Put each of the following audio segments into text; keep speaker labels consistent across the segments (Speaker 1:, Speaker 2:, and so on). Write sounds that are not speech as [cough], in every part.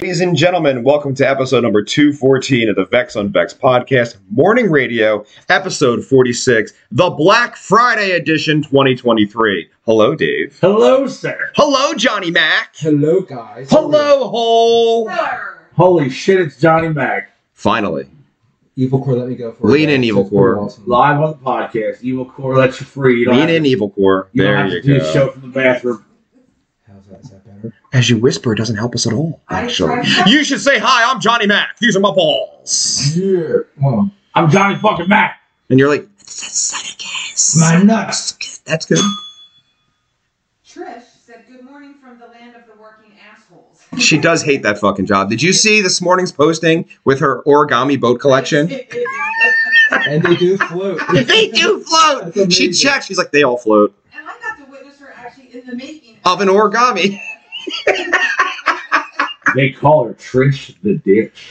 Speaker 1: Ladies and gentlemen, welcome to episode number 214 of the Vex on Vex podcast, Morning Radio, episode 46, the Black Friday edition 2023. Hello, Dave.
Speaker 2: Hello, sir.
Speaker 1: Hello, Johnny Mac.
Speaker 2: Hello, guys.
Speaker 1: Hello, Hole.
Speaker 2: Holy shit, it's Johnny Mac.
Speaker 1: Finally.
Speaker 3: Evil Core, let me go for
Speaker 1: Lean
Speaker 3: it.
Speaker 1: in,
Speaker 3: It's
Speaker 1: Evil
Speaker 3: pretty
Speaker 1: Core.
Speaker 3: awesome.
Speaker 2: Live on the podcast. Evil Core lets you free. You don't
Speaker 1: Lean
Speaker 2: have,
Speaker 1: in, Evil Core.
Speaker 2: you don't
Speaker 1: There
Speaker 2: have
Speaker 1: you
Speaker 2: to do a
Speaker 1: go.
Speaker 2: show from the bathroom.
Speaker 3: How's that? Is that better?
Speaker 1: As you whisper, it doesn't help us at all,
Speaker 4: I
Speaker 1: actually. [laughs]
Speaker 4: tried-
Speaker 1: You should say, Hi, I'm Johnny Mac. These are my balls.
Speaker 3: Yeah. Well,
Speaker 2: I'm Johnny fucking Mac.
Speaker 1: And you're like,
Speaker 3: my nuts.
Speaker 1: That's good.
Speaker 4: Trish said, "Good morning from the land of the working assholes."
Speaker 1: She does hate that fucking job. Did you see this morning's posting with her origami boat collection?
Speaker 4: [laughs]
Speaker 2: [laughs]
Speaker 4: and
Speaker 3: And they do float.
Speaker 1: [laughs] they do
Speaker 3: That's
Speaker 1: float.
Speaker 3: amazing.
Speaker 1: She checked. She's like, they all float.
Speaker 4: I got to witness her actually in the making
Speaker 1: Of
Speaker 4: [laughs]
Speaker 1: an origami. [laughs]
Speaker 2: They call her Trish
Speaker 1: [laughs]
Speaker 2: the Ditch.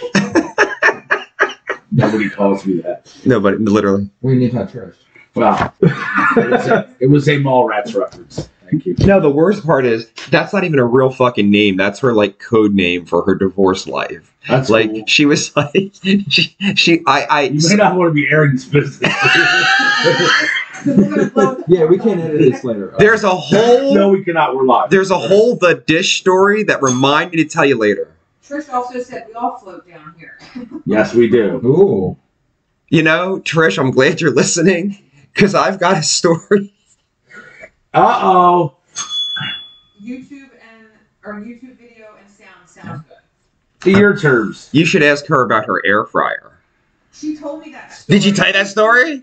Speaker 2: Nobody calls me that.
Speaker 1: No, but literally.
Speaker 3: We need that trash.
Speaker 2: Wow. it, was a, it was a Mallrats reference. Thank you.
Speaker 1: No, the worst part is that's not even a real fucking name. That's her like code name for her divorce life.
Speaker 2: That's
Speaker 1: Like
Speaker 2: cool.
Speaker 1: she was [laughs] like, she, she I, I.
Speaker 2: You may not want to be airing
Speaker 1: [laughs]
Speaker 2: this business.
Speaker 3: Yeah, we can edit this later.
Speaker 1: [laughs] There's a whole,
Speaker 2: [laughs] no, we cannot. We're live.
Speaker 1: there's a whole the dish story that remind me to tell you later.
Speaker 4: Trish also said, "We all float down here."
Speaker 2: Yes, we do.
Speaker 3: Ooh.
Speaker 1: You know, Trish, I'm glad you're listening because I've got a story. [laughs]
Speaker 2: Uh oh.
Speaker 4: YouTube and or YouTube video and sound sounds good.
Speaker 2: To your terms.
Speaker 1: You should ask her about her air fryer
Speaker 4: She told me that. Story.
Speaker 1: Did you tell you that
Speaker 4: [laughs]
Speaker 1: story?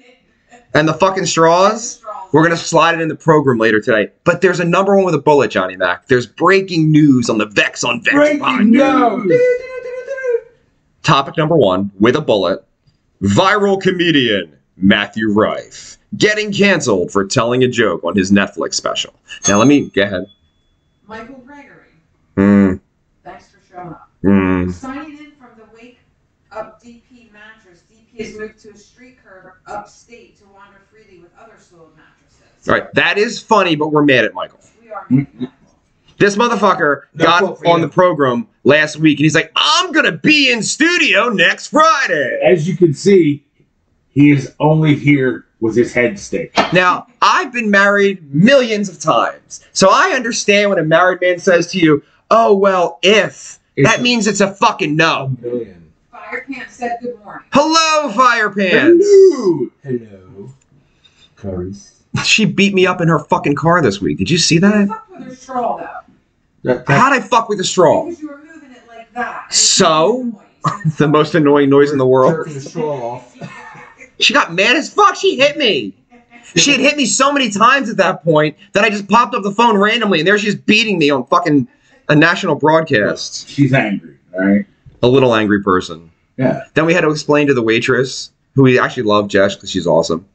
Speaker 1: and the fucking straws. We're gonna slide it in the program later today. But there's a number one with a bullet, Johnny Mac. There's breaking news on the Vex on Vex podcast.
Speaker 2: news.
Speaker 1: Topic number one with a bullet: viral comedian Matthew Rife getting canceled for telling a joke on his Netflix special. Now let me go ahead.
Speaker 4: Michael Gregory,
Speaker 1: Mm,
Speaker 4: thanks for showing up.
Speaker 1: mm.
Speaker 4: Signing in from the wake of DP mattress, DP has moved to a street curb upstate to wander freely with other soiled mattresses.
Speaker 1: All right, that is funny, but we're mad at Michael.
Speaker 4: We are making that call.
Speaker 1: This motherfucker
Speaker 3: No quote
Speaker 1: got
Speaker 3: for
Speaker 1: on
Speaker 3: you.
Speaker 1: the program last week, and he's like, "I'm gonna be in studio next Friday."
Speaker 2: as you can see, he is only here with his head stick.
Speaker 1: Now, I've been married millions of times, so I understand when a married man says to you, "Oh well, if."
Speaker 2: It's-
Speaker 1: that means it's a fucking
Speaker 3: A
Speaker 1: no.
Speaker 3: million.
Speaker 4: Fire Camp said good morning.
Speaker 1: Hello, fire pants.
Speaker 2: Hello.
Speaker 3: Hello. Curries.
Speaker 1: [laughs] She beat me up in her fucking car this week. Did you see
Speaker 4: You
Speaker 1: that?
Speaker 4: fucked with her straw though.
Speaker 2: That- that-
Speaker 1: How'd I fuck with a straw?
Speaker 4: Because you were moving it like that. and it
Speaker 1: Oh. So?
Speaker 4: made a noise.
Speaker 1: [laughs] The most annoying noise in the world.
Speaker 3: Jerking the straw off.
Speaker 1: She got mad as fuck. She hit me. She had hit me so many times at that point that I just popped up the phone randomly, and there she's beating me on fucking a national broadcast.
Speaker 2: she's angry, all right?
Speaker 1: A little angry person.
Speaker 2: Yeah.
Speaker 1: Then we had to explain to the waitress, who we actually love, Jess, because she's awesome.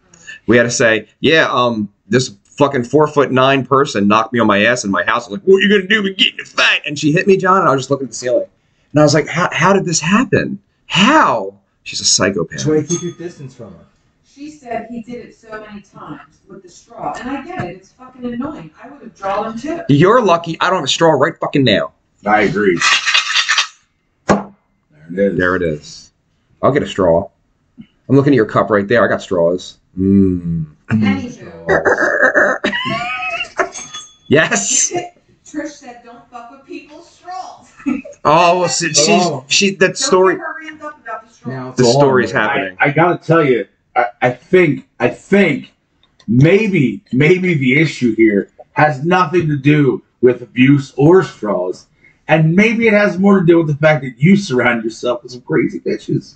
Speaker 1: We had to say, yeah, um, this fucking four foot nine person knocked me on my ass in my house. like, what are you gonna do? We get in a fight. And she hit me, John, and I was just looking at the ceiling. And I was like, how, how did this happen? How? She's a psychopath.
Speaker 3: Try to keep your distance from her.
Speaker 4: She said he did it so many times with the straw. And I get it, it's fucking annoying. I would have drawn him too.
Speaker 1: You're lucky I don't have a straw right fucking now.
Speaker 2: I agree. There it is.
Speaker 1: There it is. I'll get a straw. I'm looking at your cup right there. I got straws. Mmm.
Speaker 4: Anywho,
Speaker 1: [laughs] yes.
Speaker 4: [laughs] Trish said don't fuck with people's straws.
Speaker 1: Oh, so she's
Speaker 3: Oh.
Speaker 1: she that
Speaker 4: Don't
Speaker 1: story
Speaker 4: get her ramped up about the straw.
Speaker 3: Now it's
Speaker 1: the
Speaker 3: all
Speaker 1: story's
Speaker 3: over.
Speaker 1: happening.
Speaker 2: I, I gotta tell you, I, I think, I think maybe, maybe the issue here has nothing to do with abuse or straws. And maybe it has more to do with the fact that you surround yourself with some crazy bitches.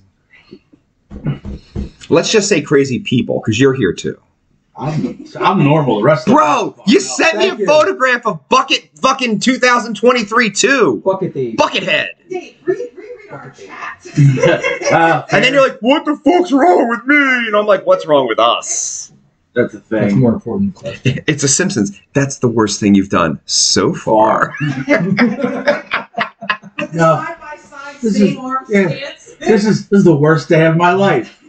Speaker 1: Let's just say crazy people, because you're here too.
Speaker 2: I'm, I'm normal. The rest of
Speaker 1: Bro,
Speaker 2: the
Speaker 1: you sent me a
Speaker 3: Thank you.
Speaker 1: photograph of Bucket fucking 2023 too.
Speaker 3: Bucket thieves.
Speaker 1: Buckethead.
Speaker 4: Dave, read, reread our
Speaker 2: [laughs]
Speaker 4: chat. [laughs]
Speaker 2: Uh,
Speaker 1: And then you're like, what the fuck's wrong with me? And I'm like, what's wrong with us?
Speaker 2: That's a
Speaker 3: That's
Speaker 2: thing.
Speaker 3: more important question.
Speaker 1: It's a Simpsons. That's the worst thing you've done so [laughs] far.
Speaker 4: With the
Speaker 2: No.
Speaker 4: side by side,
Speaker 2: This
Speaker 4: same
Speaker 2: is-
Speaker 4: arm
Speaker 2: yeah.
Speaker 4: stance.
Speaker 2: This is this is the worst day of my life.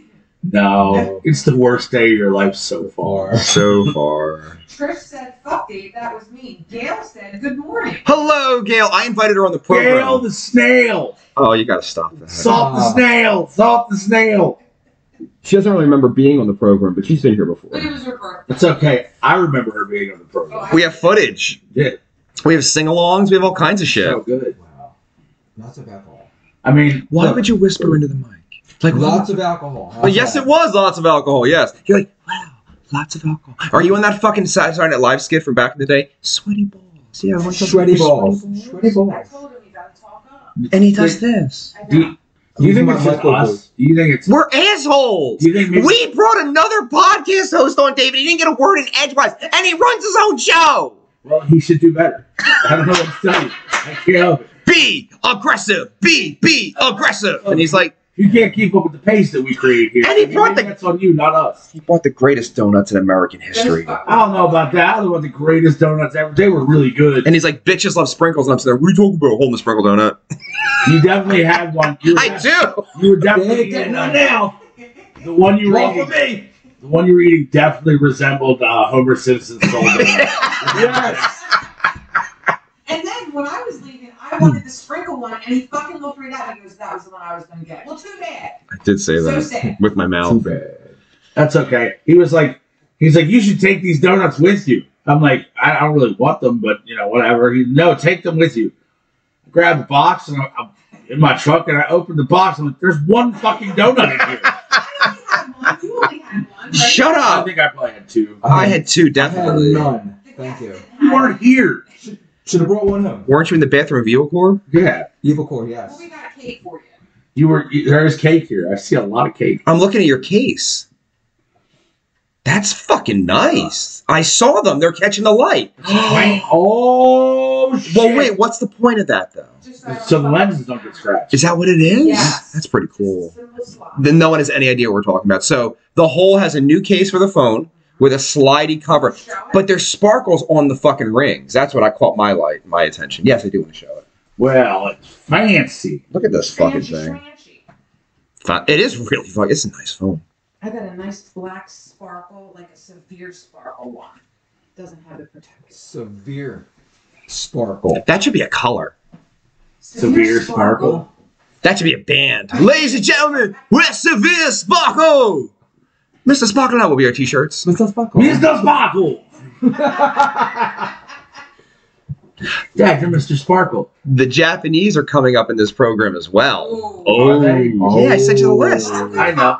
Speaker 2: No, it's the worst day of your life so far.
Speaker 3: Or
Speaker 1: So far.
Speaker 4: Trish said, fuck Dave, that was me. Gail said, good morning.
Speaker 1: Hello, Gail. I invited her on the program.
Speaker 2: Gail the snail.
Speaker 1: oh, you got to stop that.
Speaker 2: Salt the
Speaker 3: Ah.
Speaker 2: snail. Salt the snail.
Speaker 1: she doesn't really remember being on the program, but she's been here before.
Speaker 4: But it was her birthday.
Speaker 2: It's okay. I remember her being on the program.
Speaker 1: We have footage.
Speaker 2: Yeah.
Speaker 1: We have sing-alongs. We have all kinds of shit.
Speaker 2: So Oh, good.
Speaker 3: Wow. Lots of alcohol.
Speaker 2: I mean,
Speaker 1: Why
Speaker 2: look,
Speaker 1: would you whisper into the mic? Like
Speaker 3: Lots of alcohol.
Speaker 1: Well, yes, it was lots of alcohol. Yes, you're like, wow, lots of alcohol. Are you on that fucking Saturday Night Live skit from back in the day? Sweaty balls. Yeah, I want some
Speaker 3: Sweaty balls.
Speaker 1: Sweaty balls.
Speaker 4: I told him you gotta talk up.
Speaker 1: And he does this.
Speaker 4: I
Speaker 2: Do-
Speaker 4: know.
Speaker 2: do you
Speaker 3: Who's
Speaker 2: think
Speaker 3: my
Speaker 2: it's just
Speaker 3: Michael
Speaker 2: us? Do you think it's?
Speaker 1: We're assholes.
Speaker 2: Do you think maybe,
Speaker 1: We brought another podcast host on, David. He didn't get a word in edgewise, and he runs his own show.
Speaker 2: Well, he should do better. I don't know what to tell you. I can't help it.
Speaker 1: Be aggressive. Be be aggressive. And he's like,
Speaker 2: You can't keep up with the pace that we create here.
Speaker 1: And he brought the-
Speaker 2: that's on you, not us.
Speaker 1: he bought the greatest donuts in American history.
Speaker 2: I don't
Speaker 4: [laughs]
Speaker 2: know about that. I don't know about the greatest donuts ever. They were really good.
Speaker 1: And he's like, bitches love sprinkles. And I'm sitting there, what are you talking about? Holding a sprinkle donut.
Speaker 2: You definitely had one. You were,
Speaker 1: I do.
Speaker 2: You were definitely
Speaker 3: Big
Speaker 2: getting
Speaker 3: one.
Speaker 2: on now. The one you were eating,
Speaker 1: me.
Speaker 2: the one you were eating, definitely resembled uh, Homer Simpson's soul
Speaker 1: [laughs]
Speaker 2: donut. yes.
Speaker 4: And then when I was leaving, I wanted the sprinkle one, and he fucking looked right at me and goes, that was the one I was gonna get. Well, too bad.
Speaker 1: I did say
Speaker 4: So
Speaker 1: that
Speaker 4: sad.
Speaker 1: with my
Speaker 3: Too
Speaker 1: mouth.
Speaker 3: bad.
Speaker 2: That's okay. He was like, he's like, you should take these donuts with you. I'm like, I I don't really want them, but you know, whatever. He, no, take them with you. I grabbed the box and I'm, I'm in my truck and I opened the box. I'm like, there's one fucking donut in here.
Speaker 4: I only had one. You only had one.
Speaker 1: [laughs]
Speaker 4: Right?
Speaker 1: Shut
Speaker 2: I
Speaker 1: up.
Speaker 2: think I probably had two.
Speaker 1: I had two,
Speaker 3: I had
Speaker 1: definitely.
Speaker 3: none.
Speaker 4: The
Speaker 3: Thank
Speaker 4: guest
Speaker 3: you.
Speaker 4: didn't
Speaker 2: You
Speaker 4: have
Speaker 2: weren't here.
Speaker 3: Should have brought one home.
Speaker 1: Weren't you in the bathroom of Evil Corps?
Speaker 2: Yeah,
Speaker 3: Evil core,
Speaker 4: it. Well,
Speaker 3: yes.
Speaker 4: we got cake for you.
Speaker 2: you were. you- There's cake here. I see a lot of cake.
Speaker 1: I'm looking at your case. That's fucking nice. I saw them. They're catching the light. well,
Speaker 2: [gasps] oh shit!
Speaker 1: wait, what's the point of that, though?
Speaker 4: Just so I don't
Speaker 2: So the
Speaker 4: fuck
Speaker 2: lenses
Speaker 4: up.
Speaker 2: don't get scratched.
Speaker 1: Is that what it is?
Speaker 4: Yes.
Speaker 1: That's pretty
Speaker 4: Just a
Speaker 1: cool.
Speaker 4: simple swap.
Speaker 1: Then no one has any idea what we're talking about. So the hole has a new case for the phone with a slidey cover,
Speaker 4: Shall I?
Speaker 1: but there's sparkles on the fucking rings. That's what I caught my light, my attention. Yes, I do want to show it.
Speaker 2: Well, it's fancy.
Speaker 1: Look at this fucking
Speaker 4: Fancy
Speaker 1: thing.
Speaker 4: schmancy.
Speaker 1: Fi- It is really fucking. It's a nice phone.
Speaker 4: I got a nice black sparkle, like a severe sparkle one. Doesn't have the protector.
Speaker 3: Severe sparkle.
Speaker 1: That should be a color.
Speaker 2: Severe sparkle.
Speaker 1: That should be a band. Ladies and gentlemen, we're Severe Sparkle. Mr. Sparkle and I will be our t-shirts.
Speaker 3: Mr. Sparkle.
Speaker 2: Mr. [laughs] Sparkle. Dad, you're Mr. Sparkle.
Speaker 1: The Japanese are coming up in this program as well.
Speaker 4: Oh.
Speaker 2: Are they?
Speaker 1: yeah, I sent you the list.
Speaker 3: Oh.
Speaker 2: I know.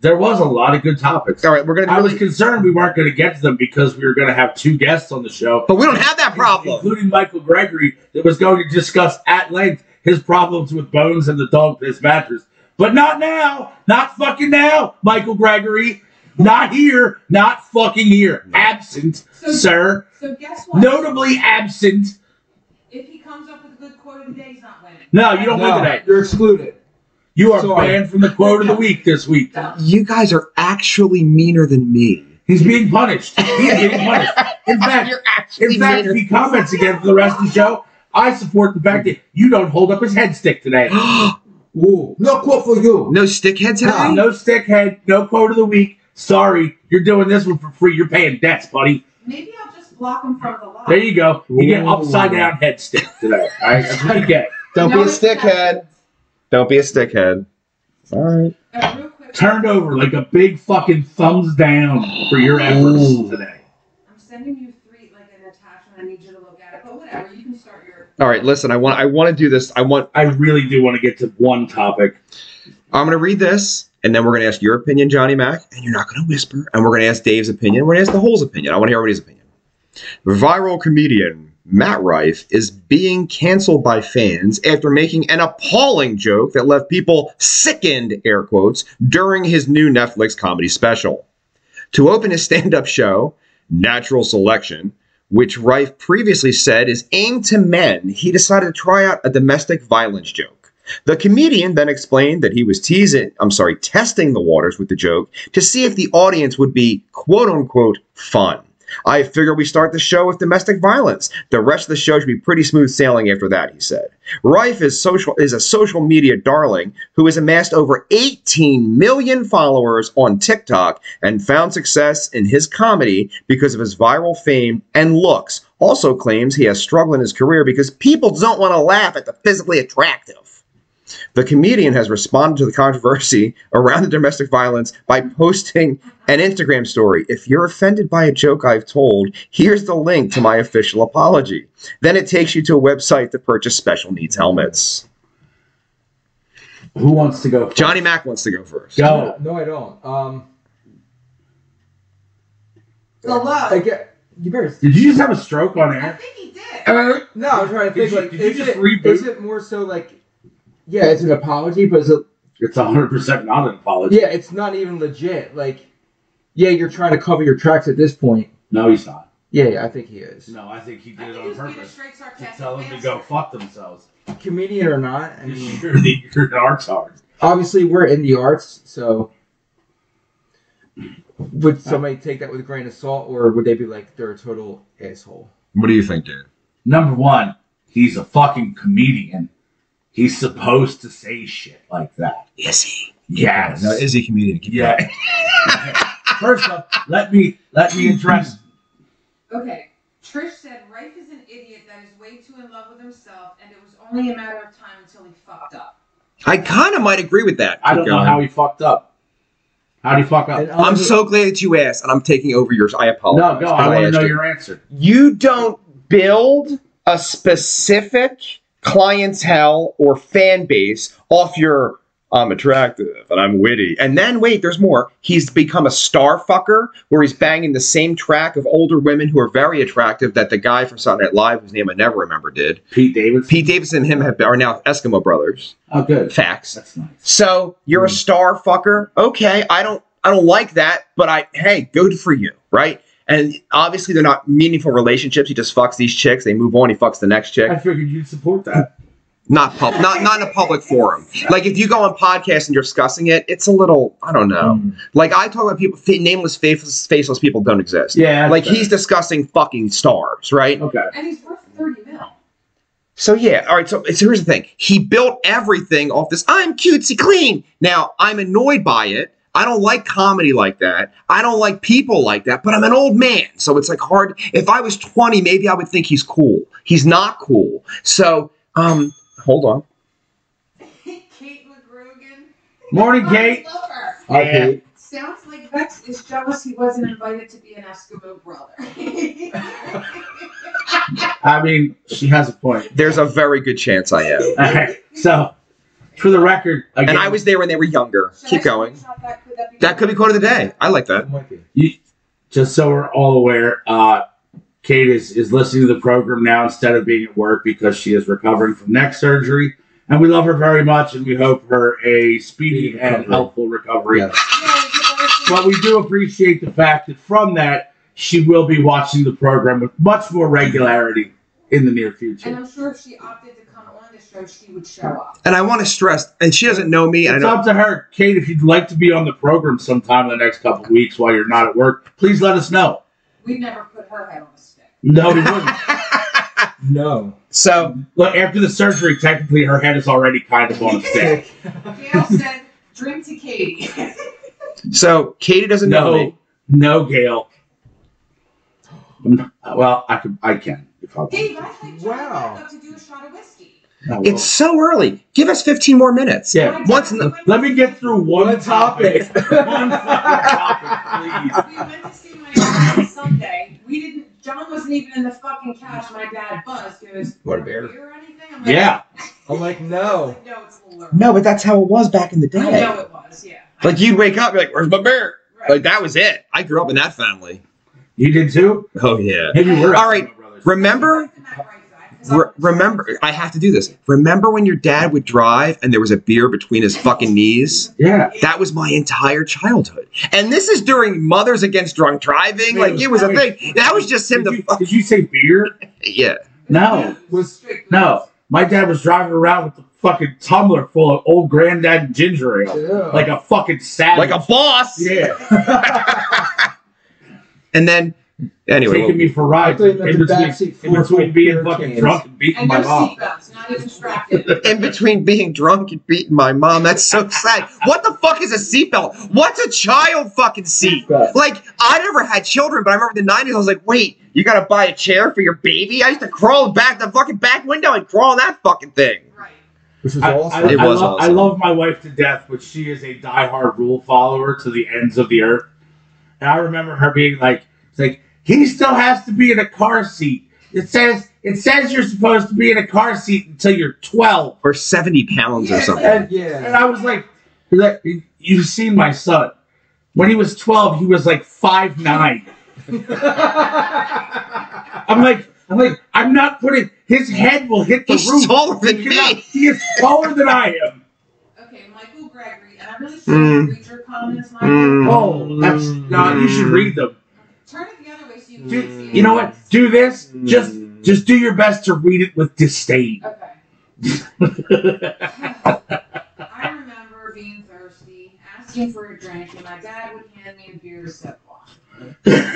Speaker 2: There was a lot of good topics.
Speaker 1: All right, we're gonna
Speaker 2: I was
Speaker 1: really,
Speaker 2: concerned we weren't going to get to them because we were going to have two guests on the show,
Speaker 1: but we don't have that problem.
Speaker 2: including Michael Gregory, that was going to discuss at length his problems with bones and the dog piss mattress. But not now, not fucking now, Michael Gregory. Not here, not fucking here. Absent,
Speaker 4: So-
Speaker 2: sir.
Speaker 4: So guess what?
Speaker 2: Notably absent.
Speaker 4: If he comes up with a good quote of the day, he's not winning.
Speaker 2: No, you don't
Speaker 3: No,
Speaker 2: win today.
Speaker 3: You're excluded.
Speaker 2: You are
Speaker 3: Sorry.
Speaker 2: banned from the quote of the week this week.
Speaker 4: No.
Speaker 1: You guys are actually meaner than me.
Speaker 2: He's being punished. He's being punished. In fact,
Speaker 1: You're actually
Speaker 2: in fact, if
Speaker 1: meaner.
Speaker 2: he comments again for the rest of the show, I support the fact that you don't hold up his head stick today. [gasps]
Speaker 3: Ooh. No quote for you.
Speaker 1: no stickhead today.
Speaker 2: No stick head, no quote of the week. Sorry, you're doing this one for free. You're paying debts, buddy.
Speaker 4: Maybe I'll just block him from the lot.
Speaker 2: There you go. You get
Speaker 3: Ooh.
Speaker 2: upside down head stick today. All right, that's what you get.
Speaker 1: Don't be
Speaker 4: No
Speaker 1: a stickhead.
Speaker 4: exceptions.
Speaker 1: Don't be a stickhead. All right.
Speaker 4: Uh, real quick,
Speaker 2: Turned over like a big fucking thumbs down for your efforts
Speaker 3: Ooh.
Speaker 2: today.
Speaker 4: I'm sending you three, like an attachment. I need you to look at it. But whatever, you can start your.
Speaker 1: All right. Listen, I want. I want to do this. I want.
Speaker 2: I really do want to get to one topic.
Speaker 1: I'm going to read this, and then we're going to ask your opinion, Johnny Mac, and you're not going to whisper. And we're going to ask Dave's opinion. We're going to ask the whole's opinion. I want to hear everybody's opinion. Viral comedian Matt Rife is being canceled by fans after making an appalling joke that left people sickened, air quotes, during his new Netflix comedy special. To open his stand up show, Natural Selection, which Rife previously said is aimed to men, he decided to try out a domestic violence joke. The comedian then explained that he was teasing, I'm sorry, testing the waters with the joke to see if the audience would be quote unquote fun. I figure we start the show with domestic violence. The rest of the show should be pretty smooth sailing after that, he said. Rife is social is a social media darling who has amassed over 18 million followers on TikTok and found success in his comedy because of his viral fame and looks. Also claims he has struggled in his career because people don't want to laugh at the physically attractive. The comedian has responded to the controversy [laughs] around the domestic violence by posting an Instagram story. If you're offended by a joke I've told, here's the link to my official apology. Then it takes you to a website to purchase special needs helmets.
Speaker 2: Who wants to go? first?
Speaker 1: Johnny Mack wants to go first.
Speaker 2: Go.
Speaker 3: No, I don't. Um,
Speaker 4: The
Speaker 3: I
Speaker 4: love.
Speaker 3: get you better.
Speaker 2: Did you just have a stroke on
Speaker 4: I
Speaker 2: air?
Speaker 4: think he did.
Speaker 2: Uh,
Speaker 3: No, I'm trying
Speaker 2: Did
Speaker 3: to think.
Speaker 2: you-
Speaker 3: like,
Speaker 2: did you
Speaker 3: is
Speaker 2: just
Speaker 3: it,
Speaker 2: reboot?
Speaker 3: Is it more so like? Yeah, it's an apology, but is it?
Speaker 2: It's 100% not an apology.
Speaker 3: Yeah, it's not even legit. Like, yeah, you're trying to cover your tracks at this point.
Speaker 2: No, he's not.
Speaker 3: Yeah, yeah I think he is.
Speaker 2: No, I think he
Speaker 4: I
Speaker 2: did it
Speaker 4: think he
Speaker 2: on
Speaker 4: was being a
Speaker 2: purpose
Speaker 4: straight
Speaker 2: to
Speaker 4: sarcastic
Speaker 2: tell them to
Speaker 4: bastard.
Speaker 2: go fuck themselves.
Speaker 3: Comedian or not, I mean,
Speaker 2: You're [laughs] the you're an arts hard.
Speaker 3: obviously we're in the arts, so
Speaker 2: Uh,
Speaker 3: would somebody take that with a grain of salt, or would they be like they're a total asshole?
Speaker 1: What do you think, dude?
Speaker 2: Number one, he's a fucking comedian. He's supposed to say shit like that.
Speaker 1: Is he?
Speaker 2: Yes.
Speaker 1: No, is he a comedian? Keep going.
Speaker 2: yeah. First off, let me let me address
Speaker 4: Okay. Trish said Rafe is an idiot that is way too in love with himself, and it was only a matter of time until he fucked up.
Speaker 1: I kind of might agree with that.
Speaker 2: I don't
Speaker 1: Keep
Speaker 2: know
Speaker 1: going.
Speaker 2: how he fucked up. How'd he fuck up?
Speaker 3: And
Speaker 1: I'm
Speaker 3: honestly,
Speaker 1: so glad that you asked, and I'm taking over yours. I
Speaker 2: No,
Speaker 1: apologize.
Speaker 2: go. I want to
Speaker 1: asked
Speaker 2: know
Speaker 1: you.
Speaker 2: your answer.
Speaker 1: you don't build a specific clientele or fan base off your I'm attractive and I'm witty. And then wait, there's more. He's become a star fucker where he's banging the same track of older women who are very attractive that the guy from Saturday Night Live, whose name I never remember, did.
Speaker 2: Pete Davidson.
Speaker 1: Pete Davidson and him have, are now Eskimo brothers.
Speaker 2: Oh, good.
Speaker 1: Facts.
Speaker 2: That's nice.
Speaker 1: So you're a
Speaker 2: Hmm.
Speaker 1: star fucker. Okay, I don't I don't like that, but I hey, good for you, right? And obviously they're not meaningful relationships. He just fucks these chicks, they move on, he fucks the next
Speaker 2: I
Speaker 1: chick.
Speaker 2: figured you'd support that.
Speaker 1: Not pub not not in a public forum. Like if you go on podcast and you're discussing it, it's a little I don't know.
Speaker 2: Hmm.
Speaker 3: mm,
Speaker 1: Like I talk about people fa- nameless faceless faceless people don't exist.
Speaker 2: Yeah. that's
Speaker 1: Like
Speaker 2: fair.
Speaker 1: he's discussing fucking stars, right?
Speaker 2: okay.
Speaker 4: And he's worth 30 mil. [laughs]
Speaker 1: So yeah, all right. So, so here's the thing: he built everything off this. I'm cutesy clean. Now I'm annoyed by it. I don't like comedy like that. I don't like people like that. But I'm an old man, so it's like hard. If I was 20, maybe I would think he's cool. He's not cool. So um, hold on.
Speaker 4: Kate McGrogan.
Speaker 2: Morning, Kate.
Speaker 4: I love her.
Speaker 3: I
Speaker 2: Yeah.
Speaker 3: hate-
Speaker 4: Sounds like Vex is jealous he wasn't invited to be an Eskimo brother. [laughs]
Speaker 2: I mean, she has a point. [laughs]
Speaker 1: There's a very good chance I am.
Speaker 2: All right. So, for the record, again,
Speaker 1: And I was there when they were younger.
Speaker 4: Should I
Speaker 1: Keep going.
Speaker 4: screenshot That could, that be
Speaker 1: That could be quote of the day. I like
Speaker 3: it
Speaker 1: that.
Speaker 3: might be.
Speaker 2: you, just so we're all aware, uh, Kate is, is listening to the program now instead of being at work because she is recovering from neck surgery. And we love her very much and we hope her a speedy
Speaker 3: Speedy
Speaker 2: and
Speaker 3: recovery.
Speaker 2: helpful recovery.
Speaker 3: Yes.
Speaker 4: Yeah, we could always do-
Speaker 2: But we do appreciate the fact that from that, she will be watching the program with much more regularity in the near
Speaker 4: And
Speaker 2: future.
Speaker 4: I'm sure if she opted to come on the show, she would show up.
Speaker 1: And I want to stress. And she doesn't know me. And I
Speaker 2: It's
Speaker 1: don't,
Speaker 2: up to her. Kate, if you'd like to be on the program sometime in the next couple of weeks while you're not at work, please let us know.
Speaker 4: We'd never put her head on a stick.
Speaker 2: No, we wouldn't.
Speaker 3: No.
Speaker 1: so
Speaker 2: Look, after the surgery, technically her head is already kind of on a stick.
Speaker 4: Gail said, drink to Katie. [laughs]
Speaker 1: so Katie doesn't know me.
Speaker 2: no, no, Gail. I'm not- Well, I can. I can. If I want.
Speaker 4: Dave, I'd like Johnny
Speaker 3: Wow.
Speaker 4: Backup to do a shot of whiskey.
Speaker 2: No, well,
Speaker 1: It's so early. Give us 15 more minutes.
Speaker 2: yeah.
Speaker 1: Once in
Speaker 4: We
Speaker 1: the-
Speaker 4: went to
Speaker 2: Let me
Speaker 4: see-
Speaker 2: get through one,
Speaker 3: One topic.
Speaker 2: [laughs] one fucking topic, please.
Speaker 4: [laughs] We went to see my dad on Sunday. We didn't. John wasn't even in the fucking couch. My dad buzzed. Goes,
Speaker 3: What a bear.
Speaker 4: "Beer or anything?" I'm like, [laughs]
Speaker 2: Yeah.
Speaker 3: I'm like, no.
Speaker 4: No, it's a little early."
Speaker 1: No, but that's how it was back in the
Speaker 4: I
Speaker 1: day.
Speaker 4: know it was. Yeah.
Speaker 1: Like you'd wake up, you're like, "Where's my bear?"
Speaker 4: Right.
Speaker 1: Like that was it. I grew up in that family.
Speaker 2: You did too.
Speaker 1: Oh yeah.
Speaker 2: Maybe we're
Speaker 1: All right,
Speaker 2: Eskimo brothers.
Speaker 1: Remember, re- remember. I have to do this. Remember when your dad would drive and there was a beer between his fucking knees?
Speaker 2: Yeah.
Speaker 1: That was my entire childhood. And this is during Mothers Against Drunk Driving. Like it was a thing. That was just him.
Speaker 2: Did
Speaker 1: The
Speaker 2: you, did you say beer?
Speaker 1: yeah.
Speaker 2: No.
Speaker 3: Was
Speaker 2: No. My dad was driving around with a fucking tumbler full of old granddad ginger ale,
Speaker 3: Ew.
Speaker 2: like a fucking savage.
Speaker 1: Like a boss.
Speaker 2: yeah.
Speaker 1: [laughs] And then Anyway,
Speaker 2: taking me for rides
Speaker 3: I thought you meant
Speaker 2: in
Speaker 3: the
Speaker 2: between,
Speaker 3: backseat
Speaker 2: in
Speaker 3: floor full
Speaker 2: between
Speaker 3: of
Speaker 2: being
Speaker 3: beer
Speaker 2: fucking
Speaker 3: cans.
Speaker 2: drunk and beating
Speaker 4: And
Speaker 2: my
Speaker 4: no
Speaker 2: mom.
Speaker 4: seatbelts, not even
Speaker 2: [laughs]
Speaker 4: strapped in.
Speaker 1: in between being drunk and beating my mom. That's so sad. What the fuck is a seatbelt? What's a child fucking seat? Like, I never had children, but I remember in the 90s, I was like, wait, you gotta buy a chair for your baby? I used to crawl back the fucking back window and crawl in that fucking thing.
Speaker 4: Right.
Speaker 3: Which was
Speaker 2: I,
Speaker 3: awesome.
Speaker 2: I-
Speaker 1: It
Speaker 2: I
Speaker 1: was
Speaker 2: love,
Speaker 1: awesome.
Speaker 2: I love my wife to death, but she is a diehard rule follower to the ends of the earth. And I remember her being like, it's like he still has to be in a car seat. It says it says you're supposed to be in a car seat until you're 12.
Speaker 1: Or 70 pounds or something.
Speaker 2: And-
Speaker 3: yeah.
Speaker 2: And I was like, like, you've seen my son. When he was 12, he was like five nine. [laughs] I'm like, I'm like, I'm not putting his head will hit the
Speaker 1: He's
Speaker 2: roof.
Speaker 1: taller than
Speaker 2: He cannot-
Speaker 1: me.
Speaker 2: He is taller than I
Speaker 1: [laughs]
Speaker 2: am.
Speaker 4: Okay, Michael Gregory, and I'm
Speaker 2: Mm.
Speaker 4: really sure you read your comments, Michael.
Speaker 1: Mm.
Speaker 2: Oh, that's no, you should read them.
Speaker 4: Turn it the other way so you can
Speaker 2: Do,
Speaker 4: see it.
Speaker 2: you know what? Do this. Just just do your best to read it with
Speaker 4: [laughs]
Speaker 2: disdain.
Speaker 4: Okay.
Speaker 2: [laughs]
Speaker 4: I remember being thirsty, asking for a drink, and my dad would hand me a beer to sip on.
Speaker 2: I-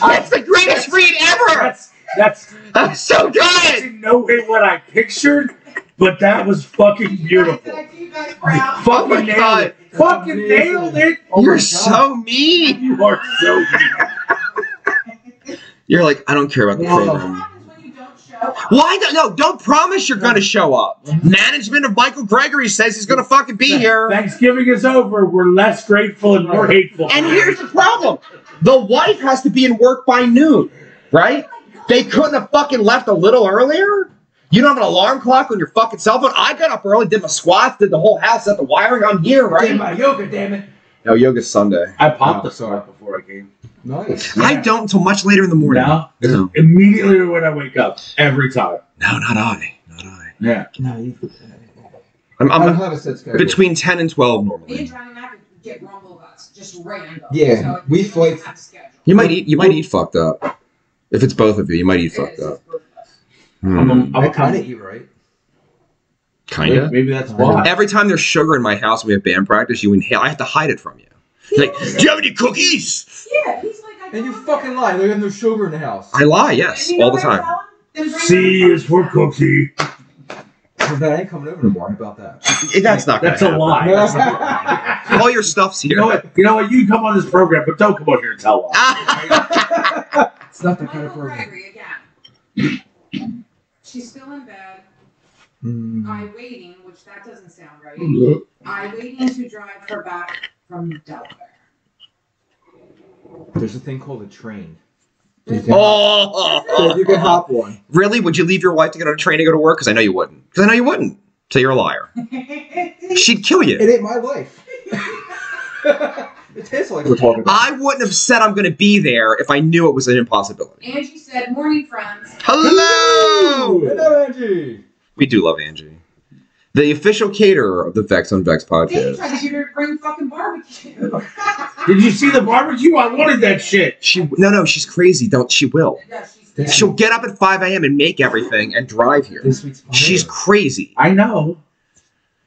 Speaker 1: That's the greatest read ever!
Speaker 2: that's that's
Speaker 1: I'm so
Speaker 2: that's
Speaker 1: good!
Speaker 2: in no way what I pictured, but that was fucking
Speaker 4: Did
Speaker 2: beautiful.
Speaker 4: I do you guys proud?
Speaker 1: Oh my
Speaker 4: [laughs]
Speaker 2: Fucking nailed
Speaker 1: god,
Speaker 2: it. Fucking nailed it.
Speaker 3: Oh my
Speaker 1: you're
Speaker 3: God.
Speaker 1: so mean!
Speaker 2: You are so mean.
Speaker 1: You're like, I don't care about the
Speaker 3: No.
Speaker 4: What
Speaker 1: program.
Speaker 4: happens when you don't show up?
Speaker 1: Why? do no, don't promise you're gonna show up. Management of Michael Gregory says he's gonna fucking be here.
Speaker 2: Thanksgiving is over. We're less grateful and more hateful.
Speaker 1: And here's the problem: the wife has to be in work by noon, right? They couldn't have fucking left a little earlier. You don't have an alarm clock on your fucking cell phone. I got up early, did my squats, did the whole house, set the wiring. I'm here,
Speaker 3: Did
Speaker 1: right?
Speaker 3: my yoga, damn it.
Speaker 1: No, yoga's Sunday.
Speaker 2: I popped the
Speaker 3: Oh, sorry.
Speaker 2: star before I came.
Speaker 3: Nice.
Speaker 1: I don't until much later in the morning.
Speaker 2: No,
Speaker 1: no,
Speaker 2: immediately when I wake up, every time.
Speaker 1: No, not I. Not I.
Speaker 2: Yeah.
Speaker 3: No, you.
Speaker 1: I'm,
Speaker 3: I'm
Speaker 1: I'm
Speaker 3: not a set schedule.
Speaker 1: between ten and twelve
Speaker 4: Me and
Speaker 1: normally.
Speaker 4: Johnny Mac would get rumble butts, just random.
Speaker 3: Yeah,
Speaker 4: so it
Speaker 3: we
Speaker 4: didn't really
Speaker 3: fight-
Speaker 4: have a schedule.
Speaker 1: You might eat. You might eat fucked up. If it's both of you, you might eat
Speaker 4: It
Speaker 1: fucked
Speaker 4: is,
Speaker 1: up.
Speaker 4: it's both of us.
Speaker 2: I'm,
Speaker 1: Hmm.
Speaker 2: I'm,
Speaker 3: I
Speaker 2: I'm,
Speaker 3: kind of eat right.
Speaker 1: Kinda.
Speaker 2: Maybe, maybe that's
Speaker 3: I
Speaker 2: why.
Speaker 1: Every time there's sugar in my house and we have band practice, you inhale. I have to hide it from you. You're like, do you have any cookies?
Speaker 4: Yeah, he's like, I
Speaker 3: And you
Speaker 4: don't
Speaker 3: fucking lie. They have no sugar in the house.
Speaker 1: I lie, yes,
Speaker 4: And you
Speaker 1: all
Speaker 4: know
Speaker 1: the
Speaker 4: what I
Speaker 1: time.
Speaker 4: tell him? Then bring
Speaker 2: C
Speaker 4: your
Speaker 2: is for
Speaker 4: cookies.
Speaker 2: cookie.
Speaker 3: That ain't coming over no more. How about that?
Speaker 1: That's not gonna
Speaker 2: That's a
Speaker 1: happen.
Speaker 2: lie. That's a lie.
Speaker 1: All your stuff's
Speaker 2: You
Speaker 1: here.
Speaker 2: know what? You know what? You can come on this program, but don't come on here and tell us.
Speaker 3: It's not that kind of
Speaker 4: Michael
Speaker 3: program.
Speaker 4: Gregory again. She's still in bed.
Speaker 3: Mm.
Speaker 4: I waiting, which that doesn't sound right. I waiting to drive her back from Delaware. [laughs]
Speaker 3: There's a thing called a train.
Speaker 4: There's
Speaker 3: Yeah.
Speaker 1: [laughs] Oh,
Speaker 3: [laughs] You can hop one.
Speaker 1: really? Would you leave your wife to get on a train to go to work? Because I know you wouldn't. Because I know you wouldn't. So you're a liar. She'd kill you.
Speaker 3: It ain't my life. [laughs] it tastes like we're talking about.
Speaker 1: I wouldn't have said I'm gonna be there if I knew it was an impossibility.
Speaker 4: Angie said, "Morning, friends."
Speaker 1: Hello.
Speaker 3: Hello, Angie.
Speaker 1: We do love Angie, the official caterer of the Vex on Vex
Speaker 4: They
Speaker 1: podcast.
Speaker 4: tried to get her to bring fucking barbecue.
Speaker 2: [laughs] Did you see the barbecue? I wanted that shit.
Speaker 1: She no no she's crazy. Don't she will.
Speaker 4: yeah, she's
Speaker 3: This-
Speaker 1: She'll get up at 5 a.m. and make everything and drive
Speaker 2: Oh,
Speaker 1: here.
Speaker 3: This week's
Speaker 1: She's crazy.
Speaker 2: I know,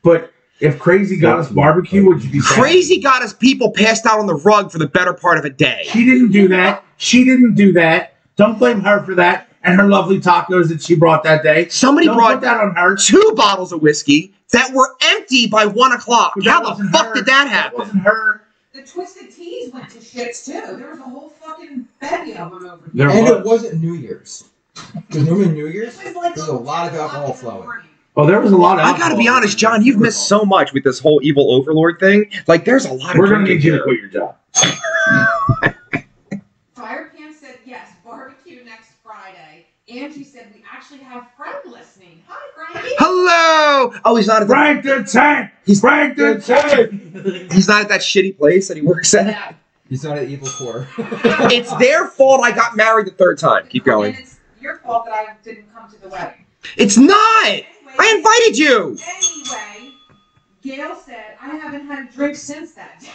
Speaker 2: but if crazy got us barbecue, would you be sad?
Speaker 1: Crazy got us people passed out on the rug for the better part of a day.
Speaker 2: She didn't do that. She didn't do that. Don't blame her for that and her lovely tacos that she brought that day.
Speaker 1: Somebody
Speaker 2: Don't put
Speaker 1: brought
Speaker 2: that on her.
Speaker 1: two bottles of whiskey that were empty by one o'clock.
Speaker 2: But that
Speaker 1: How the
Speaker 2: wasn't
Speaker 1: fuck
Speaker 2: her.
Speaker 1: did that
Speaker 2: That
Speaker 1: happen?
Speaker 2: wasn't her.
Speaker 4: the twisted teas went to shits too. There was a whole fucking bevy of them over
Speaker 2: There
Speaker 4: here.
Speaker 3: And
Speaker 2: was.
Speaker 3: it wasn't New Year's. Because normally New Year's,
Speaker 4: It was like
Speaker 3: there's a lot of alcohol
Speaker 4: o'clock in the
Speaker 3: flowing.
Speaker 4: morning.
Speaker 2: Oh, there was a lot of.
Speaker 1: I gotta be
Speaker 2: alcohol.
Speaker 1: honest, John, you've missed so much with this whole evil overlord thing. Like, there's a lot of
Speaker 2: We're gonna
Speaker 1: drinking
Speaker 2: need you to
Speaker 1: here.
Speaker 2: quit your job.
Speaker 4: Fire Pam said yes, barbecue next Friday. Angie said we actually have Frank listening. Hi, Frank.
Speaker 1: Hello! Oh, he's not at that,
Speaker 2: Frank the Tank.
Speaker 1: He's-
Speaker 2: Frank the Tank.
Speaker 1: he's not at that shitty place that he works at.
Speaker 4: Yeah.
Speaker 3: He's not an evil core. [laughs]
Speaker 1: It's their fault I got married the third time. Keep
Speaker 4: And
Speaker 1: going.
Speaker 4: it's your fault that I didn't come to the wedding.
Speaker 1: It's not!
Speaker 4: Anyway,
Speaker 1: I invited you!
Speaker 4: Anyway, Gail said I haven't had a drink since that day.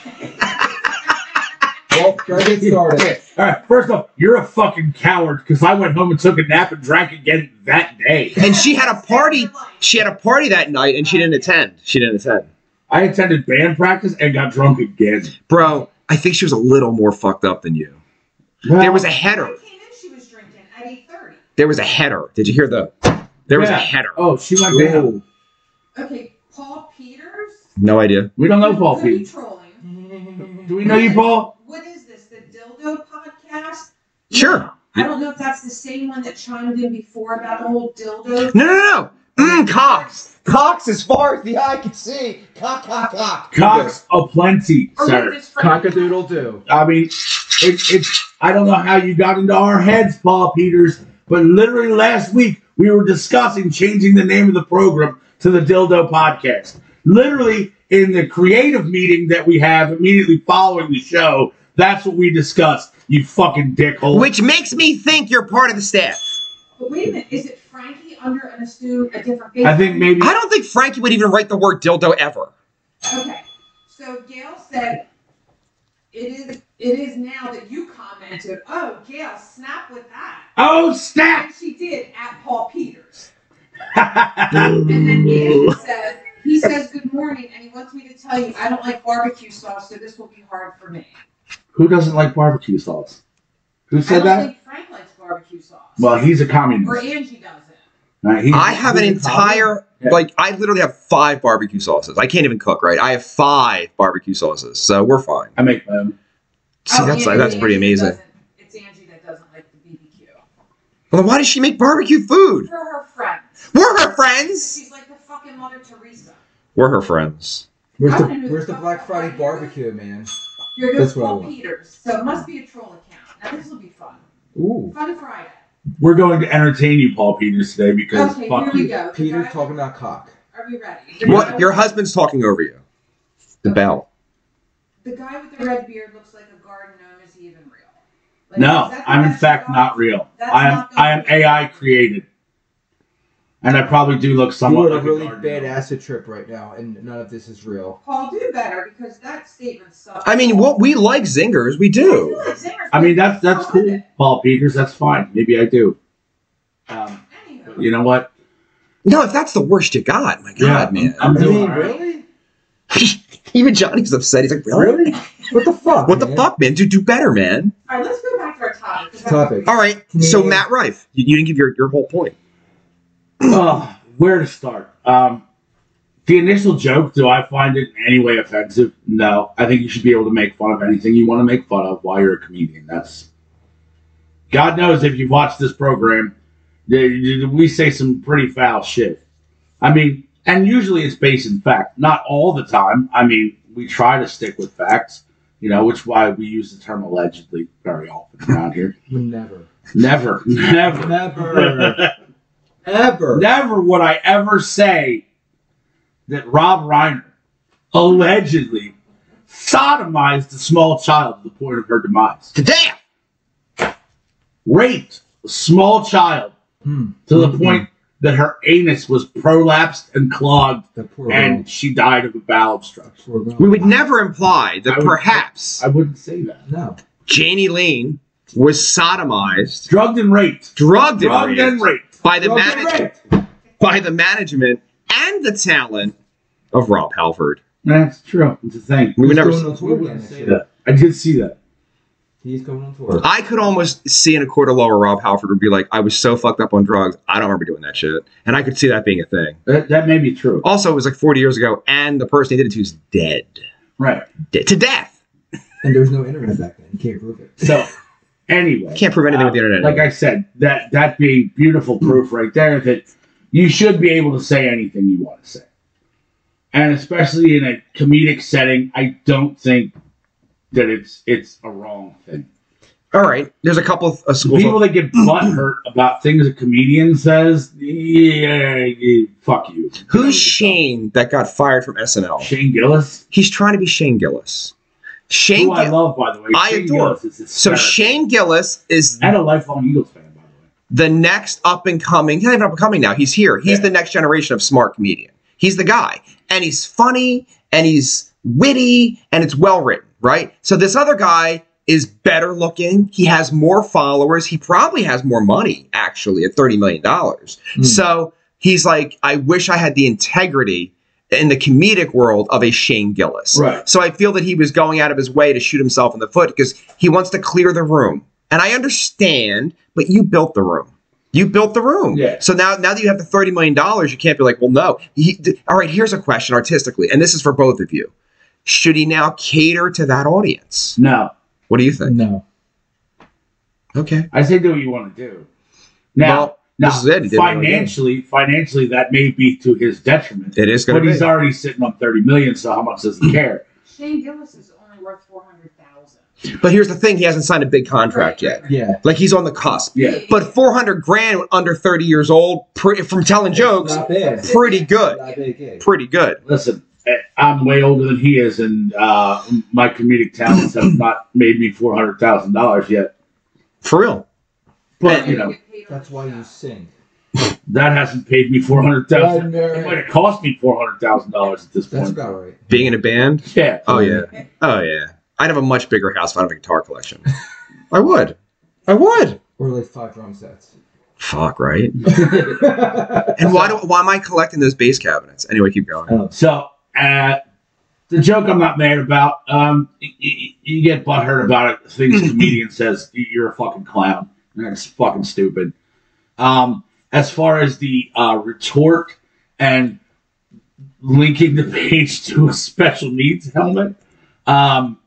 Speaker 3: well, gotta get started.
Speaker 2: All right. First off, you're a fucking coward because I went home and took a nap and drank again that day.
Speaker 1: [laughs] And she had a party. She had a party that night and she didn't attend. She didn't attend.
Speaker 2: I attended band practice and got drunk again.
Speaker 1: Bro, I think she was a little more fucked up than you. There was a header.
Speaker 4: When I came in, she was drinking at 8:30.
Speaker 1: There was a header. Did you hear the? There was a
Speaker 2: Yeah.
Speaker 1: header.
Speaker 2: Oh, she went down.
Speaker 3: Ooh.
Speaker 4: Okay, Paul Peters.
Speaker 1: No idea.
Speaker 2: We don't know Paul
Speaker 4: Could be
Speaker 2: Pete.
Speaker 4: trolling.
Speaker 2: Do we know you, Paul?
Speaker 4: What is this? The dildo podcast?
Speaker 1: Sure.
Speaker 4: I don't know if that's the same one that chimed in before about the whole dildo.
Speaker 1: No, no, no. no. Mm, Cox. Cox, as far as the eye can see. Cock, cock, cock.
Speaker 2: Cox aplenty,
Speaker 4: Or was
Speaker 2: sir.
Speaker 4: this Frank-
Speaker 3: Cockadoodle do.
Speaker 2: I mean, it's it's. I don't know how you got into our heads, Paul Peters, but literally last week we were discussing changing the name of the program to the Dildo Podcast. Literally in the creative meeting that we have immediately following the show, that's what we discussed. You fucking dickhole.
Speaker 1: Which makes me think you're part of the staff.
Speaker 4: But wait a minute, is it Frankie under an assumed a different face?
Speaker 2: I think maybe
Speaker 1: I don't think Frankie would even write the word dildo ever.
Speaker 4: Okay, so Gail said, it is, it is now that you commented, oh, Gail, snap with that.
Speaker 2: Oh snap! [laughs]
Speaker 4: And she did at Paul Peters. And then Andy said, he says, good morning, and he wants me to tell you, I don't like barbecue sauce, so this will be hard for me.
Speaker 2: Who doesn't like barbecue sauce? Who
Speaker 4: I
Speaker 2: said
Speaker 4: don't
Speaker 2: that?
Speaker 4: think Frank likes barbecue sauce.
Speaker 2: Well, he's a
Speaker 4: or
Speaker 2: communist.
Speaker 4: Angie doesn't.
Speaker 2: Right, he's-
Speaker 1: I have an
Speaker 2: he's a communist.
Speaker 1: entire
Speaker 2: Yeah.
Speaker 1: like I literally have five barbecue sauces. I can't even cook, right? I have five barbecue sauces, so we're fine.
Speaker 2: I make my own.
Speaker 1: See,
Speaker 4: Oh,
Speaker 1: that's
Speaker 4: Angie-
Speaker 1: that's pretty
Speaker 4: Angie
Speaker 1: amazing.
Speaker 4: doesn't- It's Angie that doesn't like the BBQ.
Speaker 1: Well, then why does she make barbecue food?
Speaker 4: For her friends.
Speaker 1: We're her friends.
Speaker 4: She's like the fucking Mother Teresa.
Speaker 1: We're her friends.
Speaker 3: Where's
Speaker 4: I
Speaker 3: the
Speaker 4: don't know.
Speaker 3: Where's the Black Friday barbecue, man?
Speaker 4: Here goes
Speaker 3: That's what I
Speaker 4: Paul
Speaker 3: want.
Speaker 4: Peters. So it must be a troll account. Now this will be fun.
Speaker 3: Ooh.
Speaker 4: Fun Friday.
Speaker 2: We're going to entertain you, Paul Peters, today because
Speaker 4: Okay,
Speaker 2: fuck
Speaker 4: here we
Speaker 2: you.
Speaker 4: go. The
Speaker 3: Peter
Speaker 4: guy-
Speaker 3: talking about cock.
Speaker 4: Are we ready? The guy
Speaker 1: What?
Speaker 4: with-
Speaker 1: Your husband's talking over you. The bell.
Speaker 4: The guy with the red beard looks like a garden gnome. Is he even real? Like, is
Speaker 2: No,
Speaker 4: that the
Speaker 2: I'm in
Speaker 4: best
Speaker 2: fact
Speaker 4: job?
Speaker 2: not real.
Speaker 4: That's
Speaker 2: I am
Speaker 4: not the-
Speaker 2: I am AI created, and I probably do look
Speaker 3: You
Speaker 2: somewhat
Speaker 3: on a
Speaker 2: like
Speaker 3: really
Speaker 2: a
Speaker 3: bad
Speaker 2: badass.
Speaker 3: acid trip right now, and none of this is real.
Speaker 4: Paul, do better because that statement sucks.
Speaker 1: I mean, what we like zingers, we do.
Speaker 2: I mean, that's that's cool, Paul Peters. That's fine. Maybe I do. Um,
Speaker 4: Anywho,
Speaker 2: you know what?
Speaker 1: No, if that's the worst you got, my God, man.
Speaker 2: I'm
Speaker 3: I
Speaker 2: doing
Speaker 3: mean,
Speaker 2: all right.
Speaker 3: really?
Speaker 1: [laughs] even Johnny's upset. He's like, really?
Speaker 3: Really? What the fuck?
Speaker 1: What the
Speaker 3: man?
Speaker 1: fuck, man? Dude, do better, man.
Speaker 4: all right, let's go back to our topic. 'cause that's
Speaker 3: Topic.
Speaker 1: All right. So
Speaker 3: Yeah.
Speaker 1: Matt Rife, you, you didn't give your, your whole point.
Speaker 2: Ugh, where to start? Um, the initial joke. Do I find it in any way offensive? No. I think you should be able to make fun of anything you want to make fun of while you're a comedian. That's God knows if you've watched this program, th- th- we say some pretty foul shit. I mean, and usually it's based in fact. Not all the time. I mean, we try to stick with facts. You know, which why we use the term allegedly very often around here.
Speaker 3: Never.
Speaker 2: Never, [laughs] never,
Speaker 3: Never. [laughs] Ever.
Speaker 2: Never would I ever say that Rob Reiner allegedly sodomized a small child to the point of her demise,
Speaker 1: Damn.
Speaker 2: raped a small child
Speaker 3: Hmm.
Speaker 2: to the point that her anus was prolapsed and clogged,
Speaker 3: The poor girl.
Speaker 2: and she died of a bowel obstruction.
Speaker 3: Poor girl.
Speaker 1: We would never imply that
Speaker 2: I would-
Speaker 1: perhaps
Speaker 2: I wouldn't say that.
Speaker 3: No.
Speaker 1: Janie Lean was sodomized,
Speaker 2: Drugged and raped.
Speaker 1: drugged, and,
Speaker 2: Drugged
Speaker 1: raped
Speaker 2: and raped.
Speaker 1: by the
Speaker 2: Drugged and
Speaker 1: management,
Speaker 2: raped.
Speaker 1: by the management and the talent of Rob Halford.
Speaker 2: That's true. It's a thing.
Speaker 1: We would
Speaker 3: He's
Speaker 1: never.
Speaker 3: going on
Speaker 2: We
Speaker 3: tour again
Speaker 2: wouldn't
Speaker 3: this
Speaker 2: say
Speaker 3: year.
Speaker 2: that. I did see that.
Speaker 3: He's going on tour.
Speaker 1: I could almost see in a court of law where Rob Halford would be like, "I was so fucked up on drugs, I don't remember doing that shit," and I could see that being a thing.
Speaker 2: That, that may be true.
Speaker 1: Also, it was like 40 years ago, and the person he did it to is dead,
Speaker 2: Right.
Speaker 1: dead to death.
Speaker 3: And there was no internet back then. You can't prove it.
Speaker 2: So, [laughs] anyway.
Speaker 1: Can't prove anything with the internet.
Speaker 2: Um, Like I said, that that being beautiful proof right there that you should be able to say anything you want to say, and especially in a comedic setting, I don't think that it's it's a wrong thing.
Speaker 1: All right, there's a couple of uh, schools.
Speaker 2: People that get butt hurt about things a comedian says, yeah, yeah, fuck you.
Speaker 1: Who's Shane that got fired from SNL?
Speaker 2: Shane Gillis?
Speaker 1: He's trying to be Shane Gillis. Shane
Speaker 2: who I
Speaker 1: Gill-
Speaker 2: love, by the way.
Speaker 1: I
Speaker 2: Shane
Speaker 1: adore.
Speaker 2: Gillis is
Speaker 1: So
Speaker 2: hysterical.
Speaker 1: Shane Gillis is
Speaker 2: and a lifelong Eagles fan, by the
Speaker 1: the
Speaker 2: way.
Speaker 1: next up and coming. He's not even up and coming now. He's here. He's
Speaker 2: Yeah.
Speaker 1: the next generation of smart comedian. He's the guy. And he's funny and he's witty and it's well written, right? So this other guy is better looking. He has more followers. He probably has more money, actually, at $30 million.
Speaker 2: Hmm.
Speaker 1: So he's like, I wish I had the integrity in the comedic world of a Shane Gillis.
Speaker 2: Right.
Speaker 1: So I feel that he was going out of his way to shoot himself in the foot because he wants to clear the room. And I understand, but you built the room. You built the room.
Speaker 2: Yeah.
Speaker 1: So now, now that you have the thirty million dollars, you can't be like, well, no. He, d- all right, here's a question artistically, and this is for both of you. Should he now cater to that audience?
Speaker 2: No,
Speaker 1: What do you think?
Speaker 3: No.
Speaker 1: Okay.
Speaker 2: I say do what you want to do. Now,
Speaker 1: Well,
Speaker 2: now
Speaker 1: this is it. He didn't really do it.
Speaker 2: financially, financially, that may be to his detriment.
Speaker 1: It is going
Speaker 2: But
Speaker 1: to be.
Speaker 2: he's already sitting on thirty million, so how much does he care?
Speaker 4: Shane Gillis is only worth four hundred thousand.
Speaker 1: but here's the thing: he hasn't signed a big contract yet.
Speaker 3: Yeah.
Speaker 1: Like he's on the cusp.
Speaker 2: Yeah.
Speaker 1: But 400 grand under 30 years old, pre- from telling jokes,
Speaker 3: Not bad.
Speaker 1: pretty good.
Speaker 3: Not bad gig.
Speaker 1: Pretty good.
Speaker 2: Listen, eh, I'm way older than he is, and uh, my comedic talents have not made me four hundred thousand dollars yet.
Speaker 1: For real.
Speaker 2: But you know
Speaker 3: That's why you sing.
Speaker 2: that hasn't paid me four hundred
Speaker 3: Blood
Speaker 2: thousand. It might
Speaker 3: Mary.
Speaker 2: have cost me four hundred thousand dollars at this
Speaker 3: That's
Speaker 2: point.
Speaker 3: about right.
Speaker 1: Being in a band.
Speaker 2: Yeah.
Speaker 1: Oh, yeah. Oh, yeah. I'd have a much bigger house if I had a guitar collection. [laughs] I would. I would.
Speaker 3: Or like five
Speaker 1: [laughs]
Speaker 3: drum sets. [laughs]
Speaker 1: Fuck, right? And why do why am I collecting those bass cabinets? Anyway, keep going.
Speaker 2: So uh, the joke I'm not mad about. Um, you, you get butthurt about it. Things a comedian says you're a fucking clown. That's fucking stupid. Um, as far as the uh, retort and linking the page to a special needs helmet, um,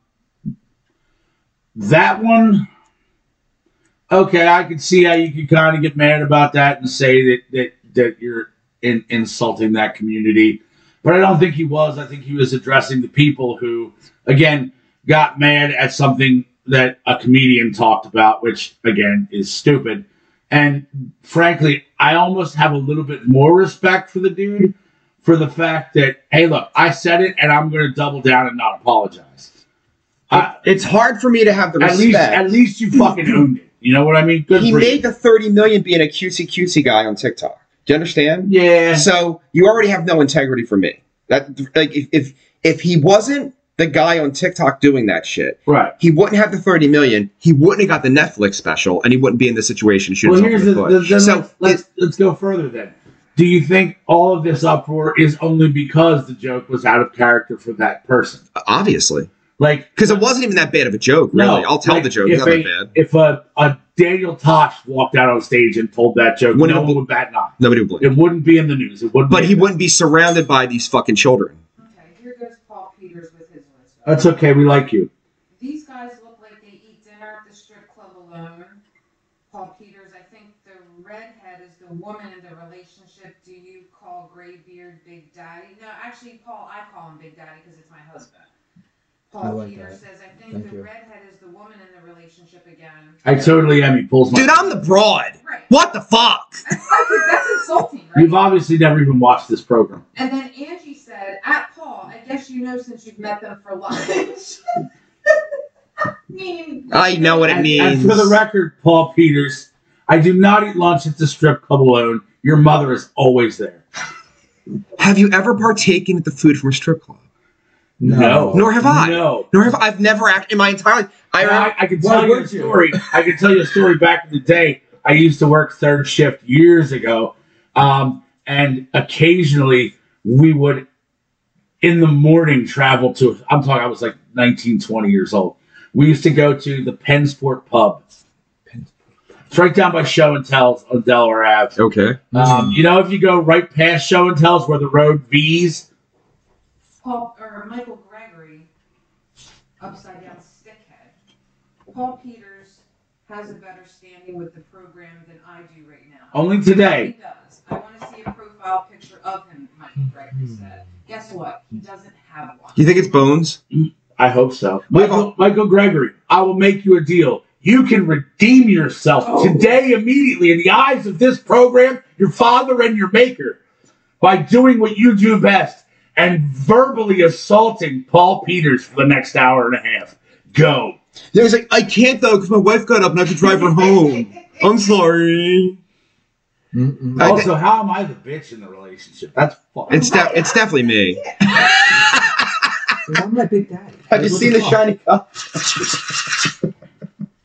Speaker 2: that one. Okay, I could see how you could kind of get mad about that and say that that that you're in, insulting that community but I don't think he was. I think he was addressing the people who, again, got mad at something that a comedian talked about, which again is stupid. And frankly, I almost have a little bit more respect for the dude for the fact that, hey, look, I said it, and I'm going to double down and not apologize. I,
Speaker 1: it's hard for me to have the
Speaker 2: at least, at least you fucking owned it. You know what I mean? Good
Speaker 1: he
Speaker 2: for you.
Speaker 1: made the 30 million being a cutesy cutesy guy on TikTok. Do you understand?
Speaker 2: yeah.
Speaker 1: So you already have no integrity for me. That like if if, if he wasn't the guy on TikTok doing that shit,
Speaker 2: Right.
Speaker 1: he wouldn't have the 30 million, he wouldn't have got the Netflix special, and he wouldn't be in this situation shooting
Speaker 2: Well,
Speaker 1: himself
Speaker 2: here's
Speaker 1: in
Speaker 2: the,
Speaker 1: the
Speaker 2: the-
Speaker 1: foot.
Speaker 2: then
Speaker 1: so
Speaker 2: let's, let's,
Speaker 1: it-
Speaker 2: let's go further then. Do you think all of this uproar is only because the joke was out of character for that person?
Speaker 1: obviously,
Speaker 2: Like,
Speaker 1: because it wasn't even that bad of a joke,
Speaker 2: no,
Speaker 1: really. I'll tell
Speaker 2: like,
Speaker 1: the joke,
Speaker 2: If
Speaker 1: it's not
Speaker 2: a,
Speaker 1: that bad.
Speaker 2: if a, a Daniel Tosh walked out on stage and told that joke,
Speaker 1: Wouldn't
Speaker 2: no
Speaker 1: it
Speaker 2: one
Speaker 1: be-
Speaker 2: would bat an eye.
Speaker 1: Nobody would blink.
Speaker 2: It wouldn't be in the news. It wouldn't.
Speaker 1: But
Speaker 2: be
Speaker 1: he wouldn't be surrounded by these fucking children.
Speaker 4: Okay, here goes Paul Peters with his list.
Speaker 2: That's okay. We like you.
Speaker 4: These guys look like they eat dinner at the strip club alone. Paul Peters, I think the redhead is the woman in the relationship. Do you call Graybeard Big Daddy? No, actually, Paul, I call him Big Daddy because it's my husband.
Speaker 3: I
Speaker 4: Paul
Speaker 3: like
Speaker 4: Peters
Speaker 3: that.
Speaker 4: says, I think
Speaker 3: Thank
Speaker 4: the
Speaker 3: you.
Speaker 4: redhead is the woman in the relationship again.
Speaker 2: I totally am. He pulls my.
Speaker 1: Dude, I'm the broad.
Speaker 4: Right.
Speaker 1: What the fuck?
Speaker 4: That's, fucking- that's insulting, right?
Speaker 2: You've obviously never even watched this program.
Speaker 4: And then Angie said, "At Paul, I guess you know since you've met them for lunch." [laughs] Meaning,
Speaker 1: I know what it
Speaker 2: and,
Speaker 1: means.
Speaker 2: and for the record, Paul Peters, I do not eat lunch at the strip club alone. Your mother is always there.
Speaker 1: have you ever partaken of the food from a strip club?
Speaker 2: No.
Speaker 1: Nor have I.
Speaker 2: No.
Speaker 1: Nor have I. I've never act in my entire life. I
Speaker 2: I,
Speaker 1: remember
Speaker 2: I, can
Speaker 3: Why
Speaker 2: tell you a
Speaker 3: would you?
Speaker 2: story. I can tell you a story back in the day. I used to work third shift years ago, um, and occasionally we would, in the morning, travel to. I'm talking. I was like 19, 20 years old. We used to go to the Pennsport Pub. It's right down by Show and Tells on Delaware Ave.
Speaker 1: Okay.
Speaker 2: Um, you know, if you go right past Show and Tells where the road V's,
Speaker 4: Paul or Michael Gregory, upside down stickhead. Paul Peters has a better standing with the program than I do right now.
Speaker 2: only today.
Speaker 4: He does. I want to see a profile picture of him. Michael Gregory said. Guess what? He doesn't have one.
Speaker 1: You think it's Bones?
Speaker 2: I hope so.
Speaker 1: Michael-
Speaker 2: Michael, Michael Gregory, I will make you a deal. You can redeem yourself
Speaker 4: Oh.
Speaker 2: today, immediately, in the eyes of this program, your father, and your maker, by doing what you do best and verbally assaulting Paul Peters for the next hour and a half. Go.
Speaker 1: Yeah, he's like, I can't though, because my wife got up and I have to drive her home. I'm sorry.
Speaker 3: Mm-mm.
Speaker 1: I thi-
Speaker 2: Also, how am I the bitch in the relationship? That's fucking.
Speaker 1: It's de- it's definitely me.
Speaker 3: So I'm my big daddy.
Speaker 1: cup?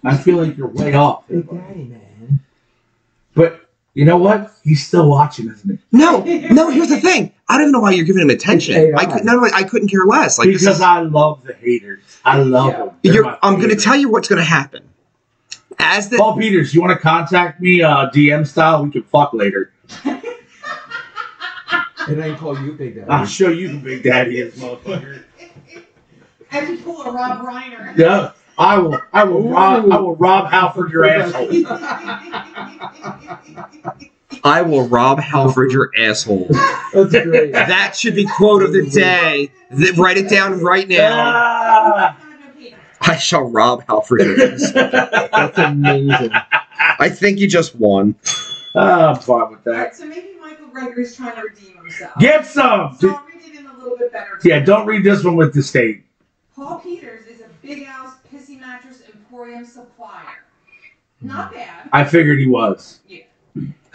Speaker 2: I feel like you're way off. there,
Speaker 3: Big
Speaker 2: buddy.
Speaker 3: daddy, man.
Speaker 2: But you know what? He's still watching, isn't he?
Speaker 1: No, no. Here's the thing. I don't even know why you're giving him attention.
Speaker 3: It's
Speaker 1: I
Speaker 3: AI.
Speaker 1: could, no, no, I couldn't care less. Like this
Speaker 2: because
Speaker 1: is-
Speaker 2: I love the haters. I love
Speaker 3: Yeah.
Speaker 2: them. They're
Speaker 1: you're,
Speaker 2: my
Speaker 1: I'm going to
Speaker 2: favorite.
Speaker 1: tell you what's going to happen. As the
Speaker 2: Paul Peters, you want to contact me uh, DM style? We can fuck later.
Speaker 3: And I call you Big Daddy.
Speaker 1: Ah.
Speaker 2: I'll show you who Big Daddy is, motherfucker.
Speaker 4: As you pull a Rob Reiner. [laughs]
Speaker 2: Yeah, I will. I will rob. I will rob Halford your [laughs] asshole.
Speaker 1: I will rob Halford your asshole. [laughs]
Speaker 3: That's great.
Speaker 1: That should be quote of the day. Th- write it down right now.
Speaker 4: Oh,
Speaker 2: Ah! [laughs]
Speaker 1: I shall rob Halford your asshole.
Speaker 3: That's amazing.
Speaker 1: I think you just won.
Speaker 2: Ah, I'm fine with that.
Speaker 4: Alright, so maybe Michael Gregory's trying to redeem himself.
Speaker 2: Get some.
Speaker 4: So I'll read it in a little bit better.
Speaker 2: Yeah, don't read this one with disdain.
Speaker 4: Paul Peters is a big house pissy mattress emporium supplier. Not
Speaker 2: Hmm.
Speaker 4: bad.
Speaker 2: I figured he was.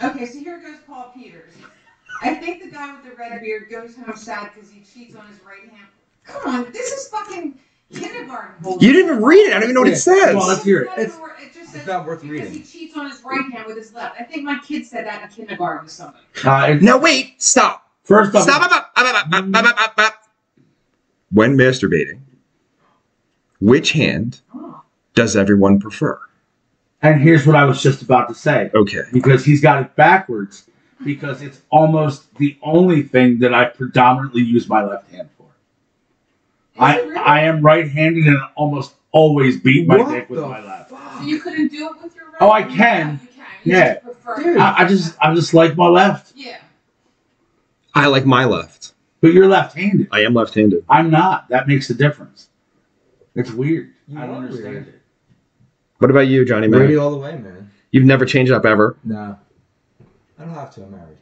Speaker 4: Okay, so here goes Paul Peters. I think the guy with the red beard goes home sad because he cheats on his right hand. Come on, this is fucking kindergarten. bullshit.
Speaker 1: You didn't even read it. I don't even know what it
Speaker 2: Well,
Speaker 1: says.
Speaker 2: let's hear it.
Speaker 4: not even wor- it just says
Speaker 3: It's not worth
Speaker 4: because
Speaker 3: reading.
Speaker 4: he cheats on his right hand with his left. I think my kid said that in kindergarten to somebody.
Speaker 2: Uh, and
Speaker 1: Now wait. Stop.
Speaker 2: first off,
Speaker 1: Stop. Up, up, up, up, up, up, up, up, up. When masturbating, which hand
Speaker 4: Oh.
Speaker 1: does everyone prefer?
Speaker 2: and here's what I was just about to say
Speaker 1: Okay.
Speaker 2: because he's got it backwards because it's almost the only thing that I predominantly use my left hand for. I
Speaker 4: Is it really?
Speaker 2: I am right-handed and almost always beat my
Speaker 3: What
Speaker 2: dick with
Speaker 3: the
Speaker 2: my left.
Speaker 4: So you couldn't do it with your right?
Speaker 2: Oh, I
Speaker 4: hand?
Speaker 2: can.
Speaker 4: Yeah, you can. You
Speaker 2: Yeah.
Speaker 4: just prefer-
Speaker 3: Dude.
Speaker 2: I, I just I just like my left,
Speaker 4: Yeah.
Speaker 1: I like my left.
Speaker 2: but you're left-handed.
Speaker 1: I am left-handed.
Speaker 2: I'm not. That makes a difference. It's weird.
Speaker 3: You
Speaker 2: I don't
Speaker 3: are
Speaker 2: understand
Speaker 3: weird.
Speaker 2: it.
Speaker 1: What about you, Johnny Man?
Speaker 3: Ready all the way, man.
Speaker 1: You've never changed up ever.
Speaker 3: No. I don't have to. I'm married.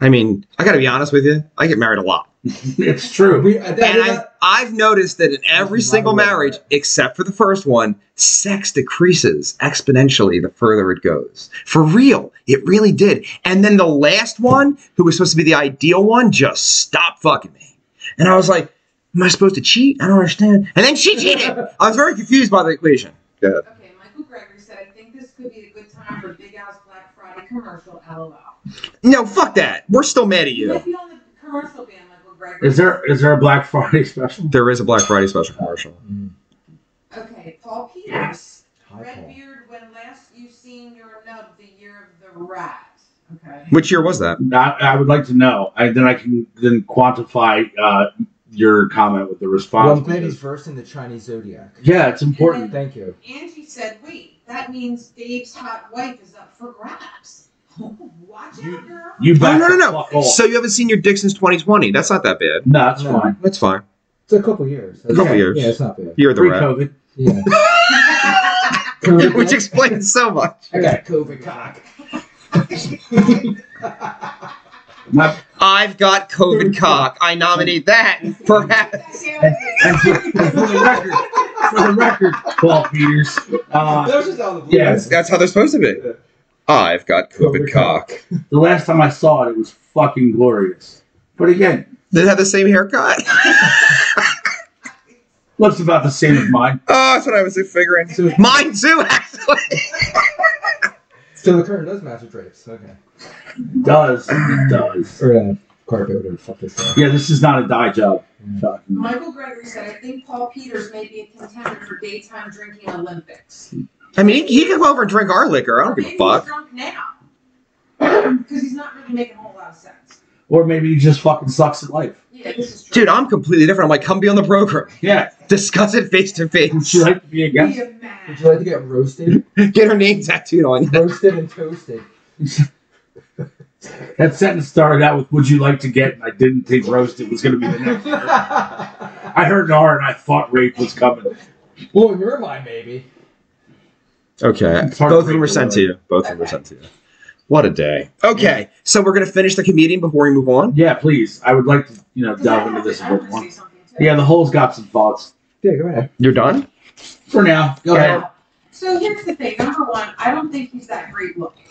Speaker 1: I mean, I got to be honest with you. I get married a lot.
Speaker 2: [laughs] It's true.
Speaker 3: We, uh, I, I,
Speaker 1: And I've, I've noticed that in every
Speaker 3: There's
Speaker 1: single
Speaker 3: another way.
Speaker 1: marriage, except for the first one, sex decreases exponentially the further it goes. For real, it really did. And then the last one, who was supposed to be the ideal one, just stopped fucking me. And I was like, am I supposed to cheat? I don't understand. And then she cheated. I was very confused by the equation.
Speaker 4: Okay, Michael Gregory said, I think this could be a good time for Big Al's Black Friday commercial, LOL.
Speaker 1: No, fuck that. We're still mad at
Speaker 4: You
Speaker 1: you.
Speaker 4: might be on the commercial ban, Michael Gregory.
Speaker 2: Is there is there a Black Friday [laughs] special?
Speaker 1: There is a Black Friday special commercial.
Speaker 3: Mm.
Speaker 4: Okay, Paul Peters.
Speaker 3: Hi, Paul.
Speaker 4: Redbeard, when last you seen your nub, the year of the rat. Okay.
Speaker 1: Which year was that?
Speaker 2: I, I would like to know, and then I can then quantify uh, your comment with the
Speaker 3: Well,
Speaker 2: response.
Speaker 3: I'm glad he's versed in the Chinese zodiac.
Speaker 2: yeah, it's important.
Speaker 3: Thank you.
Speaker 4: Angie said, wait, that means Dave's hot wife is up for grabs. [laughs] Watch
Speaker 2: You-
Speaker 4: out,
Speaker 2: [laughs]
Speaker 4: girl. [laughs]
Speaker 2: You
Speaker 1: Oh,
Speaker 2: back
Speaker 1: no, no,
Speaker 2: the
Speaker 1: no.
Speaker 2: fuck off.
Speaker 1: So you haven't seen your dick since 2020. That's not that bad.
Speaker 2: no, that's
Speaker 3: No.
Speaker 2: fine.
Speaker 1: That's fine.
Speaker 3: It's a couple years.
Speaker 1: A couple
Speaker 3: yeah,
Speaker 1: years.
Speaker 3: Yeah, it's
Speaker 1: [laughs]
Speaker 3: not bad.
Speaker 1: You're the
Speaker 2: Pre
Speaker 1: rat.
Speaker 2: COVID.
Speaker 3: Yeah.
Speaker 1: [laughs] which explains so much.
Speaker 3: I got COVID cock. [laughs]
Speaker 2: [laughs]
Speaker 1: I've got COVID cock. I nominate that for [laughs]
Speaker 2: And for, and for the record, for the record, Paul Peters. Uh,
Speaker 3: Those just out of the blue.
Speaker 2: yeah.
Speaker 1: that's, that's how they're supposed to be. I've got COVID cock.
Speaker 2: the last time I saw it, it was fucking glorious. But again,
Speaker 1: They have the same haircut. [laughs] Oh,
Speaker 2: looks about the same as mine.
Speaker 1: Oh, that's what I was figuring.
Speaker 3: So,
Speaker 1: Mine too, actually.
Speaker 3: so the curtain does match the drapes. Okay.
Speaker 2: It does it does?
Speaker 3: Or uh, carpet, whatever the fuck this is.
Speaker 2: Yeah, this is not a dye job. Fucking-
Speaker 4: Michael Gregory said, I think Paul Peters may be a contender for daytime drinking Olympics.
Speaker 1: I mean, he can go over and drink our liquor. I don't give
Speaker 4: Maybe
Speaker 1: a
Speaker 4: he's
Speaker 1: fuck.
Speaker 4: drunk now. Because he's not really making a whole lot of sense.
Speaker 2: Or maybe he just fucking sucks at life.
Speaker 4: Yeah, this is true.
Speaker 1: Dude, I'm completely different. I'm like, come be on the program.
Speaker 2: Yeah.
Speaker 1: Discuss it face to
Speaker 2: Would
Speaker 1: face.
Speaker 2: you like to be a guest?
Speaker 4: Be a man.
Speaker 3: Would you like to get roasted?
Speaker 1: [laughs] Get her name tattooed on you.
Speaker 3: roasted and [laughs] toasted.
Speaker 2: That sentence started out with "Would you like to get?" and I didn't think roasted was going to be the next. word. I heard an R and I thought rape was coming.
Speaker 3: well, in your mind, maybe.
Speaker 1: Okay.
Speaker 2: It's hard to
Speaker 1: Both of them
Speaker 2: read
Speaker 1: were
Speaker 2: the
Speaker 1: sent to
Speaker 2: word.
Speaker 1: you. Both of them were sent to you. What a day. Okay. So we're going to finish the comedian before we move on.
Speaker 2: Yeah, please. I would like to, you know,
Speaker 4: 'Cause I
Speaker 2: delve into
Speaker 4: wanna-
Speaker 2: this a
Speaker 4: I wanna
Speaker 2: bit
Speaker 4: say
Speaker 2: more.
Speaker 4: something too.
Speaker 2: Yeah, the hole's got some thoughts.
Speaker 3: Yeah, go ahead.
Speaker 1: You're done?
Speaker 2: For now, go ahead.
Speaker 4: So here's the thing. Number one, I don't think he's that great looking,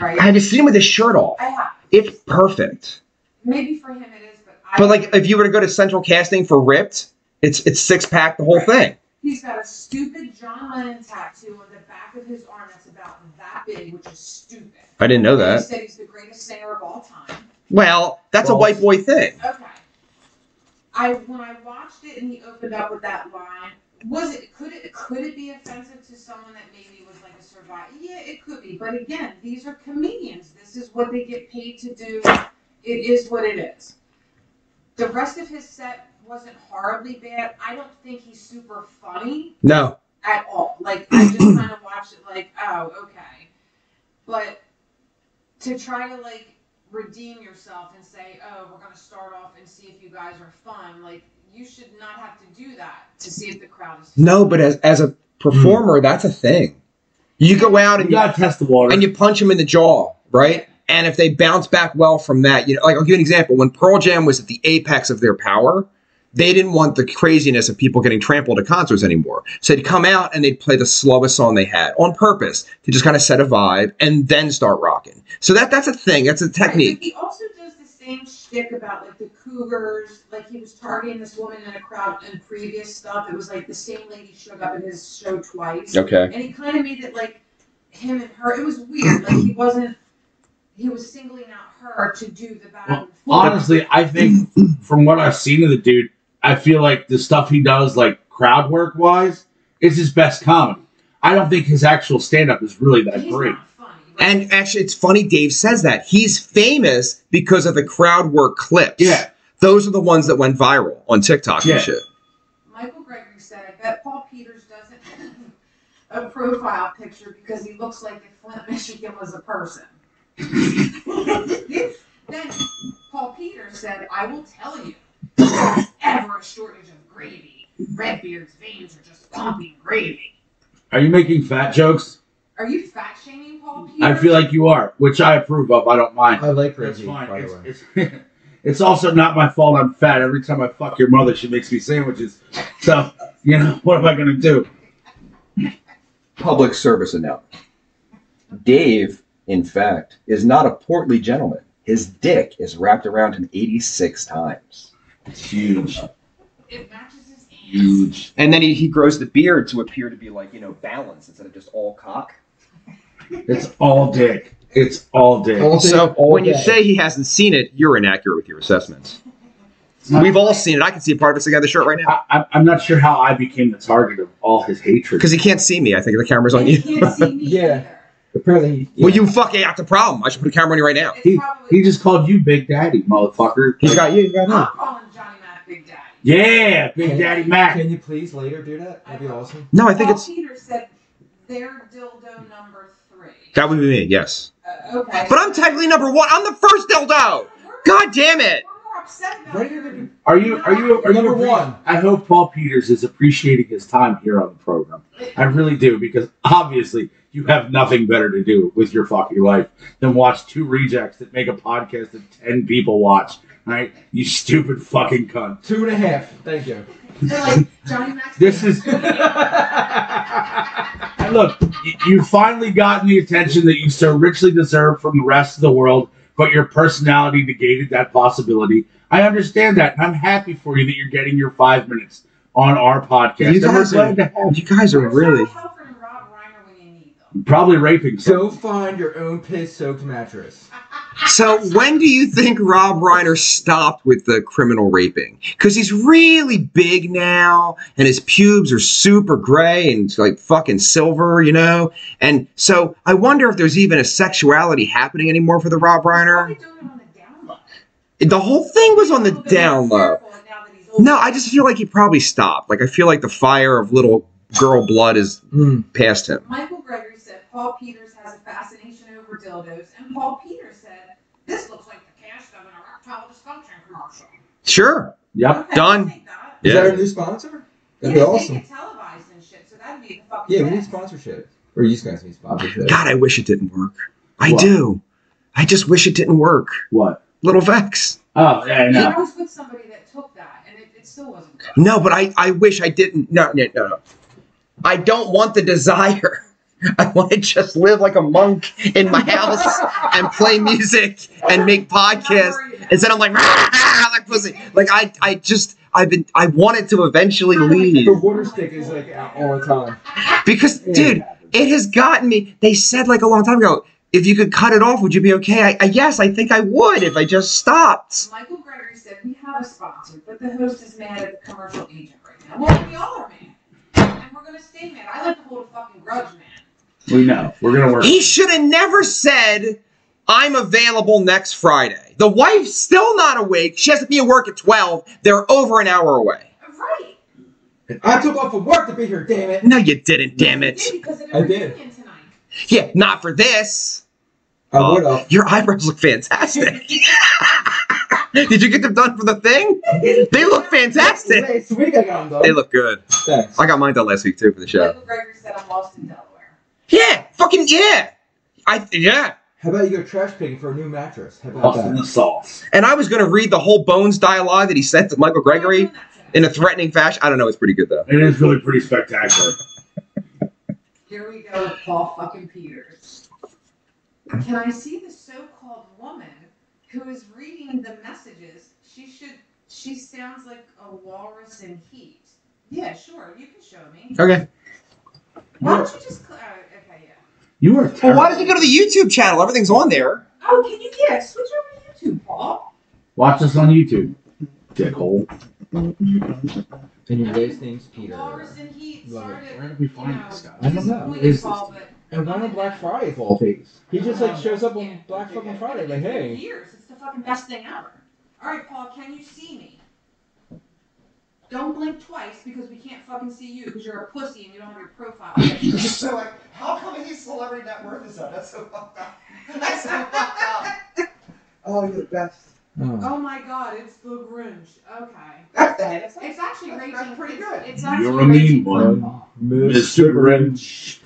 Speaker 4: right?
Speaker 1: I had to see him with his shirt off.
Speaker 4: I have.
Speaker 1: It's perfect.
Speaker 4: Maybe for him it is, but I.
Speaker 1: But like, if you were to go to Central Casting for Ripped, it's it's six pack the whole thing.
Speaker 4: He's got a stupid John Lennon tattoo on the back of his arm that's about that big, which is stupid.
Speaker 1: I didn't know
Speaker 4: He
Speaker 1: that.
Speaker 4: said he's the greatest singer of all time.
Speaker 1: Well, that's a white boy thing.
Speaker 4: Okay. I when I watched it and he opened up with that line, Was it could it could it be offensive to someone that maybe was like a survivor? Yeah, it could be. But again, these are comedians. This is what they get paid to do. It is what it is. The rest of his set wasn't horribly bad. I don't think he's super funny
Speaker 1: No.
Speaker 4: at all. Like I
Speaker 1: [clears throat]
Speaker 4: just kind of watched it like, oh, okay. But to try to like redeem yourself and say, oh, we're gonna start off and see if you guys are fun, like you should not have to do that to see if the crowd is fun.
Speaker 1: No, but as as a performer, that's a thing. You go out
Speaker 2: You
Speaker 1: and you,
Speaker 2: gotta test the water.
Speaker 1: and you punch them in the jaw, right? And if they bounce back well from that, you know, like I'll give you an example. When Pearl Jam was at the apex of their power, they didn't want the craziness of people getting trampled at concerts anymore. So they'd come out and they'd play the slowest song they had on purpose to just kind of set a vibe and then start rocking. So that that's a thing. That's a
Speaker 4: Right, but
Speaker 1: technique.
Speaker 4: he also does the same shtick about like the cougars, like he was targeting this woman in a crowd in previous stuff. It was like the same lady showed up in his show twice.
Speaker 1: Okay.
Speaker 4: and he kind of made it like him and her. It was weird. Like he wasn't. He was singling out her to do the bad. and full.
Speaker 2: Honestly, I [clears throat] think from what I've seen of the dude, I feel like the stuff he does, like crowd work wise, is his best comedy. I don't think his actual stand up is really that
Speaker 4: He's
Speaker 2: great.
Speaker 4: not funny. Like,
Speaker 1: And actually, it's funny Dave says that. He's famous because of the crowd work clips.
Speaker 2: Yeah.
Speaker 1: Those are the ones that went viral on TikTok
Speaker 2: Yeah.
Speaker 1: and shit.
Speaker 4: Michael Gregory said, "I bet Paul Peters doesn't have a profile picture because he looks like if Flint, Michigan was a person." [laughs] then Paul Peters said, "I will tell you, there's ever a shortage of gravy. Redbeard's veins are just pumping gravy."
Speaker 2: Are you making fat jokes?
Speaker 4: Are you fat shaming Paul Peters?
Speaker 2: I feel like you are, which I approve of. I don't mind.
Speaker 3: I like
Speaker 2: That's
Speaker 3: Reggie,
Speaker 2: fine.
Speaker 3: by the
Speaker 2: It's,
Speaker 3: way.
Speaker 2: it's, [laughs] it's also not my fault I'm fat. Every time I fuck your mother, she makes me sandwiches. So, you know, what am I going to do?
Speaker 5: public service announcement. Dave, in fact, is not a portly gentleman. His dick is wrapped around him 86 times.
Speaker 2: It's huge.
Speaker 4: It matches his hands.
Speaker 2: Huge.
Speaker 5: And then he, he grows the beard to appear to be like, you know, balanced instead of just all cock.
Speaker 2: It's all dick. It's all dick.
Speaker 3: All
Speaker 1: Also,
Speaker 3: day, all
Speaker 1: when you
Speaker 3: day.
Speaker 1: say he hasn't seen it, you're inaccurate with your assessments.
Speaker 2: not-
Speaker 1: We've all seen it. I can see a part of us together shirt right now
Speaker 2: I, I- I'm not sure how I became the target of all his hatred.
Speaker 1: because he can't see me. I think the camera's on
Speaker 4: And he
Speaker 1: you.
Speaker 4: can't
Speaker 1: [laughs]
Speaker 4: see me
Speaker 3: Yeah.
Speaker 4: either.
Speaker 3: Apparently,
Speaker 1: Well, you fucking out the problem. I should put a camera on you right now.
Speaker 4: It's
Speaker 2: He-
Speaker 4: probably,
Speaker 2: He just called you Big Daddy, motherfucker.
Speaker 1: He's got you. He's got
Speaker 4: I'm
Speaker 1: me.
Speaker 4: calling Johnny Mac Big Daddy.
Speaker 2: yeah, Big
Speaker 3: Can-
Speaker 2: Daddy Mac.
Speaker 3: Can you please later do that? That'd be awesome.
Speaker 1: No, I think it's
Speaker 4: Peter said their dildo number three.
Speaker 1: that would be me. Yes,
Speaker 4: Uh, okay.
Speaker 1: but I'm technically number one. I'm the first dildo.
Speaker 4: We're-
Speaker 1: God damn it!
Speaker 4: We're more upset about
Speaker 3: Right
Speaker 4: your-
Speaker 3: here, dude.
Speaker 2: Are you? Are you? Are
Speaker 3: Number
Speaker 2: you appre-
Speaker 3: one.
Speaker 2: I hope Paul Peters is appreciating his time here on the program. I really do because obviously you have nothing better to do with your fucking life than watch two rejects that make a podcast that ten people watch. Right? You stupid fucking cunt.
Speaker 3: Two and a half. Thank you.
Speaker 4: They're like Johnny Mac.
Speaker 2: This is-
Speaker 4: That's
Speaker 2: And look, y- you finally gotten the attention that you so richly deserve from the rest of the world, but your personality negated that possibility. I understand that, and I'm happy for you that you're getting your five minutes on our podcast.
Speaker 1: You
Speaker 2: And we're
Speaker 1: guys are-
Speaker 2: glad to have
Speaker 1: You guys are really.
Speaker 4: Helper and Rob Reiner when you need them.
Speaker 2: you. Probably raping
Speaker 3: Go
Speaker 2: so.
Speaker 3: find your own piss-soaked mattress.
Speaker 1: So when do you think Rob Reiner stopped with the criminal raping? Because he's really big now, and his pubes are super gray and it's like fucking silver, you know. And so I wonder if there's even a sexuality happening anymore for the Rob
Speaker 4: He's probably
Speaker 1: Reiner.
Speaker 4: doing it on the down low.
Speaker 1: The whole thing was on the
Speaker 4: He's a little bit more
Speaker 1: down low.
Speaker 4: careful now that he's
Speaker 1: No,
Speaker 4: older.
Speaker 1: I just feel like he probably stopped. Like I feel like the fire of little girl blood is
Speaker 3: Mm.
Speaker 1: past him.
Speaker 4: Michael Gregory said Paul Peters has a fascination over dildos, and Paul Peters said, This looks like the cast of an erectile dysfunction commercial.
Speaker 1: Sure.
Speaker 2: Yep.
Speaker 4: Okay,
Speaker 1: done.
Speaker 4: I'll take that.
Speaker 1: Yeah.
Speaker 3: Is that our new sponsor? That'd be
Speaker 4: Yeah,
Speaker 3: awesome.
Speaker 4: They get televised and shit, so that'd be the fucking
Speaker 3: Yeah, we need
Speaker 4: best.
Speaker 3: sponsorship. Or you guys need sponsorship.
Speaker 1: God, I wish it didn't work. I
Speaker 2: What?
Speaker 1: do. I just wish it didn't work.
Speaker 2: What?
Speaker 1: Little Vex.
Speaker 2: Oh, yeah, I
Speaker 4: You
Speaker 2: know.
Speaker 4: know, I was with somebody that took that, and it, it still wasn't good.
Speaker 1: No, but I, I wish I didn't. No, no, no, no. I don't want the desire. [laughs] I want to just live like a monk in my [laughs] house and play music and make podcasts. Instead, I'm like, [laughs] "Rah, rah," like pussy. Like I, I just, I've been, I wanted to eventually leave [laughs]
Speaker 3: The water stick is like out all the time.
Speaker 1: because, dude, it has gotten me. They said like a long time ago, if you could cut it off, would you be okay? I, I yes, I think I would if I just stopped.
Speaker 4: Michael Gregory said, We have a sponsor, but the host is mad at the commercial agent right now. Well, we all are mad. gonna stay mad. I like to hold a fucking grudge, man.
Speaker 2: We know. We're gonna work.
Speaker 1: He should have never said, I'm available next Friday. The wife's still not awake. She has to be at work at 12. They're over an hour away.
Speaker 4: Right.
Speaker 3: I took off from work to be here, damn it.
Speaker 1: No, you didn't, damn
Speaker 4: I
Speaker 1: it.
Speaker 4: did because of the
Speaker 3: I did.
Speaker 4: reunion tonight.
Speaker 1: Yeah, not for this. Oh.
Speaker 3: I would have.
Speaker 1: Your eyebrows look fantastic. [laughs] Did you get them done for the thing? They look fantastic.
Speaker 3: Next week I got them
Speaker 1: They
Speaker 3: done.
Speaker 1: look good.
Speaker 3: Thanks.
Speaker 1: I got mine done last week too for the show.
Speaker 4: Michael Gregory said I'm lost in Delaware.
Speaker 1: Yeah, fucking yeah. I yeah.
Speaker 3: How about you go trash picking for a new mattress? How about
Speaker 2: Lost in
Speaker 3: that?
Speaker 2: the sauce.
Speaker 1: And I was gonna read the whole Bones dialogue that he sent to Michael Gregory
Speaker 4: I'm not doing that
Speaker 1: in a threatening fashion. I don't know. It's pretty good though.
Speaker 2: It is really pretty spectacular.
Speaker 4: tonight. Here we go with Paul fucking Peters. Can I see the so-called woman who is reading the messages? She should. She sounds like a walrus in heat. Yeah, sure. You can show me.
Speaker 1: Okay.
Speaker 4: Why don't you just? Cl- uh, okay, yeah.
Speaker 2: You are
Speaker 1: Well,
Speaker 2: terrible.
Speaker 1: why did you go to the YouTube channel? Everything's on there.
Speaker 4: Oh, can you yeah switch over to YouTube, Paul?
Speaker 2: Watch us on YouTube. Dickhole.
Speaker 6: And your guy's name's Peter.
Speaker 4: Walrus in heat.
Speaker 6: Love
Speaker 4: Sorry to,
Speaker 2: Where did we find
Speaker 4: you know,
Speaker 2: this guy?
Speaker 6: I don't know.
Speaker 4: disappoint you,
Speaker 6: Is-
Speaker 4: Paul, but
Speaker 3: And why on Black Friday of all things? He just like shows up
Speaker 4: Yeah.
Speaker 3: on Black fucking Friday, like, hey.
Speaker 4: Years. It's the fucking best thing ever. All right, Paul, can you see me? Don't blink twice because we can't fucking see you because you're a pussy and you don't have your profile. picture.
Speaker 7: [laughs] So like, how come his celebrity net worth is up? That's so fucked up. [laughs] That's so fucked up. Oh, you're the best.
Speaker 3: Oh.
Speaker 4: oh my god, it's the Grinch. Okay.
Speaker 7: [laughs] That's the head. That's,
Speaker 4: It's actually
Speaker 7: that's,
Speaker 4: raging.
Speaker 7: that's pretty good.
Speaker 4: It's, it's actually
Speaker 2: You're a mean
Speaker 4: raging
Speaker 2: one.
Speaker 4: for Paul.
Speaker 2: Mr. Grinch.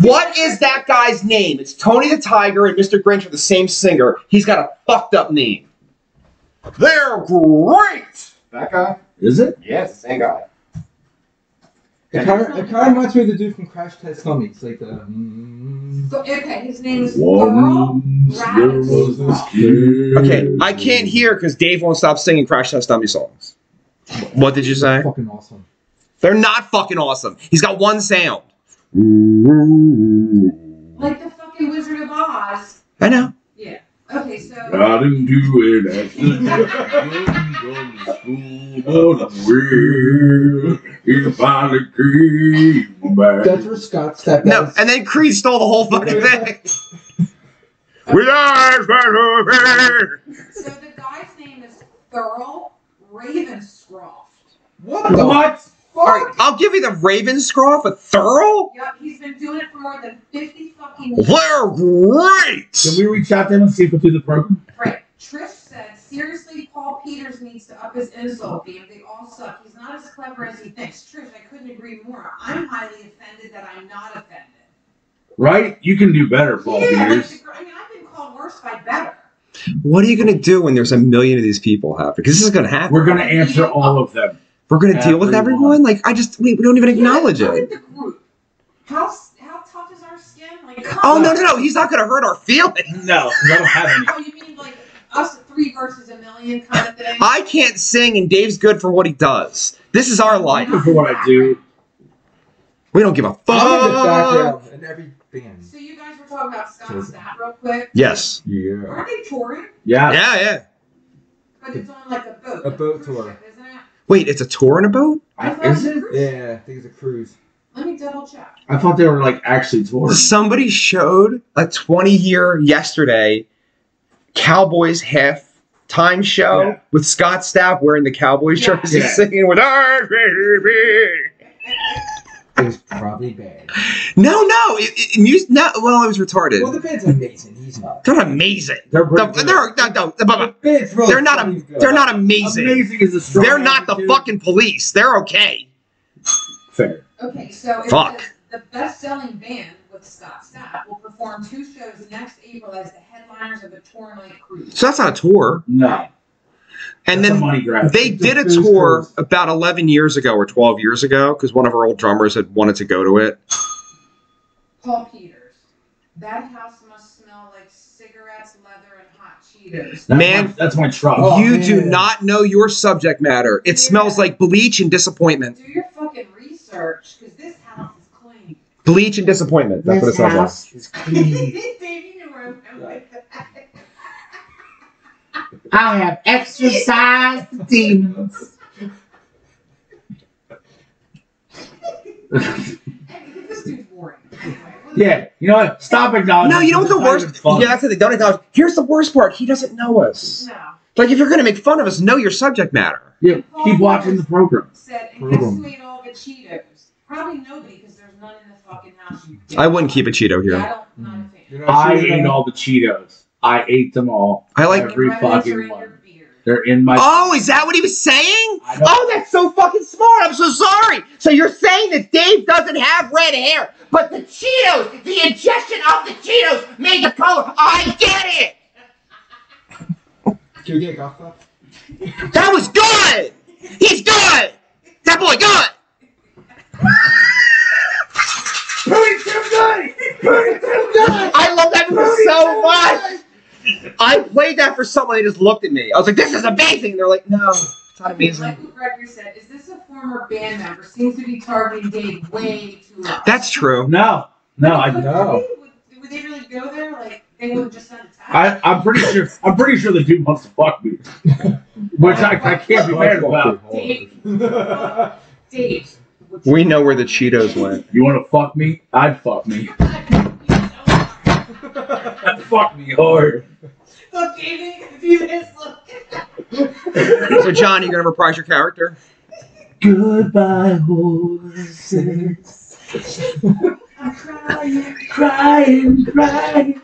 Speaker 1: What is that guy's name? It's Tony the Tiger and Mr. Grinch are the same singer. He's got a fucked up name. They're great.
Speaker 7: That guy?
Speaker 2: Is it?
Speaker 7: Yes, the same guy.
Speaker 3: It kind of it kind of reminds me of the dude from Crash Test Dummies, like the.
Speaker 4: [laughs]
Speaker 3: Mm,
Speaker 4: So, okay, his name is Carl.
Speaker 2: Once there was this kid.
Speaker 1: Okay, I can't hear because Dave won't stop singing Crash Test Dummy songs. What did you say?
Speaker 3: fucking awesome.
Speaker 1: They're not fucking awesome. He's got one sound.
Speaker 4: Like the fucking Wizard of Oz.
Speaker 1: I know.
Speaker 4: Yeah. Okay, so
Speaker 2: Got into an [laughs] accident. Out of where he finally came back.
Speaker 3: That's where Scott stepped
Speaker 1: No,
Speaker 3: out.
Speaker 1: and then Creed stole the whole
Speaker 7: [laughs]
Speaker 1: fucking thing. We are better.
Speaker 4: so the guy's name is Thurl Ravenscroft.
Speaker 3: What the
Speaker 2: What?
Speaker 1: All right, I'll give you the Ravenscroft, a thorough.
Speaker 4: Yep, he's been doing it for more than 50 fucking years.
Speaker 1: They're great.
Speaker 2: Can we reach out to him and see if he'll do the program?
Speaker 4: Right. Trish said, seriously, Paul Peters needs to up his insult game. They all suck. He's not as clever as he thinks. Trish, I couldn't agree more. I'm highly offended that I'm not offended.
Speaker 2: Right? You can do better, Paul
Speaker 4: yeah, like the
Speaker 2: Peters.
Speaker 4: gr- I mean, I've been called worse by better.
Speaker 1: What are you going to do when there's a million of these people happen? Because this is going to happen.
Speaker 2: We're going to answer all of them.
Speaker 1: We're going to deal with everyone.
Speaker 2: Everyone.
Speaker 1: Like I just we, we don't even acknowledge
Speaker 4: yeah, look
Speaker 1: it.
Speaker 4: at the group. How, s- how tough is our skin? Like, come
Speaker 1: Oh no
Speaker 4: on.
Speaker 1: no no! He's not going to hurt our feelings.
Speaker 2: No, because I don't have any.
Speaker 4: Oh, you mean like us three versus a million kind of thing?
Speaker 1: I can't sing, and Dave's good for what he does. This is our life.
Speaker 2: Good For what I do.
Speaker 1: We don't give a
Speaker 3: I'm in the
Speaker 1: fuck.
Speaker 3: background and every band.
Speaker 4: So you guys were talking about Scott Stapp real quick.
Speaker 1: Yes.
Speaker 3: Yeah.
Speaker 4: Aren't they touring?
Speaker 2: Yeah.
Speaker 1: Yeah yeah.
Speaker 4: But it's on like a boat.
Speaker 3: A
Speaker 4: like
Speaker 3: boat
Speaker 4: cruise
Speaker 3: tour.
Speaker 4: ship, Isn't it?
Speaker 1: Wait, it's a tour in a boat.
Speaker 4: I thought
Speaker 2: Is
Speaker 4: was a
Speaker 2: it?
Speaker 4: cruise ship.
Speaker 3: Yeah, I think it's a cruise.
Speaker 4: Let me double check.
Speaker 2: I thought they were like actually touring.
Speaker 1: Somebody showed a 20 year yesterday Cowboys half time show
Speaker 2: Yeah.
Speaker 1: with Scott Stapp wearing the Cowboys
Speaker 4: Yeah.
Speaker 1: shirt as he's
Speaker 2: Yeah.
Speaker 1: singing with our baby.
Speaker 3: It was probably bad.
Speaker 1: No, no, it, it, mus- no. Well, I was retarded.
Speaker 3: Well, the band's amazing. He's not.
Speaker 1: they're amazing.
Speaker 2: They're
Speaker 1: The-
Speaker 2: pretty good.
Speaker 1: they're no, no, the-
Speaker 3: The band's really
Speaker 1: they're not.
Speaker 3: fucking
Speaker 1: am-
Speaker 3: good.
Speaker 1: They're not amazing.
Speaker 2: amazing is a strong.
Speaker 1: They're not the
Speaker 2: attitude.
Speaker 1: fucking police. They're okay.
Speaker 2: Fair.
Speaker 4: Okay, so it
Speaker 1: Fuck.
Speaker 4: says the best-selling band with Scott Stapp will perform two shows next April as the headliners of a tour night cruise.
Speaker 1: So that's not a tour.
Speaker 2: No.
Speaker 1: And
Speaker 2: That's a
Speaker 1: then
Speaker 2: money grab.
Speaker 1: They
Speaker 3: It's
Speaker 1: did a
Speaker 3: just booze
Speaker 1: tour
Speaker 3: cruise.
Speaker 1: about 11 years ago or 12 years ago because one of our old drummers had wanted to go to it.
Speaker 4: Paul Peters. That house must smell like cigarettes, leather, and hot Cheetos.
Speaker 2: That's
Speaker 1: Man.
Speaker 2: my, that's my truck.
Speaker 3: Oh,
Speaker 1: you do
Speaker 3: man.
Speaker 1: not know your subject matter. It
Speaker 4: Yeah.
Speaker 1: smells like bleach and disappointment.
Speaker 4: Do your fucking research, because this house is clean.
Speaker 1: Bleach and disappointment. That's what it smells like.
Speaker 6: is
Speaker 4: Dave, you knew where I'm going with that.
Speaker 7: I have exercised demons.
Speaker 4: Anyway, this dude's boring. Anyway, what-
Speaker 2: yeah, you know what? Stop acknowledging.
Speaker 1: No, you know what
Speaker 2: It's
Speaker 1: the
Speaker 2: not even
Speaker 1: worst?
Speaker 2: funny.
Speaker 1: Yeah, that's the thing. Don't acknowledge. Here's the worst part. He doesn't know us.
Speaker 4: No.
Speaker 1: Like, if you're gonna make fun of us, know your subject matter.
Speaker 2: Yeah, keep watching the program.
Speaker 4: Said, and guess
Speaker 3: Program.
Speaker 4: who ate all the Cheetos? Probably nobody, because there's none in the fucking house. You dick.
Speaker 1: I wouldn't keep a Cheeto
Speaker 4: Yeah,
Speaker 1: here.
Speaker 4: I don't. Not a fan.
Speaker 3: You're not
Speaker 2: I
Speaker 3: sure
Speaker 2: ate
Speaker 3: about
Speaker 2: all the Cheetos. I ate them all.
Speaker 1: I like.
Speaker 2: Every
Speaker 4: Your brothers
Speaker 2: fucking
Speaker 4: are in
Speaker 2: one.
Speaker 4: your beard.
Speaker 2: They're in my.
Speaker 1: Oh, is that what he was saying?
Speaker 2: I don't-
Speaker 1: Oh, that's so fucking smart. I'm so sorry. So you're saying that Dave doesn't have red hair, but the Cheetos, the ingestion of the Cheetos made the color. I get
Speaker 3: it. Can we get off that?
Speaker 1: it. That was good. He's good. That boy good.
Speaker 2: Booty too good. Booty too good.
Speaker 1: I love that movie
Speaker 2: Booty
Speaker 1: so
Speaker 2: too
Speaker 1: much.
Speaker 2: good!
Speaker 1: I played that for someone. They just looked at me. I was like, "This is amazing." They're like, "No, it's not amazing."
Speaker 4: Michael Greger said, "Is this a former band member? Seems to be targeting Dave way too much."
Speaker 1: That's true.
Speaker 2: No, no, I
Speaker 4: Would
Speaker 2: don't.
Speaker 3: know.
Speaker 4: they- Would, would they really go there? Like they would just not attack.
Speaker 2: I, I'm pretty sure. I'm pretty sure the dude wants to fuck [laughs] me, which I, I can't be mad about.
Speaker 4: Dave. would you-
Speaker 1: We know where the Cheetos went.
Speaker 2: You want to fuck me? I'd fuck [laughs] me. fuck me hard.
Speaker 4: [laughs] Look, Jamie, if you just look.
Speaker 1: So, John, you gonna reprise your character?
Speaker 2: Goodbye, horses.
Speaker 4: I'm crying.
Speaker 2: Crying, crying.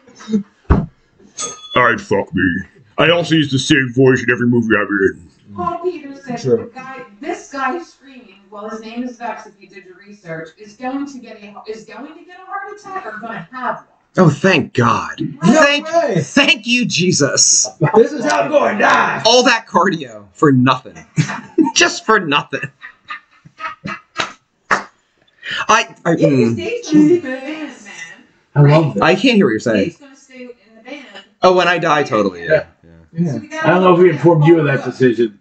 Speaker 8: I'd fuck me. I also use the same voice in every movie I've been in.
Speaker 4: Paul Peters said
Speaker 3: True.
Speaker 4: the guy, this guy who's screaming, well, his name is Vex. If you did your research, is going to get a is going to get a heart attack or going to have one.
Speaker 1: Oh, thank God.
Speaker 3: No
Speaker 1: Thank,
Speaker 3: way.
Speaker 1: thank you, Jesus.
Speaker 3: This is how I'm going to die.
Speaker 1: All that cardio for nothing. [laughs] Just for nothing. I I,
Speaker 4: Yeah,
Speaker 1: mm,
Speaker 4: Dave's going to stay in the band, man.
Speaker 2: I love that.
Speaker 1: I can't hear what you're saying.
Speaker 4: Dave's going to stay in the band.
Speaker 1: Oh, when I die, totally. Yeah.
Speaker 3: Yeah.
Speaker 2: I don't know if we informed you of that decision.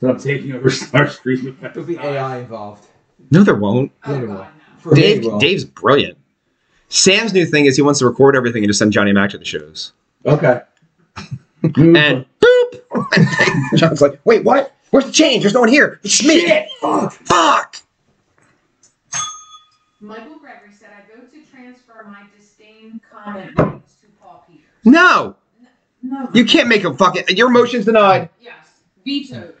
Speaker 2: But I'm taking over Starscream.
Speaker 3: There'll be AI involved.
Speaker 1: No, there won't.
Speaker 4: Oh,
Speaker 3: Later
Speaker 4: God,
Speaker 3: on.
Speaker 4: no.
Speaker 3: For
Speaker 1: Dave,
Speaker 3: me, well.
Speaker 1: Dave's brilliant. Sam's new thing is he wants to record everything and just send Johnny Mac to the shows.
Speaker 3: Okay. Mm-hmm.
Speaker 1: And boop! [laughs] John's like, wait, what? Where's the change? There's no one here. It's me. Fuck. Fuck.
Speaker 4: Michael Gregory said, I vote to transfer my disdain comment ratings to Paul Peters.
Speaker 1: No,
Speaker 4: No.
Speaker 1: you can't make him fucking. Your motion's denied.
Speaker 4: Yes. Vetoed.